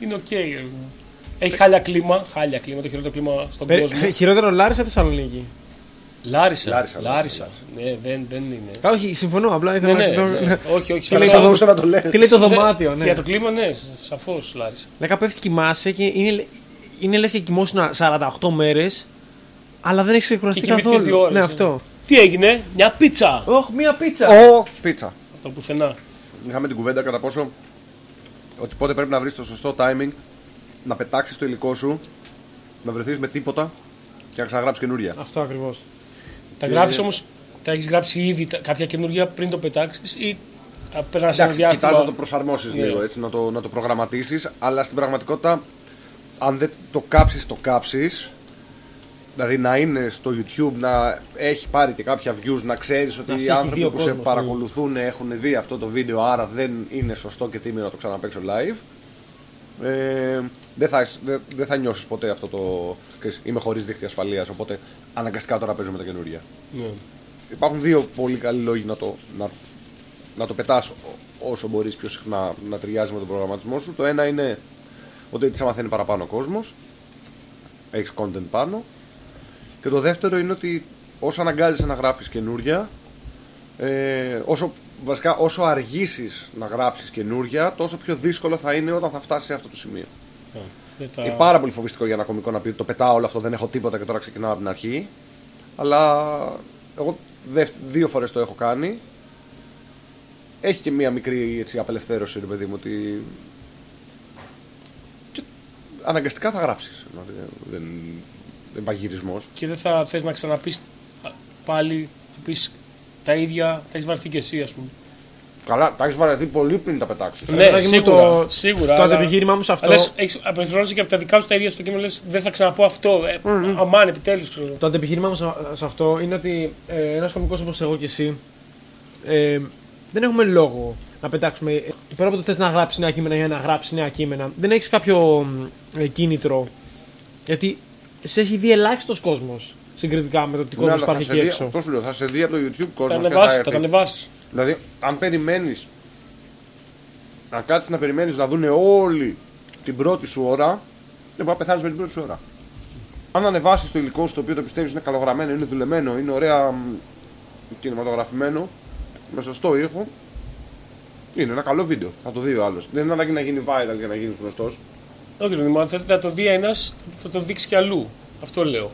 Speaker 3: είναι οκ. ε. Έχει χάλια κλίμα, χάλια κλίμα, το χειρότερο κλίμα στον
Speaker 1: Περι-
Speaker 3: κόσμο.
Speaker 1: Χειρότερο Λάρισα Θεσσαλονίκη.
Speaker 3: Λάρισα.
Speaker 2: Λάρισα,
Speaker 3: Λάρισα.
Speaker 2: Λάρισα.
Speaker 3: Ναι, δεν, δεν είναι.
Speaker 1: Κα- Όχι, συμφωνώ. Απλά
Speaker 3: Ναι,
Speaker 1: ήθελα να
Speaker 3: ναι,
Speaker 1: ξέρω.
Speaker 3: ναι. όχι, όχι.
Speaker 2: Θα
Speaker 1: λέει
Speaker 3: σαφώς.
Speaker 1: το-
Speaker 2: ξανακούσω να το λες.
Speaker 1: Τι λέει το
Speaker 3: Ναι,
Speaker 1: δωμάτιο, ναι.
Speaker 3: Για το κλίμα, ναι, σαφώς Λάρισα.
Speaker 1: Να πέφτει κοιμάσαι και είναι, είναι λες και κοιμόσουν 48 μέρες, αλλά δεν έχεις
Speaker 3: Και
Speaker 1: ξεκουραστεί
Speaker 3: κοιμήθηκε
Speaker 1: καθόλου.
Speaker 3: δύο ώρες.
Speaker 1: ναι, αυτό.
Speaker 3: Τι έγινε, μια πίτσα
Speaker 1: Ωχ, μία πίτσα.
Speaker 2: Ο πίτσα.
Speaker 3: από το πουθενά.
Speaker 2: Είχαμε την κουβέντα κατά πόσο ότι πότε πρέπει να βρεις το σωστό timing να πετάξεις το υλικό σου, να βρεθείς με τίποτα και να ξαναγράψεις καινούρια.
Speaker 1: Αυτό ακριβώς. Ε,
Speaker 3: Τα γράφει όμως, τα έχεις γράψει ήδη τα- κάποια καινούργια πριν το πετάξεις ή περνά ένα
Speaker 2: Εντάξει, κοιτά να το
Speaker 3: διάστημα.
Speaker 2: προσαρμόσεις
Speaker 3: Ναι.
Speaker 2: λίγο, έτσι, να το, να το προγραμματίσεις, αλλά στην πραγματικότητα, αν δεν το κάψεις, το κάψεις. Δηλαδή να είναι στο YouTube, να έχει πάρει και κάποια views, να ξέρεις
Speaker 1: σε
Speaker 2: ότι οι
Speaker 1: έχει δει
Speaker 2: άνθρωποι
Speaker 1: ο
Speaker 2: που σε
Speaker 1: κόσμος, ναι.
Speaker 2: παρακολουθούν έχουν δει αυτό το βίντεο, άρα δεν είναι σωστό και τίμιο να το ξαναπέξω live. Ε, δεν θα, δεν, δεν θα νιώσεις ποτέ αυτό το. Ξέρεις, είμαι χωρίς δίχτυ ασφαλείας, οπότε αναγκαστικά τώρα παίζω με τα καινούρια.
Speaker 3: Ναι.
Speaker 2: Υπάρχουν δύο πολύ καλοί λόγοι να το, να, να το πετάς ό- όσο μπορείς πιο συχνά να ταιριάζει με τον προγραμματισμό σου. Το ένα είναι ότι έτσι θα μαθαίνει παραπάνω ο κόσμος, έχεις content πάνω. Και το δεύτερο είναι ότι όσο αναγκάζεσαι να γράφεις καινούρια, ε, όσο, βασικά όσο αργήσεις να γράψεις καινούρια, τόσο πιο δύσκολο θα είναι όταν θα φτάσεις σε αυτό το σημείο.
Speaker 3: Ναι. Δεν τα-
Speaker 2: Είναι πάρα πολύ φοβιστικό για ένα κωμικό να πει το πετάω όλο αυτό, δεν έχω τίποτα και τώρα ξεκινάω από την αρχή. Αλλά εγώ δευ- δύο φορές το έχω κάνει. Έχει και μία μικρή έτσι, απελευθέρωση, ρε παιδί μου, ότι. Και αναγκαστικά θα γράψεις. Δεν δεν είναι παγυρισμό.
Speaker 3: και δεν θα θες να ξαναπείς πα- πάλι θα πεις τα ίδια, θα έχεις βαρθεί και εσύ ας πούμε.
Speaker 2: Καλά, τα έχεις βαρεθεί πολύ πριν τα Ναι, πετάξεις.
Speaker 3: Ναι.
Speaker 1: Ρε παιδάκι μου, το-
Speaker 3: σίγουρα.
Speaker 1: το αντεπιχείρημά μου σε αυτό-
Speaker 3: αλλά Λες, έχεις απελευθερώνεσαι και από τα δικά σου τα ίδια στο κείμενο λες δεν θα ξαναπώ αυτό, ε,
Speaker 1: Mm-hmm.
Speaker 3: αμάν επιτέλους ξέρω. εγώ.
Speaker 1: Το αντεπιχείρημά μου σε- σε αυτό είναι ότι ε, ένας κωμικός όπως εγώ και εσύ ε, δεν έχουμε λόγο να πετάξουμε. Ε, Πέρα από το θες να γράψεις νέα κείμενα για να γράψεις νέα κείμενα, δεν έχεις κάποιο μ, ε, κίνητρο. Γιατί σε έχει δει ελάχιστος κόσμος συγκριτικά με το
Speaker 3: Ναι,
Speaker 1: τι κόσμο υπάρχει εκεί έξω.
Speaker 2: Αυτό σου λέω, θα σε δει από το YouTube
Speaker 3: Θα
Speaker 2: κόσμο.
Speaker 3: ανεβάσεις, θα τα ανεβάσεις.
Speaker 2: Δηλαδή, αν περιμένεις να κάτσεις να περιμένεις να δουν όλοι την πρώτη σου ώρα, δεν μπορεί να πεθάνεις με την πρώτη σου ώρα. Αν ανεβάσεις το υλικό σου το οποίο το πιστεύεις είναι καλογραμμένο, είναι δουλεμένο, είναι ωραία μ, κινηματογραφημένο, με σωστό ήχο, είναι ένα καλό βίντεο. Θα το δει ο άλλος. Δεν είναι ανάγκη να γίνει viral για να γίνεις γνωστός.
Speaker 3: Όχι ρε Δημήτρη, αν θέλετε να το δει ένας θα το δείξει κι αλλού. Αυτό λέω.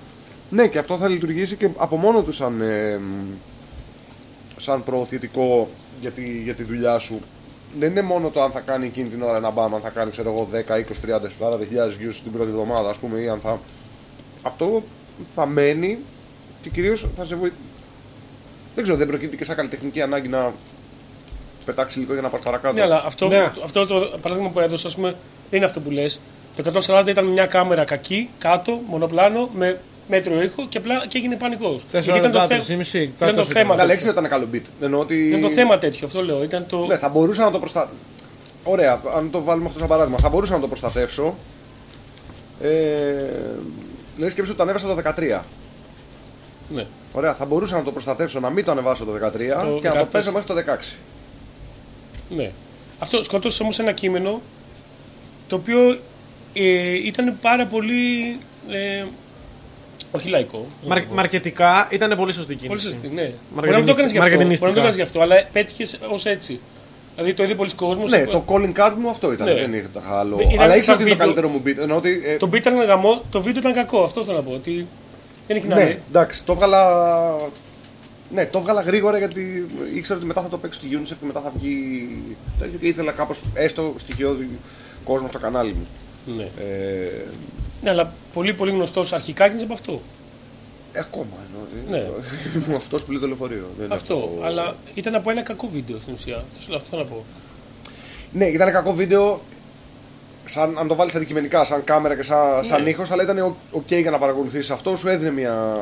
Speaker 2: Ναι, και αυτό θα λειτουργήσει και από μόνο του σαν, ε, μ, σαν προωθητικό για τη, για τη δουλειά σου. Δεν είναι μόνο το αν θα κάνει εκείνη την ώρα ένα μπαμ, αν θα κάνει ξέρω εγώ 10, 20, 30, 40 χιλιάδες views την πρώτη εβδομάδα, ας πούμε, ή αν θα. Αυτό θα μένει και κυρίως θα σε βοηθήσει. Δεν ξέρω, δεν προκύπτει και σαν καλλιτεχνική ανάγκη να πετάξει λίγο για να πας παρακάτω.
Speaker 3: Ναι, αλλά αυτό,
Speaker 1: Ναι.
Speaker 3: αυτό το παράδειγμα που έδωσα, ας πούμε, δεν είναι αυτό που λες. Το 140 ήταν μια κάμερα κακή, κάτω, μονοπλάνο, με μέτριο ήχο και, απλά, και έγινε πανικός.
Speaker 1: Τέσσερα
Speaker 3: ήταν το,
Speaker 1: λεπτά,
Speaker 3: θε...
Speaker 1: τρεις ή μισή,
Speaker 3: ήταν το
Speaker 1: κάτω
Speaker 3: θέμα.
Speaker 2: Ναι, αλλά
Speaker 3: τέτοιο.
Speaker 2: έξι ήταν καλό beat. Εννοώ ότι...
Speaker 3: Ήταν το θέμα τέτοιο, αυτό λέω. Ήταν το...
Speaker 2: Ναι, θα μπορούσα να το προστατεύσω. Ωραία, αν το βάλουμε αυτό σαν παράδειγμα. Θα μπορούσα να το προστατεύσω. Ε, Λες και ότι το ανέβασα το 13.
Speaker 3: ναι.
Speaker 2: Ωραία, θα μπορούσα να το προστατεύσω να μην το ανεβάσω το 13
Speaker 3: Το
Speaker 2: και να το
Speaker 3: 14.
Speaker 2: παίζω μέχρι το 16.
Speaker 3: Ναι. Αυτό σκότωσε όμως ένα κείμενο το οποίο ε, ήταν πάρα πολύ. Ε, Όχι λαϊκό.
Speaker 1: Μαρ- μαρκετικά ήταν πολύ σωστή κίνηση.
Speaker 3: Πολύ σωστή, ναι. Μπορεί να μην το έκανε
Speaker 1: Μαρκετινίστη-
Speaker 3: γι' αυτό. Μπορεί να μην
Speaker 1: μαρκετινίστικα.
Speaker 3: το έκανες γι' αυτό, αλλά πέτυχες ως έτσι. Δηλαδή το είδε πολλοί κόσμος.
Speaker 2: Ναι, το calling card μου αυτό ήταν.
Speaker 3: Ναι.
Speaker 2: Δεν είχα άλλο.
Speaker 3: Ήταν
Speaker 2: Αλλά
Speaker 3: σαν
Speaker 2: ήξερα ότι είναι το
Speaker 3: βίντεο.
Speaker 2: καλύτερο μου beat. Ενώ ότι, ε,
Speaker 3: Το beat ήταν γαμό, το βίντεο ήταν κακό. Αυτό θέλω να πω. Ότι δεν έχει να
Speaker 2: ναι,
Speaker 3: δει.
Speaker 2: εντάξει, το έβγαλα. Ναι, το έβγαλα γρήγορα γιατί ήξερα ότι μετά θα το παίξω στη UNICEF και μετά θα βγει. τέτοιο και ήθελα κάπως έστω στοιχειώδη κόσμο στο κανάλι μου.
Speaker 3: Ναι.
Speaker 2: Ε,
Speaker 3: ναι, αλλά πολύ πολύ γνωστός αρχικά έγινε από αυτό.
Speaker 2: ακόμα εννοώ. ότι-
Speaker 3: Ναι.
Speaker 2: Ήμουν αυτός που λέει το λεωφορείο. δεν
Speaker 3: Αυτό.
Speaker 2: έχω-
Speaker 3: Αλλά ήταν από ένα κακό βίντεο στην ουσία. Αυτό, σου- αυτό θέλω να πω.
Speaker 2: Ναι, ήταν ένα κακό βίντεο. Σαν, αν το βάλεις αντικειμενικά, σαν κάμερα και σαν,
Speaker 3: Ναι.
Speaker 2: σαν ήχος, αλλά ήταν οκ okay για να παρακολουθήσει αυτό. Σου έδινε μια,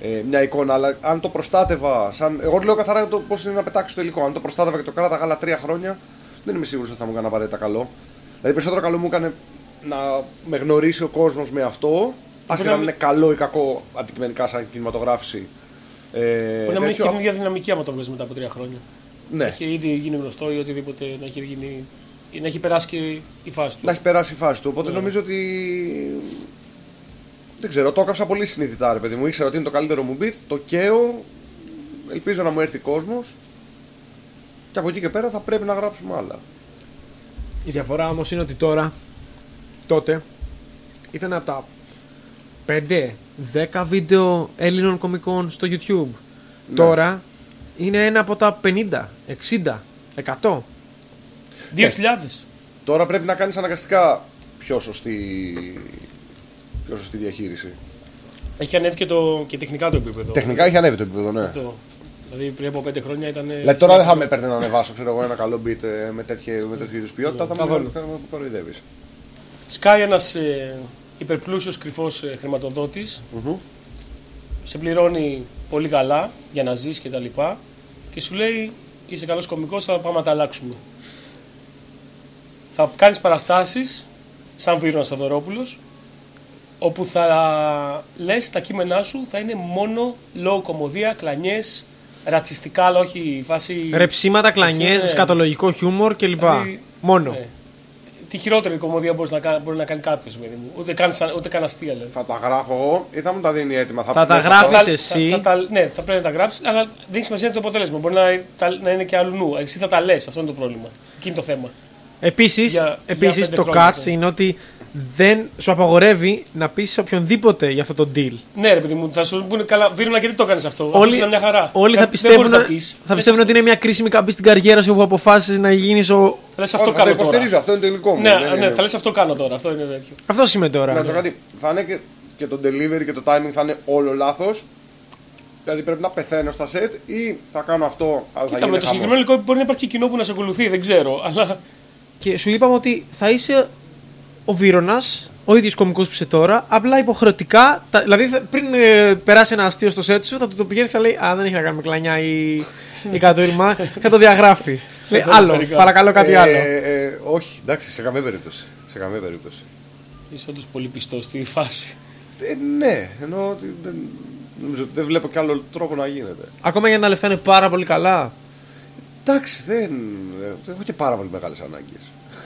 Speaker 2: ε, μια εικόνα. Αλλά αν το προστάτευα. Σαν, εγώ λέω καθαρά το πώς είναι να πετάξεις το υλικό. Αν το προστάτευα και το κράταγα άλλα τρία χρόνια, δεν είμαι σίγουρος ότι θα μου έκανε απαραίτητα καλό. Δηλαδή, περισσότερο καλό μου έκανε να με γνωρίσει ο κόσμος με αυτό. Άσχετα να
Speaker 3: να-
Speaker 2: μην είναι καλό ή κακό αντικειμενικά σαν κινηματογράφηση. Ε,
Speaker 3: Μπορεί να μην έχει
Speaker 2: τέτοιο.
Speaker 3: την ίδια δυναμική άμα το βλέπεις μετά από τρία χρόνια.
Speaker 2: Ναι.
Speaker 3: Έχει ήδη γίνει γνωστό ή οτιδήποτε να έχει, γίνει, ή να έχει περάσει και η φάση του.
Speaker 2: να έχει περάσει η φάση του. Οπότε
Speaker 1: Ναι.
Speaker 2: νομίζω ότι. Δεν ξέρω, το έκαψα πολύ συνειδητά, ρε παιδί μου. Ήξερα ότι είναι το καλύτερο μου beat, το καίω. Ελπίζω να μου έρθει κόσμος. Και από εκεί και πέρα θα πρέπει να γράψουμε άλλα.
Speaker 1: Η διαφορά όμως είναι ότι τώρα, τότε, ήταν από τα 5-10 βίντεο Έλληνων κομικών στο YouTube.
Speaker 3: Ναι.
Speaker 1: Τώρα είναι ένα από τα 50, 60, 100.
Speaker 2: ε.
Speaker 3: 2000.
Speaker 2: Τώρα πρέπει να κάνεις αναγκαστικά πιο σωστή, πιο σωστή διαχείριση.
Speaker 3: Έχει ανέβει και, το, και τεχνικά το επίπεδο.
Speaker 2: Τεχνικά έχει ανέβει το επίπεδο, ναι.
Speaker 3: Αυτό. Δηλαδή πριν από πέντε χρόνια ήταν. ε,
Speaker 2: Δηλαδή τώρα δεν θα με παίρνει να ανεβάσω ξέρω εγώ, ένα καλό beat ε, με, τέτοια, με τέτοιου είδους ποιότητα. Θα μου κοροϊδεύεις.
Speaker 3: Σκάει ένας ε, υπερπλούσιος κρυφός ε, χρηματοδότης. Σε πληρώνει πολύ καλά για να ζεις και τα λοιπά. Και σου λέει είσαι καλός κωμικό, θα πάμε να τα αλλάξουμε. Θα κάνεις παραστάσεις σαν Βίρονας Σταδωρόπουλο όπου θα λες τα κείμενά σου θα είναι μόνο λόγο κομμωδία, κλανιές, ρατσιστικά, αλλά όχι η φάση...
Speaker 1: Ρεψίματα, κλανιές,
Speaker 3: ναι.
Speaker 1: σκατολογικό χιούμορ κλπ.
Speaker 3: Δηλαδή,
Speaker 1: Μόνο.
Speaker 3: ναι. Τη χειρότερη κομμωδία μπορείς να κάνει, μπορεί να κάνει κάποιος, παιδί μου. Ούτε καν, σαν- ούτε καν αστεία, δηλαδή.
Speaker 2: Θα τα γράφω εγώ ή θα μου τα δίνει έτοιμα.
Speaker 1: Θα τα
Speaker 2: μέσα
Speaker 1: γράφεις
Speaker 2: αυτό.
Speaker 1: Είσαι εσύ.
Speaker 3: Θα, τα- ναι, θα πρέπει να τα γράψεις, αλλά δεν έχει σημασία το αποτέλεσμα. Μπορεί να, τα- να είναι και αλλού νου. Εσύ θα τα λες, αυτό είναι το πρόβλημα. Εκεί είναι το θέμα.
Speaker 1: Επίσης,
Speaker 3: Για-
Speaker 1: επίσης,
Speaker 3: για
Speaker 1: το
Speaker 3: πέντε
Speaker 1: cuts
Speaker 3: χρόνια, ξέρω.
Speaker 1: είναι ότι δεν σου απαγορεύει να πεις σε οποιονδήποτε για αυτό το deal.
Speaker 3: Ναι, ρε παιδί μου, θα σου πούνε καλά. Βίρουνα, γιατί το κάνεις αυτό. αυτό
Speaker 1: Όλοι,
Speaker 3: σου ήταν μια χαρά. Ε,
Speaker 1: όλοι θα
Speaker 3: Δεν-
Speaker 1: πιστεύουν,
Speaker 3: Δεν μπορείς
Speaker 1: να-
Speaker 3: να πεις. Ε,
Speaker 1: θα πιστεύουν ότι είναι μια κρίσιμη καμπή στην καριέρα σου που αποφάσισες να γίνεις ο.
Speaker 3: Θα λες, αυτό
Speaker 2: Όχι, θα το
Speaker 3: κάνω τώρα.
Speaker 2: υποστηρίζω, αυτό είναι το υλικό μου.
Speaker 3: Ναι,
Speaker 2: δεν
Speaker 3: ναι,
Speaker 2: είναι-
Speaker 3: θα λες αυτό κάνω τώρα. Αυτό είναι τέτοιο.
Speaker 1: Αυτό είμαι τώρα.
Speaker 2: Να σου πω κάτι. Θα είναι και, και το delivery και το timing θα είναι όλο λάθος. Δηλαδή πρέπει να πεθαίνω στα set ή θα κάνω αυτό. Αλλά θα
Speaker 3: Κοίτα, με
Speaker 2: γίνει χαμός.
Speaker 3: το συγκεκριμένο υλικό μπορεί να υπάρχει και κοινό που να σε ακολουθεί, δεν ξέρω. Αλλά
Speaker 1: Και σου είπαμε ότι θα είσαι ο Βίρονας, ο ίδιος κωμικός που είσαι τώρα, απλά υποχρεωτικά. τα- δηλαδή θα- πριν ε, περάσει ένα αστείο στο σετ σου, θα του το πηγαίνεις και θα λέει Α, δεν έχει να κάνει με κλανιά ή, ή κατούρημα. θα το διαγράφει. λέει άλλο,
Speaker 3: αναφορικά.
Speaker 1: παρακαλώ κάτι
Speaker 2: Ε,
Speaker 1: άλλο.
Speaker 2: ε, ε, όχι, εντάξει, σε καμία περίπτωση. Σε καμία περίπτωση.
Speaker 3: είσαι όντως πολύ πιστός στη φάση.
Speaker 2: Ε, ναι, ενώ ότι δεν, νομίζω ότι δεν βλέπω κι άλλο τρόπο να γίνεται.
Speaker 1: Ακόμα για να λεφτά είναι πάρα πολύ καλά.
Speaker 2: Εντάξει, δεν. ε, Έχω και πάρα πολύ μεγάλες ανάγκες.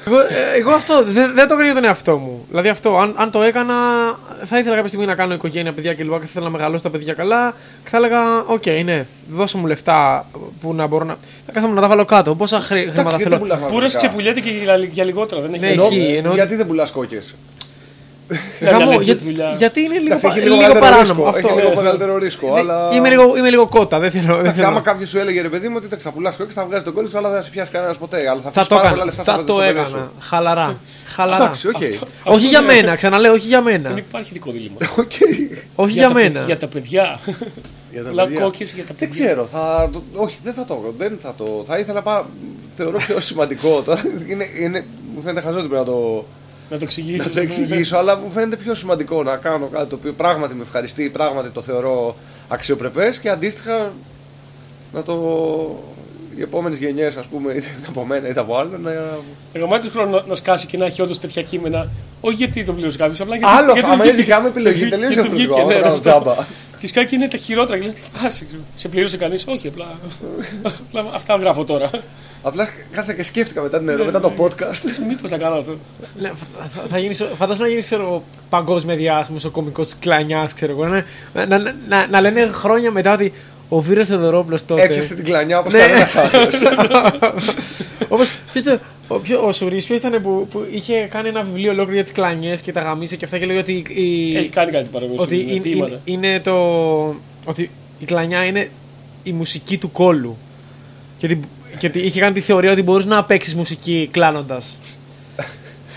Speaker 1: Εγώ, ε, εγώ αυτό δεν δεν το έκανα για τον εαυτό μου. Δηλαδή αυτό, αν, αν το έκανα, θα ήθελα κάποια στιγμή να κάνω οικογένεια, παιδιά κλπ. Και θα ήθελα να μεγαλώσω τα παιδιά καλά. Και θα έλεγα, Οκ, ναι, δώσε μου λεφτά που να μπορώ να. Θα κάθομαι να τα βάλω κάτω. Πόσα χρή- χρήματα
Speaker 2: Εντάξει, γιατί δεν
Speaker 1: Ε, θέλω.
Speaker 2: πουλάς
Speaker 3: Πούρα
Speaker 2: μαγαζιά.
Speaker 3: ξεπουλιέται και για- για λιγότερα. Δεν έχει
Speaker 1: Ναι,
Speaker 3: νόημα.
Speaker 2: Ενώ-
Speaker 1: ισχύει, ενώ-
Speaker 2: Γιατί δεν πουλάς κόκε.
Speaker 3: Είναι
Speaker 1: Γαμώ,
Speaker 3: μια legit
Speaker 1: για-
Speaker 3: δουλειά.
Speaker 1: γιατί είναι λίγο,
Speaker 2: Εντάξει,
Speaker 1: πα-
Speaker 2: έχει
Speaker 1: λίγο,
Speaker 2: λίγο, μεγαλύτερο
Speaker 1: παράνομο
Speaker 2: ρίσκο,
Speaker 1: αυτό.
Speaker 2: Έχει
Speaker 1: Ναι.
Speaker 2: λίγο μεγαλύτερο ρίσκο. αλλά...
Speaker 1: Είμαι, λίγο, είμαι λίγο κότα, δεν θέλω. Δεν
Speaker 2: Εντάξει,
Speaker 1: θέλω.
Speaker 2: άμα κάποιος σου έλεγε ρε παιδί μου ότι τα ξαπουλάς και θα βγάζει τον κόλλο σου, αλλά δεν θα σε πιάσει κανένας ποτέ. Αλλά
Speaker 1: Θα
Speaker 2: θα, φας
Speaker 1: το
Speaker 2: πάρα πολλά
Speaker 1: έκανα.
Speaker 2: λεφτά
Speaker 1: Θα
Speaker 2: στο
Speaker 1: το
Speaker 2: παιδί σου.
Speaker 1: έκανα. Χαλαρά. Χαλαρά.
Speaker 2: Εντάξει, οκ.
Speaker 1: Όχι
Speaker 3: Αυτό
Speaker 1: για
Speaker 3: είναι-
Speaker 1: μένα, ξαναλέω, όχι για
Speaker 3: Δεν
Speaker 1: μένα.
Speaker 3: υπάρχει δικό δίλημα.
Speaker 2: Οκ.
Speaker 1: Όχι για
Speaker 3: τα παι- Για
Speaker 1: μένα.
Speaker 3: τα παιδιά.
Speaker 2: Για τα
Speaker 3: Πουλά
Speaker 2: παιδιά.
Speaker 3: κόκκες για τα
Speaker 2: Δεν
Speaker 3: παιδιά.
Speaker 2: ξέρω. Θα... το- Όχι, δεν θα το έκανα. Δεν θα το. Θα ήθελα πά... Θεωρώ πιο σημαντικό τώρα. Είναι, είναι... Μου φαίνεται χαζό ότι πρέπει να το,
Speaker 3: Να το εξηγήσω.
Speaker 2: να το εξηγήσω, αλλά μου φαίνεται πιο σημαντικό να κάνω κάτι το οποίο πράγματι με ευχαριστεί, πράγματι το θεωρώ αξιοπρεπές και αντίστοιχα να το. Οι επόμενες γενιές, ας πούμε, είτε από μένα είτε από άλλον, να
Speaker 3: Εγωμάτιο χρόνο να σκάσει και να έχει όντως τέτοια κείμενα. Όχι γιατί το πλήρωσε κάποιος, απλά γιατί.
Speaker 2: Άλλο,
Speaker 3: γιατί
Speaker 2: άμα
Speaker 3: του βγήκε.
Speaker 2: είναι δικιά μου επιλογή,
Speaker 3: Γιατί-
Speaker 2: τελείωσε
Speaker 3: γιατί
Speaker 2: αυτό
Speaker 3: του
Speaker 2: το
Speaker 3: βγήκε,
Speaker 2: πράγμα,
Speaker 3: ναι,
Speaker 2: το κάνω
Speaker 3: αυτό.
Speaker 2: τζάμπα.
Speaker 3: Και σκάει και είναι τα χειρότερα. Και λες τι φάση. ξέρω. Σε πλήρωσε κανείς. Όχι, απλά. απλά αυτά γράφω τώρα.
Speaker 2: Απλά κάτσα και σκέφτηκα μετά, την, μετά το podcast.
Speaker 3: Μήπω να κάνω αυτό.
Speaker 1: Ναι, θα- θα- θα γίνεις- Φαντάζομαι να γίνεις ξέρω, παγκόσμια διάσημος ο κωμικό κλανιάς, ξέρω εγώ. Να, να, να- να, να λένε χρόνια μετά ότι ο Βίρο Εδωρόπλο τότε.
Speaker 2: Έπιασε την κλανιά όπως
Speaker 1: Ναι.
Speaker 2: κανένα άλλο.
Speaker 1: Όπω. Ο, ποιο- ο Σουρής, ποιος ήταν που, που είχε κάνει ένα βιβλίο ολόκληρο για τις κλανιές και τα γαμίσια και αυτά και λέει ότι. η-
Speaker 3: Έχει κάνει κάτι παρόμοιο.
Speaker 1: Ε, ότι
Speaker 3: σύγκριση,
Speaker 1: είναι,
Speaker 3: με ποίηματα.
Speaker 1: είναι, είναι το. Ότι η κλανιά είναι η μουσική του κόλου. Και, ότι, και ότι είχε κάνει τη θεωρία ότι μπορεί να παίξεις μουσική κλάνοντας.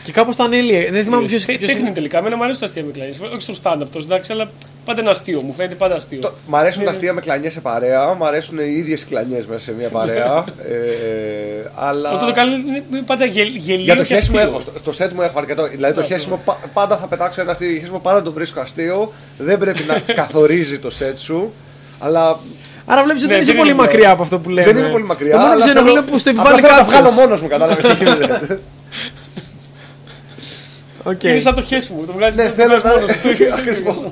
Speaker 1: και κάπω το ανέλυε. Δεν θυμάμαι
Speaker 3: Τε-
Speaker 1: ποιο.
Speaker 3: Τέχνη τελικά. Εμένα μου αρέσουν τα αστεία με κλανιές. Όχι στο stand-up τόσο, εντάξει, αλλά πάντα είναι αστείο. Μου φαίνεται πάντα αστείο.
Speaker 2: Το- Μ' αρέσουν τα αστεία με κλανιές σε παρέα, μ' αρέσουν οι ίδιες κλανιές μέσα σε μια παρέα. ε, αλλά.
Speaker 3: Αυτό το καλό είναι είναι πάντα γελ- γελίο.
Speaker 2: Για το
Speaker 3: και
Speaker 2: χέσιμο
Speaker 3: αστείο.
Speaker 2: έχω. Στο, στο set μου έχω αρκετό. Δηλαδή το χέσιμο πα- πάντα θα πετάξω ένα αστείο. Χέσιμο πάντα το βρίσκω αστείο. Δεν πρέπει να καθορίζει το set σου. Αλλά
Speaker 1: Άρα βλέπεις ότι
Speaker 3: Ναι,
Speaker 1: δεν είσαι
Speaker 3: δεν
Speaker 1: πολύ
Speaker 3: είναι-
Speaker 1: μακριά από αυτό που λέμε.
Speaker 2: δεν είμαι πολύ μακριά.
Speaker 1: Το μόνο
Speaker 2: αλλά
Speaker 1: που ξέρω
Speaker 2: θέλω-
Speaker 1: είναι που στο
Speaker 2: απλά
Speaker 1: επιβάλλει
Speaker 2: θέλω να
Speaker 1: κάποιο.
Speaker 2: τα βγάλω μόνος μου, κατάλαβες τι γίνεται.
Speaker 3: Είναι σαν το χέσιμο. Το βγάζεις
Speaker 2: Ναι, θέλω να. Ακριβώ.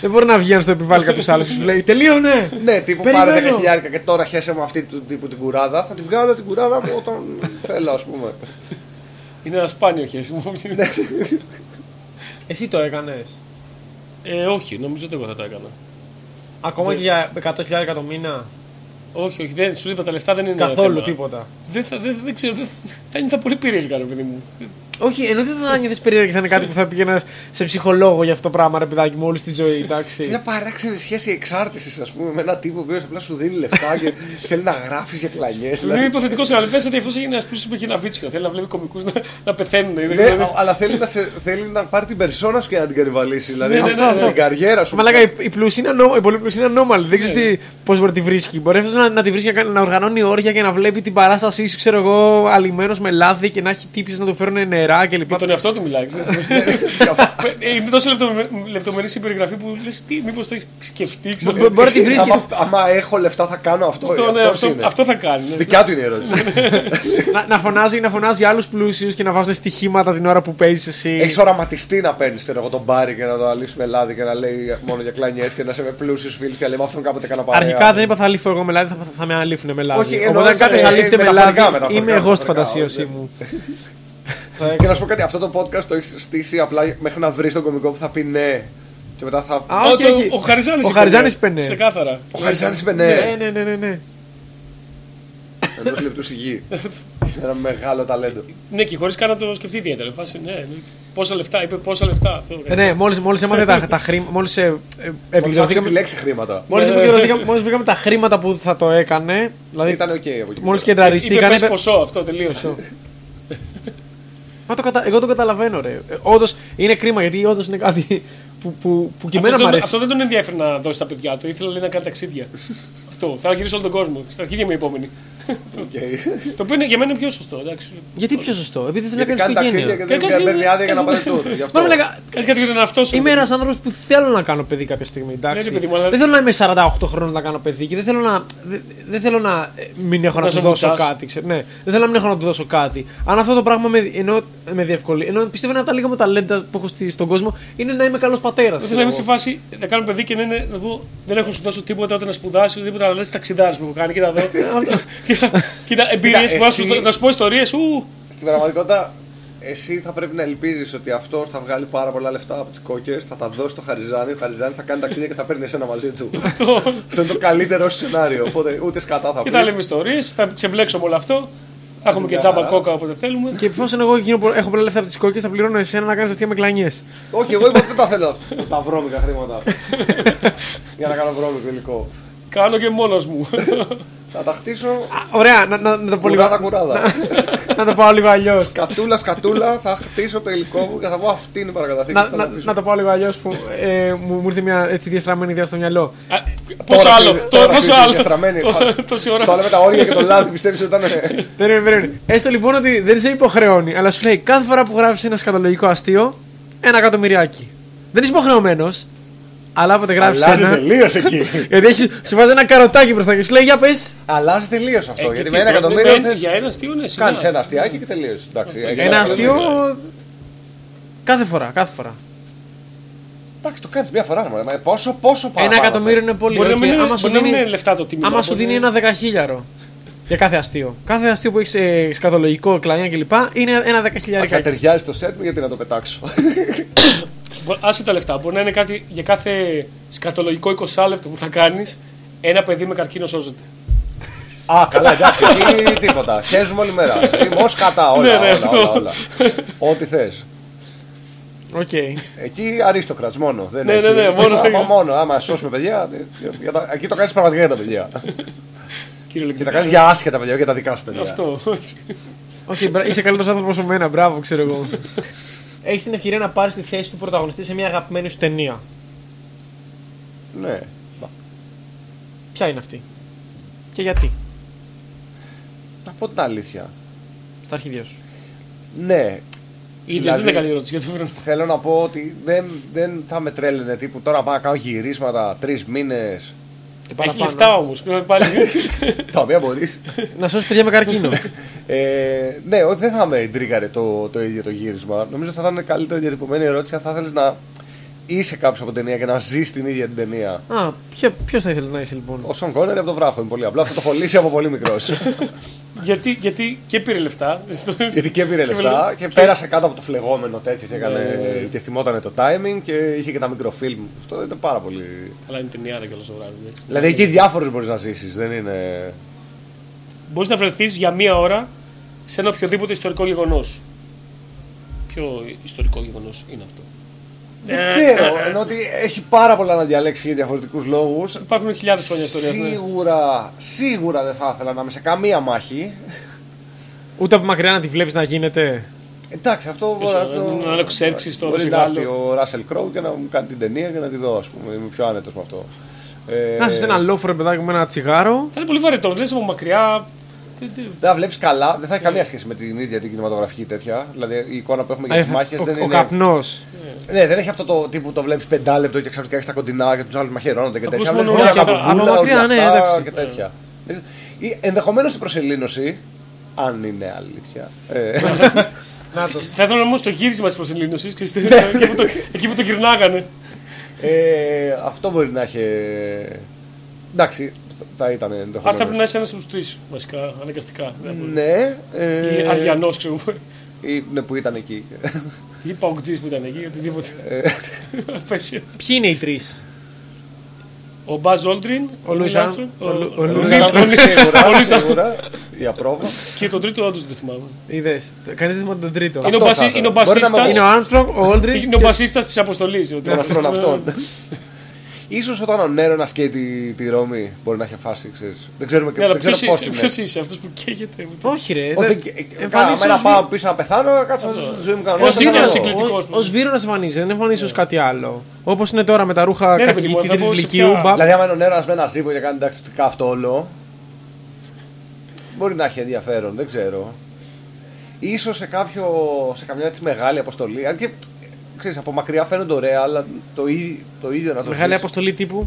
Speaker 1: Δεν μπορεί να βγει αν στο επιβάλλει κάποιος άλλος. Σου λέει τελείωνε.
Speaker 2: Ναι, τύπου
Speaker 1: Περιμένω.
Speaker 2: πάρε 10 χιλιάρικα και τώρα χέσε με αυτή του τύπου την κουράδα. Θα τη βγάλω την κουράδα μου όταν θέλω, ας πούμε.
Speaker 3: Είναι ένα σπάνιο
Speaker 2: Ναι.
Speaker 3: χέσιμο.
Speaker 1: Εσύ το έκανες.
Speaker 3: Ε, όχι, νομίζω ότι εγώ θα τα έκανα.
Speaker 1: Ακόμα
Speaker 3: Δεν-
Speaker 1: και για 100.000 το μήνα.
Speaker 3: Όχι, όχι, δεν, σου είπα τα λεφτά δεν είναι.
Speaker 1: Καθόλου
Speaker 3: θέμα.
Speaker 1: τίποτα.
Speaker 3: Δεν, θα, δεν, δεν ξέρω, δεν, θα νιώθα πολύ περίεργα, ρε παιδί μου.
Speaker 2: Δηλαδή-
Speaker 1: Όχι, ενώ δεν θα νιώθεις περίεργα και θα είναι κάτι που θα πήγαινα σε ψυχολόγο για αυτό το πράγμα, ρε παιδάκι μου, όλη τη ζωή.
Speaker 2: Σε μια
Speaker 1: Εντάξει.
Speaker 2: παράξενη σχέση εξάρτησης, ας πούμε, με έναν τύπο που απλά σου δίνει λεφτά και θέλει να γράφεις για δηλαδή. κλανιέ.
Speaker 3: Του δίνει υποθετικό σενάριο. Πε Δηλαδή, ότι αυτό έγινε ένα πλούσιο που έχει ένα βίτσιο. Θέλει να βλέπει κομικούς να, να πεθαίνουν. δηλαδή, ή δεν
Speaker 2: Ναι,
Speaker 3: ξέρω.
Speaker 2: α- αλλά θέλει να, σε, θέλει να πάρει την περσόνα σου και να την κανιβαλίσει. Δηλαδή
Speaker 3: Ναι, ναι,
Speaker 2: αυτό,
Speaker 3: ναι, ναι.
Speaker 2: την καριέρα σου.
Speaker 1: Μα λέγα, οι, οι πλούσιοι είναι, ανό, οι πολύ πλούσιοι είναι ανώμαλοι. Δεν ξέρεις πώς μπορεί να τη βρίσκει. Μπορεί αυτός να, να τη βρίσκει να, κάνει- να οργανώνει όρια και να βλέπει την παράστασή σου, ξέρω εγώ, αλυμένο με λάδι και να έχει τύπησε να του φέρουν νερά κλπ.
Speaker 3: Με τον εαυτό του μιλάει. ξέρεις.
Speaker 2: Ναι.
Speaker 3: Ε, Είναι τόσο λεπτομε- λεπτομερής η περιγραφή που λες τι, μήπως το έχεις σκεφτεί, ξέρω.
Speaker 1: Μπο- Μπορεί να τη βρίσκεις.
Speaker 2: Άμα, άμα έχω λεφτά θα κάνω αυτό.
Speaker 3: Αυτό, ναι,
Speaker 2: αυτός
Speaker 3: αυτό-
Speaker 2: είναι.
Speaker 3: Αυτό θα κάνει. ναι.
Speaker 2: Δικιά του είναι η ερώτηση.
Speaker 1: να, να φωνάζει, να φωνάζει άλλους πλούσιους και να βάζουν στοιχήματα την ώρα που παίζεις εσύ.
Speaker 2: Έχεις οραματιστεί να παίρνεις εγώ τον μπάρι και να το αλύσει με λάδι και να λέει μόνο για κλανιές και να είσαι με πλούσιους φίλους και να λέει «Μα αυτόν κάποτε κάνα παρέα.
Speaker 1: Αρχικά δεν είπα θα λύφω εγώ με λάδι, θα, θα με αλήφουνε με λάδι.
Speaker 2: Όχι, εννοώ,
Speaker 1: Οπότε αν
Speaker 2: ε,
Speaker 1: κάποιο
Speaker 2: ε,
Speaker 1: αλήφεται με
Speaker 2: μεταφορικά,
Speaker 1: λάδι,
Speaker 2: μεταφορικά,
Speaker 1: είμαι εγώ στη
Speaker 2: μεταφορικά,
Speaker 1: φαντασίωσή
Speaker 2: όχι,
Speaker 1: μου.
Speaker 2: Και να σου πω κάτι, αυτό το podcast το έχεις στήσει απλά μέχρι να βρεις τον κωμικό που θα πει ναι. Και μετά θα.
Speaker 1: Α,
Speaker 3: Ω,
Speaker 1: όχι,
Speaker 3: το-
Speaker 1: όχι.
Speaker 3: Ο Χαριζάνης
Speaker 1: Ο Χαριζάνης είπε ναι.
Speaker 3: Ξεκάθαρα.
Speaker 2: Ο Χαριζάνης είπε
Speaker 1: Ναι,
Speaker 2: ναι.
Speaker 1: ναι, ναι, ναι, ναι.
Speaker 2: Ενός λεπτού σιγή. Ένα μεγάλο ταλέντο.
Speaker 3: Ναι, και χωρίς καν να το σκεφτεί ιδιαίτερα. Φάση, ναι, ναι. Πόσα λεφτά, είπε πόσα λεφτά. Αυτό,
Speaker 1: Ε, Ναι, μόλις, μόλις έμαθε τα, τα χρήματα, μόλις ε, ε, επικοινωνηθήκαμε-
Speaker 2: Ψάχνει τη λέξη χρήματα.
Speaker 1: μόλις
Speaker 3: Ε.
Speaker 1: επικοινωνηθήκαμε- μόλις βρήκαμε τα χρήματα που θα το έκανε, δηλαδή
Speaker 2: Ήταν οκ από
Speaker 1: μόλις
Speaker 2: εκεί. πέρα.
Speaker 3: Ε, Είπε
Speaker 1: κεντραριστήκανε,
Speaker 3: πες
Speaker 1: είπε-
Speaker 3: ποσό αυτό, τελείωσε.
Speaker 1: Μα το κατα... εγώ το καταλαβαίνω ρε, Ε, όντως είναι κρίμα γιατί όντως είναι κάτι που, που, που και εμένα μου
Speaker 3: Αυτό, τον-
Speaker 1: αρέσει.
Speaker 3: αυτό δεν τον ενδιαφέρει να δώσει τα παιδιά του. Ήθελε λέει, να κάνει ταξίδια. αυτό. Θα γυρίσει όλο τον κόσμο. Στα αρχίδια μου η επόμενη.
Speaker 2: Οκ.
Speaker 3: το οποίο είναι, για μένα είναι πιο σωστό. Εντάξει.
Speaker 1: Γιατί πιο σωστό, επειδή θέλεις
Speaker 2: Γιατί
Speaker 1: να
Speaker 2: κάνει
Speaker 1: κάνεις
Speaker 2: ταξίδια και
Speaker 1: οικογένεια.
Speaker 2: δεν
Speaker 3: Κακάς είναι-
Speaker 2: παίρνει άδεια για να πάει
Speaker 3: κακάς
Speaker 2: τούρ. Γι' αυτό.
Speaker 1: Μα μου λέγα,
Speaker 3: Κάνει κάτι για τον εαυτό σου.
Speaker 1: Είμαι ένας άνθρωπος που θέλω να κάνω παιδί κάποια στιγμή. Εντάξει.
Speaker 3: Ναι, ρε παιδί μου, αλλά-
Speaker 1: Δεν θέλω να είμαι 48 χρόνων να κάνω παιδί και δεν θέλω να, δε- δεν θέλω να ε, μην έχω να,
Speaker 3: Να
Speaker 1: του
Speaker 3: σε
Speaker 1: δώσω
Speaker 3: βουτάς.
Speaker 1: κάτι. Ξέ, ναι, δεν θέλω να μην έχω να του δώσω κάτι. Αν αυτό το πράγμα με, ενώ, με διευκολύνει. Ενώ πιστεύω ένα από τα λίγα μου ταλέντα που έχω στη, στον κόσμο είναι να είμαι καλός πατέρας.
Speaker 3: Δεν θέλω να είμαι σε φάση να κάνω παιδί και να είναι. να πω, δεν έχω σου δώσει τίποτα όταν να σπουδάσει οτιδήποτε, αλλά λες ταξιδάρι που έχω κάνει. Κοίτα εδώ. Κοίτα- Κοίτα εμπειρίες που να σου-
Speaker 2: εσύ-
Speaker 3: να σου πω ιστορίες. Ου!
Speaker 2: Στην πραγματικότητα, εσύ θα πρέπει να ελπίζεις ότι αυτό θα βγάλει πάρα πολλά λεφτά από τις κόκε, θα τα δώσει στο Χαριζάνι, ο Χαριζάνι θα κάνει ταξίδια και θα παίρνει εσένα μαζί του. Αυτό είναι το καλύτερο σενάριο. Οπότε ούτε σκατά θα πει.
Speaker 3: Και τα λέμε ιστορίες, θα ξεμπλέξω με όλο αυτό. Θα έχουμε και τζάμπα κόκα όποτε θέλουμε.
Speaker 1: Και εφόσον εγώ γίνω πο- έχω πολλά λεφτά από τις κόκκινε, θα πληρώνω εσένα να κάνεις αστεία με κλανιές.
Speaker 2: Όχι, εγώ είπα δεν τα θέλω αυτά τα βρώμικα χρήματα. για να κάνω βρώμικο υλικό.
Speaker 3: Κάνω και μόνος μου.
Speaker 2: Θα τα χτίσω
Speaker 1: Ωραία, να, να, να το πω λίγο.
Speaker 2: κουράδα κουράδα.
Speaker 1: να το πάω λίγο αλλιώς.
Speaker 2: Κατούλα, κατούλα, θα χτίσω το υλικό μου και θα πω αυτή είναι η παρακαταθήκη.
Speaker 1: να,
Speaker 2: που
Speaker 1: να,
Speaker 2: θα αφήσω».
Speaker 1: να το πάω λίγο αλλιώς που ε, μου, μου ήρθε μια έτσι διαστραμμένη ιδέα στο μυαλό.
Speaker 3: Α, Πόσο
Speaker 2: Τώρα
Speaker 3: άλλο,
Speaker 2: σου-
Speaker 3: το-
Speaker 2: τώρα σου
Speaker 3: πόσο
Speaker 2: ήρθε η
Speaker 3: άλλο.
Speaker 2: διαστραμμένη.
Speaker 3: Το- Τόση ώρα.
Speaker 2: Τώρα με τα όρια και το λάδι πιστεύεις ότι ήταν.
Speaker 1: Περίμενε, περίμενε. Έστω λοιπόν ότι δεν σε υποχρεώνει, αλλά σου λέει κάθε φορά που γράφεις ένα σκατολογικό αστείο, ένα εκατομμυριάκι. Δεν είσαι υποχρεωμένος, αλλά όποτε γράφει
Speaker 2: Αλλάζει
Speaker 1: ένα.
Speaker 2: τελείως εκεί.
Speaker 1: Γιατί έχεις, σου βάζει ένα καροτάκι μπροστά και σου λέει για πες.
Speaker 2: Αλλάζει τελείως αυτό.
Speaker 3: Ε,
Speaker 2: γιατί
Speaker 3: τι,
Speaker 2: με ένα
Speaker 3: τώρα,
Speaker 2: εκατομμύριο
Speaker 3: δεν- Για ένα αστείο είναι σιγά.
Speaker 2: κάνει ένα αστείακι και τελείως.
Speaker 1: Ένα
Speaker 3: αυτό
Speaker 1: αστείο.
Speaker 3: δεν
Speaker 1: Κάθε φορά, κάθε φορά.
Speaker 2: Εντάξει, το κάνεις μια φορά. μωρέ. Μα πόσο, πόσο παραπάνω.
Speaker 1: Ένα εκατομμύριο
Speaker 2: θες.
Speaker 1: είναι πολύ.
Speaker 3: Μπορεί να
Speaker 1: οκ.
Speaker 3: μην είναι-
Speaker 1: άμα σου
Speaker 3: μπορεί να μην
Speaker 1: δίνει-
Speaker 3: είναι λεφτά το τίμημα.
Speaker 1: Άμα σου
Speaker 3: μπορεί
Speaker 1: δίνει
Speaker 3: να-
Speaker 1: ένα δεκαχίλιαρο. Για κάθε αστείο. Κάθε αστείο που έχεις ε, σκατολογικό κλανιά κλπ. είναι ένα
Speaker 2: Αν
Speaker 1: δεκαχιλιάρικα.
Speaker 2: ταιριάζει το σετ μου, γιατί να το πετάξω.
Speaker 3: Μπο- Άσε τα λεφτά. Μπορεί να είναι κάτι για κάθε σκατολογικό 20 λεπτό που θα κάνεις, ένα παιδί με καρκίνο σώζεται.
Speaker 2: Α, καλά, εντάξει, εκεί τίποτα. Χέζουμε όλη μέρα. Είμαι ως κατά όλα,
Speaker 3: Ναι, ναι.
Speaker 2: όλα, όλα, όλα. Ό,τι θες.
Speaker 1: Οκ.
Speaker 2: Εκεί αρίστοκρατ μόνο. Δεν
Speaker 3: Ναι,
Speaker 2: έχει-
Speaker 3: ναι, ναι, μόνο
Speaker 2: άμα,
Speaker 3: θα-
Speaker 2: μόνο. Άμα σώσουμε παιδιά. ε, για τα- Εκεί το κάνεις πραγματικά για τα παιδιά. Και τα
Speaker 3: Κυριολεκτικά.
Speaker 2: κάνεις για άσχετα παιδιά, για τα δικά σου παιδιά.
Speaker 3: Αυτό. έτσι.
Speaker 1: Οκ, μπρα- είσαι καλύτερος άνθρωπος από μένα. Μπράβο, ξέρω εγώ. έχεις την ευκαιρία να πάρεις τη θέση του πρωταγωνιστή σε μια αγαπημένη σου ταινία.
Speaker 2: Ναι.
Speaker 1: Ποια είναι αυτή. Και γιατί.
Speaker 2: Να πω την αλήθεια.
Speaker 1: Στα αρχίδια σου.
Speaker 2: Ναι.
Speaker 3: Είδες,
Speaker 2: Δηλαδή-
Speaker 3: δεν ήταν καλή ερώτηση. Γιατί βρω-
Speaker 2: Θέλω να πω ότι δεν, δεν θα με τρέλαινε τύπου τώρα πάω να κάνω γυρίσματα τρεις μήνες.
Speaker 1: Και
Speaker 3: Έχει
Speaker 1: Ε, παραπάνω.
Speaker 3: λεφτά όμως.
Speaker 2: τα οποία μπορείς.
Speaker 1: Να σώσεις παιδιά με καρκίνο.
Speaker 2: ε, ναι, ό, δεν θα με εντρίκαρε το, το ίδιο το γύρισμα. Νομίζω θα ήταν καλύτερη διατυπωμένη ερώτηση αν θα ήθελες να είσαι κάποιος από την ταινία και να ζεις την ίδια την ταινία.
Speaker 1: Α, ποιο θα ήθελε να είσαι λοιπόν.
Speaker 2: Ο Σον Κόνερ από το βράχο είναι πολύ απλό. Αυτό το έχω λύσει από πολύ μικρός.
Speaker 3: γιατί, γιατί και πήρε λεφτά.
Speaker 2: Γιατί και πήρε λεφτά και πέρασε κάτω από το φλεγόμενο τέτοιο και, έκανε, και θυμότανε το timing και είχε και τα μικροφίλμ. Αυτό ήταν πάρα πολύ.
Speaker 3: Αλλά είναι ταινία και όλο το βράδυ. εντάξει.
Speaker 2: Δηλαδή εκεί διάφορους μπορείς να ζήσεις. Δεν είναι.
Speaker 3: Μπορείς να βρεθείς για μία ώρα σε ένα οποιοδήποτε ιστορικό γεγονός. Ποιο ιστορικό γεγονός είναι αυτό. Ε,
Speaker 2: Δεν ξέρω. Ενώ ότι έχει πάρα πολλά να διαλέξει για διαφορετικούς λόγους.
Speaker 3: Υπάρχουν χιλιάδες χρόνια ναι. ιστορία.
Speaker 2: Σίγουρα, σίγουρα δεν θα ήθελα να είμαι σε καμία μάχη.
Speaker 1: Ούτε από μακριά να τη βλέπεις να γίνεται.
Speaker 2: Εντάξει, αυτό μπορεί
Speaker 3: Ίσως,
Speaker 2: να το.
Speaker 3: ε, να λέω Xerxes τώρα,
Speaker 2: Μπορεί
Speaker 3: σε
Speaker 2: να έρθει
Speaker 3: Γάλλο.
Speaker 2: ο Ράσελ Κρόου και να μου κάνει την ταινία και να τη δω, ας πούμε. Είμαι πιο άνετος με αυτό. Ε,
Speaker 1: Να είσαι σε ένα λόφρο παιδάκι με ένα τσιγάρο.
Speaker 3: Θα είναι πολύ βαρετό. Βλέπεις από μακριά. Τι- τι-
Speaker 2: Δεν θα βλέπεις καλά, δεν θα έχει
Speaker 3: Ε.
Speaker 2: καμία σχέση με την ίδια την κινηματογραφική τέτοια. Δηλαδή η εικόνα που έχουμε για
Speaker 1: Ε,
Speaker 2: τι μάχε
Speaker 1: ο-
Speaker 2: δεν
Speaker 1: Ο
Speaker 2: είναι.
Speaker 1: καπνός.
Speaker 2: Ναι, δεν έχει αυτό το τύπου το βλέπεις πεντάλεπτο και ξαφνικά έχεις τα κοντινά και τους άλλους μαχαιρώνονται και
Speaker 3: Ακούς
Speaker 2: τέτοια.
Speaker 3: μόνο
Speaker 2: Βλέπεις μια
Speaker 3: λόγια.
Speaker 2: καπουμπούλα,
Speaker 1: Από μακριά, ναι,
Speaker 2: ουρλιαστά
Speaker 1: εντάξει.
Speaker 2: και τέτοια. Ή Ενδεχομένως η προσελήνωση, αν είναι αλήθεια. ε,
Speaker 3: Στη- Θα ήθελα όμω το γύρισμα της προσελήνωσης.
Speaker 1: Ναι.
Speaker 3: Εκεί που το γυρνάγανε.
Speaker 2: ε, αυτό μπορεί να έχει. Εντάξει, θα ήταν
Speaker 3: Άρα θα πρέπει να
Speaker 2: ενδεχομένω.
Speaker 3: είσαι ένας από τους τρεις βασικά, αναγκαστικά.
Speaker 2: Ναι,
Speaker 3: Ή
Speaker 2: ε,
Speaker 3: Αριανός, ξέρω εγώ.
Speaker 2: ή, ναι, που ήταν εκεί.
Speaker 3: Ή Παοκτζή που ήταν εκεί, οτιδήποτε.
Speaker 2: Ε,
Speaker 3: Πέσει.
Speaker 1: Ποιοι είναι οι τρεις.
Speaker 3: Ο Μπαζ Όλτριν,
Speaker 1: Ο Λούις
Speaker 3: Neil
Speaker 1: Άρμ-
Speaker 3: Armstrong,
Speaker 1: ο Λου- ο
Speaker 3: ο
Speaker 1: Λούις
Speaker 3: Neil-
Speaker 1: Άρμστρονγκ.
Speaker 3: ο Neil- ο
Speaker 2: σίγουρα,
Speaker 3: Λούις Άρμστρονγκ.
Speaker 2: σίγουρα. Η απρόβα.
Speaker 3: Και τον τρίτο όντως δεν θυμάμαι.
Speaker 1: Είδες. Κανείς δεν θυμάται τον τρίτο.
Speaker 3: Είναι
Speaker 2: Αυτό
Speaker 3: ο
Speaker 2: θα
Speaker 3: μπασι-
Speaker 2: ήταν.
Speaker 3: Είναι ο
Speaker 2: Μπορεί να
Speaker 3: μπασίστας.
Speaker 2: μας-
Speaker 1: Είναι ο Armstrong, ο Aldrin.
Speaker 3: Είναι ο μπασίστας της αποστολής.
Speaker 2: των αστροναυτών. Ίσως όταν ο Νέρο να σκέει τη, τη Ρώμη μπορεί να έχει φάση, ξέρεις. Δεν ξέρουμε και
Speaker 3: Ναι, αλλά
Speaker 2: δεν ξέρω
Speaker 3: ποιος
Speaker 2: πώς
Speaker 3: είσαι,
Speaker 2: είναι.
Speaker 3: ποιος είσαι αυτός που καίγεται.
Speaker 1: Όχι, ρε.
Speaker 2: Ότι
Speaker 1: Ε, δεν-
Speaker 2: και- και-
Speaker 1: εμφανίζεσαι
Speaker 2: άμα να
Speaker 1: ως
Speaker 2: πάω
Speaker 1: βι-
Speaker 2: πίσω να πεθάνω, κάτσω μέσα στη ζωή μου κανονικά.
Speaker 3: Ως
Speaker 2: δεν
Speaker 3: είναι
Speaker 2: θα
Speaker 3: ο
Speaker 2: δω.
Speaker 3: συγκλητικός. εκπληκτικός,
Speaker 1: Ο Βίρο εμφανίζεις, δεν εμφανίζεις ως κάτι άλλο. Όπως είναι τώρα με τα ρούχα
Speaker 3: Ναι, ρε, παιδί μου,
Speaker 1: καθηγητή
Speaker 3: θα
Speaker 1: της
Speaker 3: πω σε
Speaker 1: Λυκείου.
Speaker 3: ποια-
Speaker 1: μπα-
Speaker 2: Δηλαδή, άμα είναι ο Νέρο με ένα ζύμο και κάνει ταξιτικά αυτό όλο. Μπορεί να έχει ενδιαφέρον, δεν ξέρω. Ίσως σε, κάποιο, σε καμιά έτσι μεγάλη αποστολή. Αν και ξέρεις, από μακριά φαίνονται ωραία, αλλά το, ίδι- το ίδιο να το
Speaker 1: Μεγάλη
Speaker 2: ζεις.
Speaker 1: αποστολή τύπου.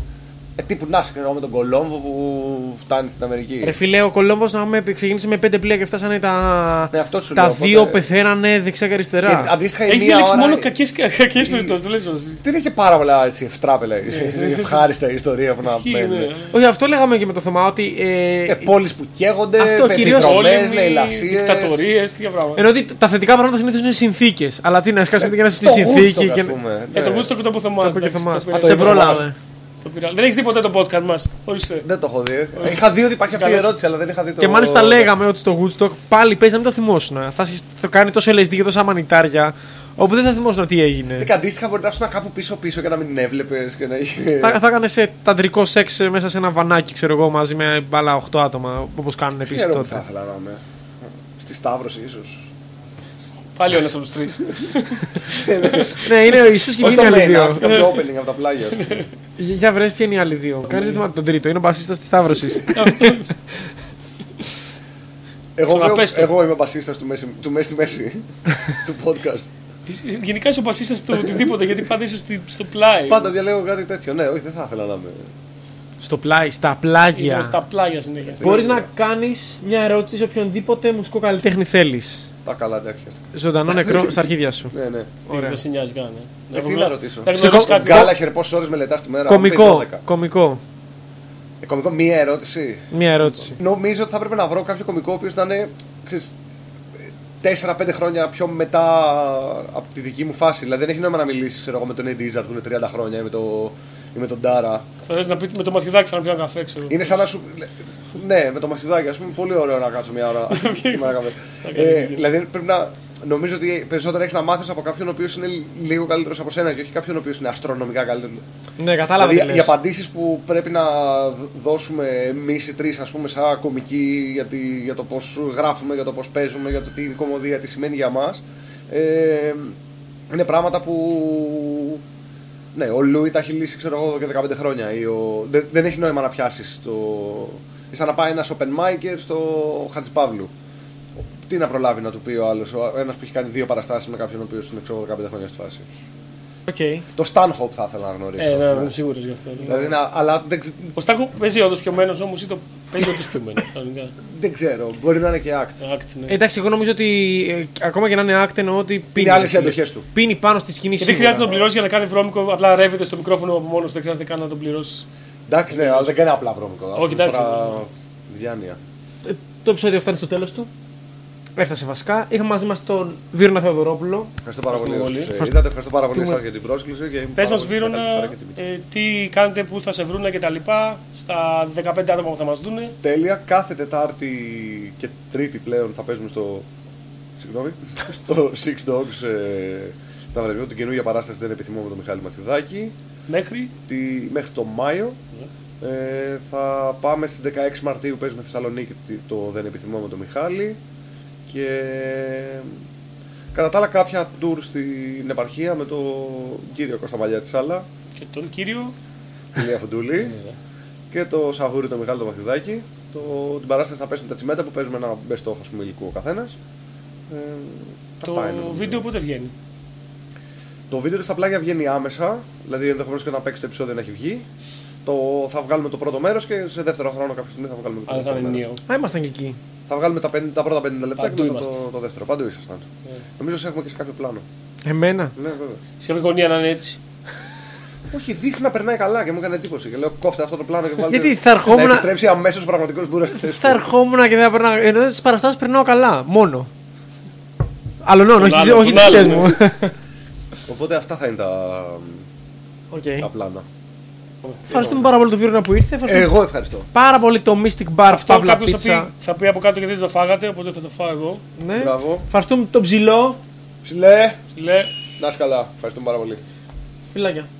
Speaker 2: Ε, τύπου να συγκρινώ με τον Κολόμβο που φτάνει στην Αμερική.
Speaker 1: Ρε φίλε, ο Κολόμπο να με ξεκίνησε με πέντε πλοία και φτάσανε τα.
Speaker 2: Ναι, αυτός σου
Speaker 1: τα
Speaker 2: λέω,
Speaker 1: δύο
Speaker 2: οπότε-
Speaker 1: πεθαίνανε δεξιά και
Speaker 2: Και
Speaker 1: αριστερά.
Speaker 2: αντίστοιχα η
Speaker 3: Έχεις
Speaker 2: μία
Speaker 3: διαλέξει
Speaker 2: ώρα...
Speaker 3: μόνο κακέ περιπτώσεις. Δεν λες,
Speaker 2: Δεν είχε πάρα πολλά έτσι, ευτράπελα, έτσι, ευχάριστα ιστορία που να
Speaker 3: Ναι. ισχύει,
Speaker 2: παίρνει.
Speaker 3: ναι.
Speaker 1: Όχι, αυτό λέγαμε και με το Θωμά, ότι. ε,
Speaker 2: Ε, πόλεις που καίγονται,
Speaker 1: Αυτό κυρίως.
Speaker 2: επιδρομές,
Speaker 3: ε, Πόλεμοι,
Speaker 2: λαϊλασίες.
Speaker 3: δικτατορίες, τέτοια πράγματα.
Speaker 1: Ενώ ότι τα θετικά πράγματα συνήθως είναι συνθήκες. Αλλά τι να σκάσουμε και να στη
Speaker 2: Ε, Στο Woodstock,
Speaker 1: συνθήκη.
Speaker 2: ας
Speaker 1: και...
Speaker 2: πούμε,
Speaker 3: Ε,
Speaker 2: ναι.
Speaker 3: το γούστο και το
Speaker 1: Το
Speaker 3: πουθεμά.
Speaker 1: ακούω και Θωμάς.
Speaker 2: πειράζει.
Speaker 1: Σε
Speaker 2: Το είδα,
Speaker 1: πρόλαβε.
Speaker 3: Δεν έχεις δει ποτέ το podcast μας. Ορίστε.
Speaker 2: Δεν το έχω
Speaker 3: Ε,
Speaker 2: δει. Ε, Είχα δει ότι υπάρχει αυτή η
Speaker 3: Καλώς.
Speaker 2: ερώτηση, αλλά δεν είχα δει το...
Speaker 1: Και μάλιστα λέγαμε ότι στο Woodstock πάλι παίζει να μην το θυμόσουν. Θα σε- το κάνει τόσο LSD και τόσα μανιτάρια, όπου δεν θα θυμόσουν τι έγινε.
Speaker 2: Ε, και αντίστοιχα μπορεί να ήσουν κάπου πίσω-πίσω και να μην έβλεπες και να είχε...
Speaker 1: Θα, θα έκανες σε ταντρικό σεξ ε, μέσα σε ένα βανάκι, ξέρω εγώ, μαζί με άλλα 8 άτομα, όπως κάνουν επίση
Speaker 2: Ξέρω που θα
Speaker 1: τότε.
Speaker 2: ήθελα να είμαι. Στη Σταύρωση ίσως.
Speaker 3: Πάλι ένα από τους τρεις.
Speaker 1: ναι, είναι ο Ιησούς και
Speaker 2: Όχι
Speaker 1: ποιοι
Speaker 2: το
Speaker 1: είναι οι άλλοι
Speaker 2: main act,
Speaker 1: δύο.
Speaker 2: κάποιο opening από τα πλάγια. ας πούμε.
Speaker 1: Για βρες, ποιοι είναι οι άλλοι δύο. Κανεί δεν θυμάται τον τρίτο, είναι ο μπασίστας της Σταύρωσης.
Speaker 2: Εγώ, εγώ,
Speaker 3: Ξαναπες το.
Speaker 2: εγώ είμαι ο μπασίστας του μέση, του μέση, μέση του podcast.
Speaker 3: Γενικά είσαι ο πασίστα του οτιδήποτε γιατί πάντα είσαι στη- στο πλάι.
Speaker 2: Πάντα διαλέγω κάτι τέτοιο. Ναι, όχι, δεν θα ήθελα να είμαι.
Speaker 1: Στο πλάι, στα
Speaker 3: Είσαι
Speaker 1: πλάγια.
Speaker 3: στα πλάγια συνέχεια.
Speaker 1: Μπορείς να κάνεις μια ερώτηση σε οποιονδήποτε μουσικό καλλιτέχνη θέλεις.
Speaker 2: Τα καλά τέτοια.
Speaker 1: Ζωντανό νεκρό στα αρχίδια σου.
Speaker 2: Ναι, ναι.
Speaker 3: Τι, Δεν σε νοιάζει καν. ε.
Speaker 2: Ε, τι
Speaker 3: βρούμε-
Speaker 2: να ρωτήσω.
Speaker 3: πρέπει
Speaker 1: Σε
Speaker 3: να βρεις
Speaker 1: κο-
Speaker 3: κάποιον.
Speaker 2: Γκάλαχερ, πόσες ώρες μελετάς τη μέρα.
Speaker 1: Κομικό. Κομικό.
Speaker 2: Ε, Κομικό, μία ερώτηση.
Speaker 1: Μία ερώτηση.
Speaker 2: Νομίζω ότι θα πρέπει να βρω κάποιο κομικό ο οποίος να είναι. Ξέρεις, 4-5 χρόνια πιο μετά από τη δική μου φάση. Δηλαδή δεν έχει νόημα να μιλήσεις ξέρω, εγώ, με τον Eddie Izzard που είναι 30 χρόνια ή με, το, ή με τον Τάρα.
Speaker 3: Θες να πει με το μαθηδάκι θα να πιω ένα καφέ, ξέρω.
Speaker 2: Είναι σαν να σου. Ναι, με το μαστιδάκι, ας πούμε, πολύ ωραίο να κάτσω μια ώρα. με ένα καφέ. ε, δηλαδή πρέπει να. Νομίζω ότι περισσότερα έχεις να μάθεις από κάποιον ο οποίος είναι λίγο καλύτερος από σένα και όχι κάποιον ο οποίος είναι αστρονομικά καλύτερος.
Speaker 1: Ναι, κατάλαβα
Speaker 2: δηλαδή,
Speaker 1: τι
Speaker 2: οι
Speaker 1: λες.
Speaker 2: απαντήσεις που πρέπει να δ- δώσουμε εμείς οι τρεις, ας πούμε, σαν κομικοί για, τη- για το πώς γράφουμε, για το πώς παίζουμε, για το τι είναι η κομμωδία, τι σημαίνει για μας. Ε, είναι πράγματα που. Ναι, ο Λούι τα έχει λύσει, ξέρω εγώ, εδώ και 15 χρόνια. Ή ο... δεν, δεν έχει νόημα να πιάσεις το. Είναι σαν να πάει ένας open micer στο Χατζηπαύλου. Τι να προλάβει να του πει ο άλλος, ένας που έχει κάνει δύο παραστάσεις με κάποιον ο οποίος είναι ξέρω, εγώ, 15 χρόνια στη φάση.
Speaker 1: Οκ.
Speaker 2: Το Stanhope θα ήθελα να γνωρίσω.
Speaker 3: Ε, ναι, είμαι σίγουρος γι' αυτό.
Speaker 2: Δηλαδή, να- αλλά δεν, ξε-
Speaker 3: Ο Στάκο παίζει όντως πιωμένο όμως ή το παίζει όντως πιωμένο. Κανονικά.
Speaker 2: δεν ξέρω. Μπορεί να είναι και act.
Speaker 3: Act, ναι.
Speaker 1: Ε, Εντάξει, εγώ νομίζω ότι ε, ακόμα και να είναι άκτεν ότι πίνει.
Speaker 2: Είναι άλλες
Speaker 1: ρε φίλε.
Speaker 2: εντοχές του.
Speaker 1: Πίνει πάνω στη σκηνή
Speaker 3: Και δεν
Speaker 1: σίγουρα.
Speaker 3: χρειάζεται να τον πληρώσει για να κάνει βρώμικο, απλά ρεύεται στο μικρόφωνο από μόνο του, δεν χρειάζεται καν να τον πληρώσεις.
Speaker 2: Εντάξει, ναι, αλλά δεν κάνει απλά βρώμικο. Αυτό
Speaker 3: εντάξει,
Speaker 2: τώρα-
Speaker 3: ναι.
Speaker 2: Διάνοια.
Speaker 1: Ε, Το επεισόδιο φτάνει στο τέλος του. Έφτασε βασικά. Είχαμε μαζί μας τον Βίρονα Θεοδωρόπουλο.
Speaker 2: Ευχαριστώ πάρα πολύ.
Speaker 3: Ευχαριστούμε
Speaker 2: όσους,
Speaker 3: πολύ.
Speaker 2: ε, Είδατε, ευχαριστώ πάρα πολύ
Speaker 1: Ευχαριστούμε.
Speaker 2: εσά για την πρόσκληση. και ήμουν
Speaker 3: Πε
Speaker 2: πάρα
Speaker 3: μα,
Speaker 2: πολύ μεγάλη χαρά
Speaker 3: Βίρονα,
Speaker 2: και τιμή.
Speaker 3: ε, τι κάνετε, πού θα σε βρούνε και τα λοιπά, στα 15 άτομα που θα μας δούνε.
Speaker 2: Τέλεια. Κάθε Τετάρτη και Τρίτη πλέον θα παίζουμε στο. Συγγνώμη. στο Six Dogs. Ε, στα βραβεία την καινούργια παράσταση δεν επιθυμώ με τον Μιχάλη Μαθιδάκη.
Speaker 3: Μέχρι.
Speaker 2: τη, μέχρι το Μάιο.
Speaker 3: Ναι.
Speaker 2: Ε, θα πάμε στις 16 Μαρτίου παίζουμε στη Θεσσαλονίκη τη- το Δεν Επιθυμώ με τον Μιχάλη και κατά τα άλλα κάποια tour στην επαρχία με τον κύριο Κώστα Μαλιά Τσάλα,
Speaker 3: Και τον κύριο.
Speaker 2: τη Λία Φουντούλη
Speaker 3: Ναι.
Speaker 2: και το Σαβούρι τον Μιχάλη τον Μαθιουδάκη το, την παράσταση θα παίζουμε τα τσιμέντα που παίζουμε ένα best of ας πούμε υλικό ο καθένας ε,
Speaker 3: Το
Speaker 2: αυτά είναι, νομίζω.
Speaker 3: βίντεο πότε βγαίνει.
Speaker 2: Το βίντεο του στα πλάγια βγαίνει άμεσα, δηλαδή ενδεχομένως και όταν παίξει το επεισόδιο να έχει βγει. Το, θα βγάλουμε το πρώτο μέρος και σε δεύτερο χρόνο κάποια στιγμή θα βγάλουμε το
Speaker 3: Αν δεν θα
Speaker 2: δεύτερο
Speaker 3: είναι
Speaker 2: μέρος.
Speaker 3: ενιαίο.
Speaker 1: Α, ήμασταν και εκεί.
Speaker 2: Θα βγάλουμε τα, 50, τα πρώτα 50 λεπτά
Speaker 3: Παντού
Speaker 2: και μετά
Speaker 3: είμαστε.
Speaker 2: το, το, δεύτερο. Παντού ήσασταν.
Speaker 1: Ε.
Speaker 2: Νομίζω σε έχουμε και σε κάποιο πλάνο.
Speaker 1: Εμένα.
Speaker 2: Ναι, βέβαια.
Speaker 3: Σε κάποια γωνία να είναι έτσι.
Speaker 2: Όχι, δείχνει να περνάει καλά και μου έκανε εντύπωση. Και λέω κόφτε αυτό το πλάνο και βάλτε.
Speaker 1: Γιατί θα ερχόμουν-
Speaker 2: Να επιστρέψει αμέσως ο πραγματικός μπούρα στη θέση.
Speaker 1: Θα
Speaker 2: του.
Speaker 1: ερχόμουν και δεν περνάω. Ενώ στις παραστάσεις περνάω καλά. Μόνο. Αλλονών,
Speaker 3: Τον
Speaker 1: όχι,
Speaker 3: άλλον,
Speaker 1: όχι
Speaker 3: τον
Speaker 1: δικέ
Speaker 3: άλλον,
Speaker 1: μου.
Speaker 2: Οπότε αυτά θα είναι τα,
Speaker 1: Οκ.
Speaker 2: τα πλάνα.
Speaker 1: Ευχαριστούμε πάρα πολύ τον Βίρονα που ήρθε. Ευχαριστούμε
Speaker 2: Εγώ ευχαριστώ.
Speaker 1: πάρα πολύ το Mystic Bar
Speaker 3: Ε, Αυτό
Speaker 1: Παύλα
Speaker 3: κάποιος θα,
Speaker 1: Πίτσα.
Speaker 3: πει- θα πει από κάτω γιατί δεν το φάγατε, οπότε θα το φάω εγώ.
Speaker 1: Ναι.
Speaker 2: Μπράβο.
Speaker 1: Ευχαριστούμε τον Ψηλό.
Speaker 2: Ψηλέ,
Speaker 3: Λέει.
Speaker 2: να είσαι καλά. Ευχαριστούμε πάρα πολύ.
Speaker 1: Φιλάκια.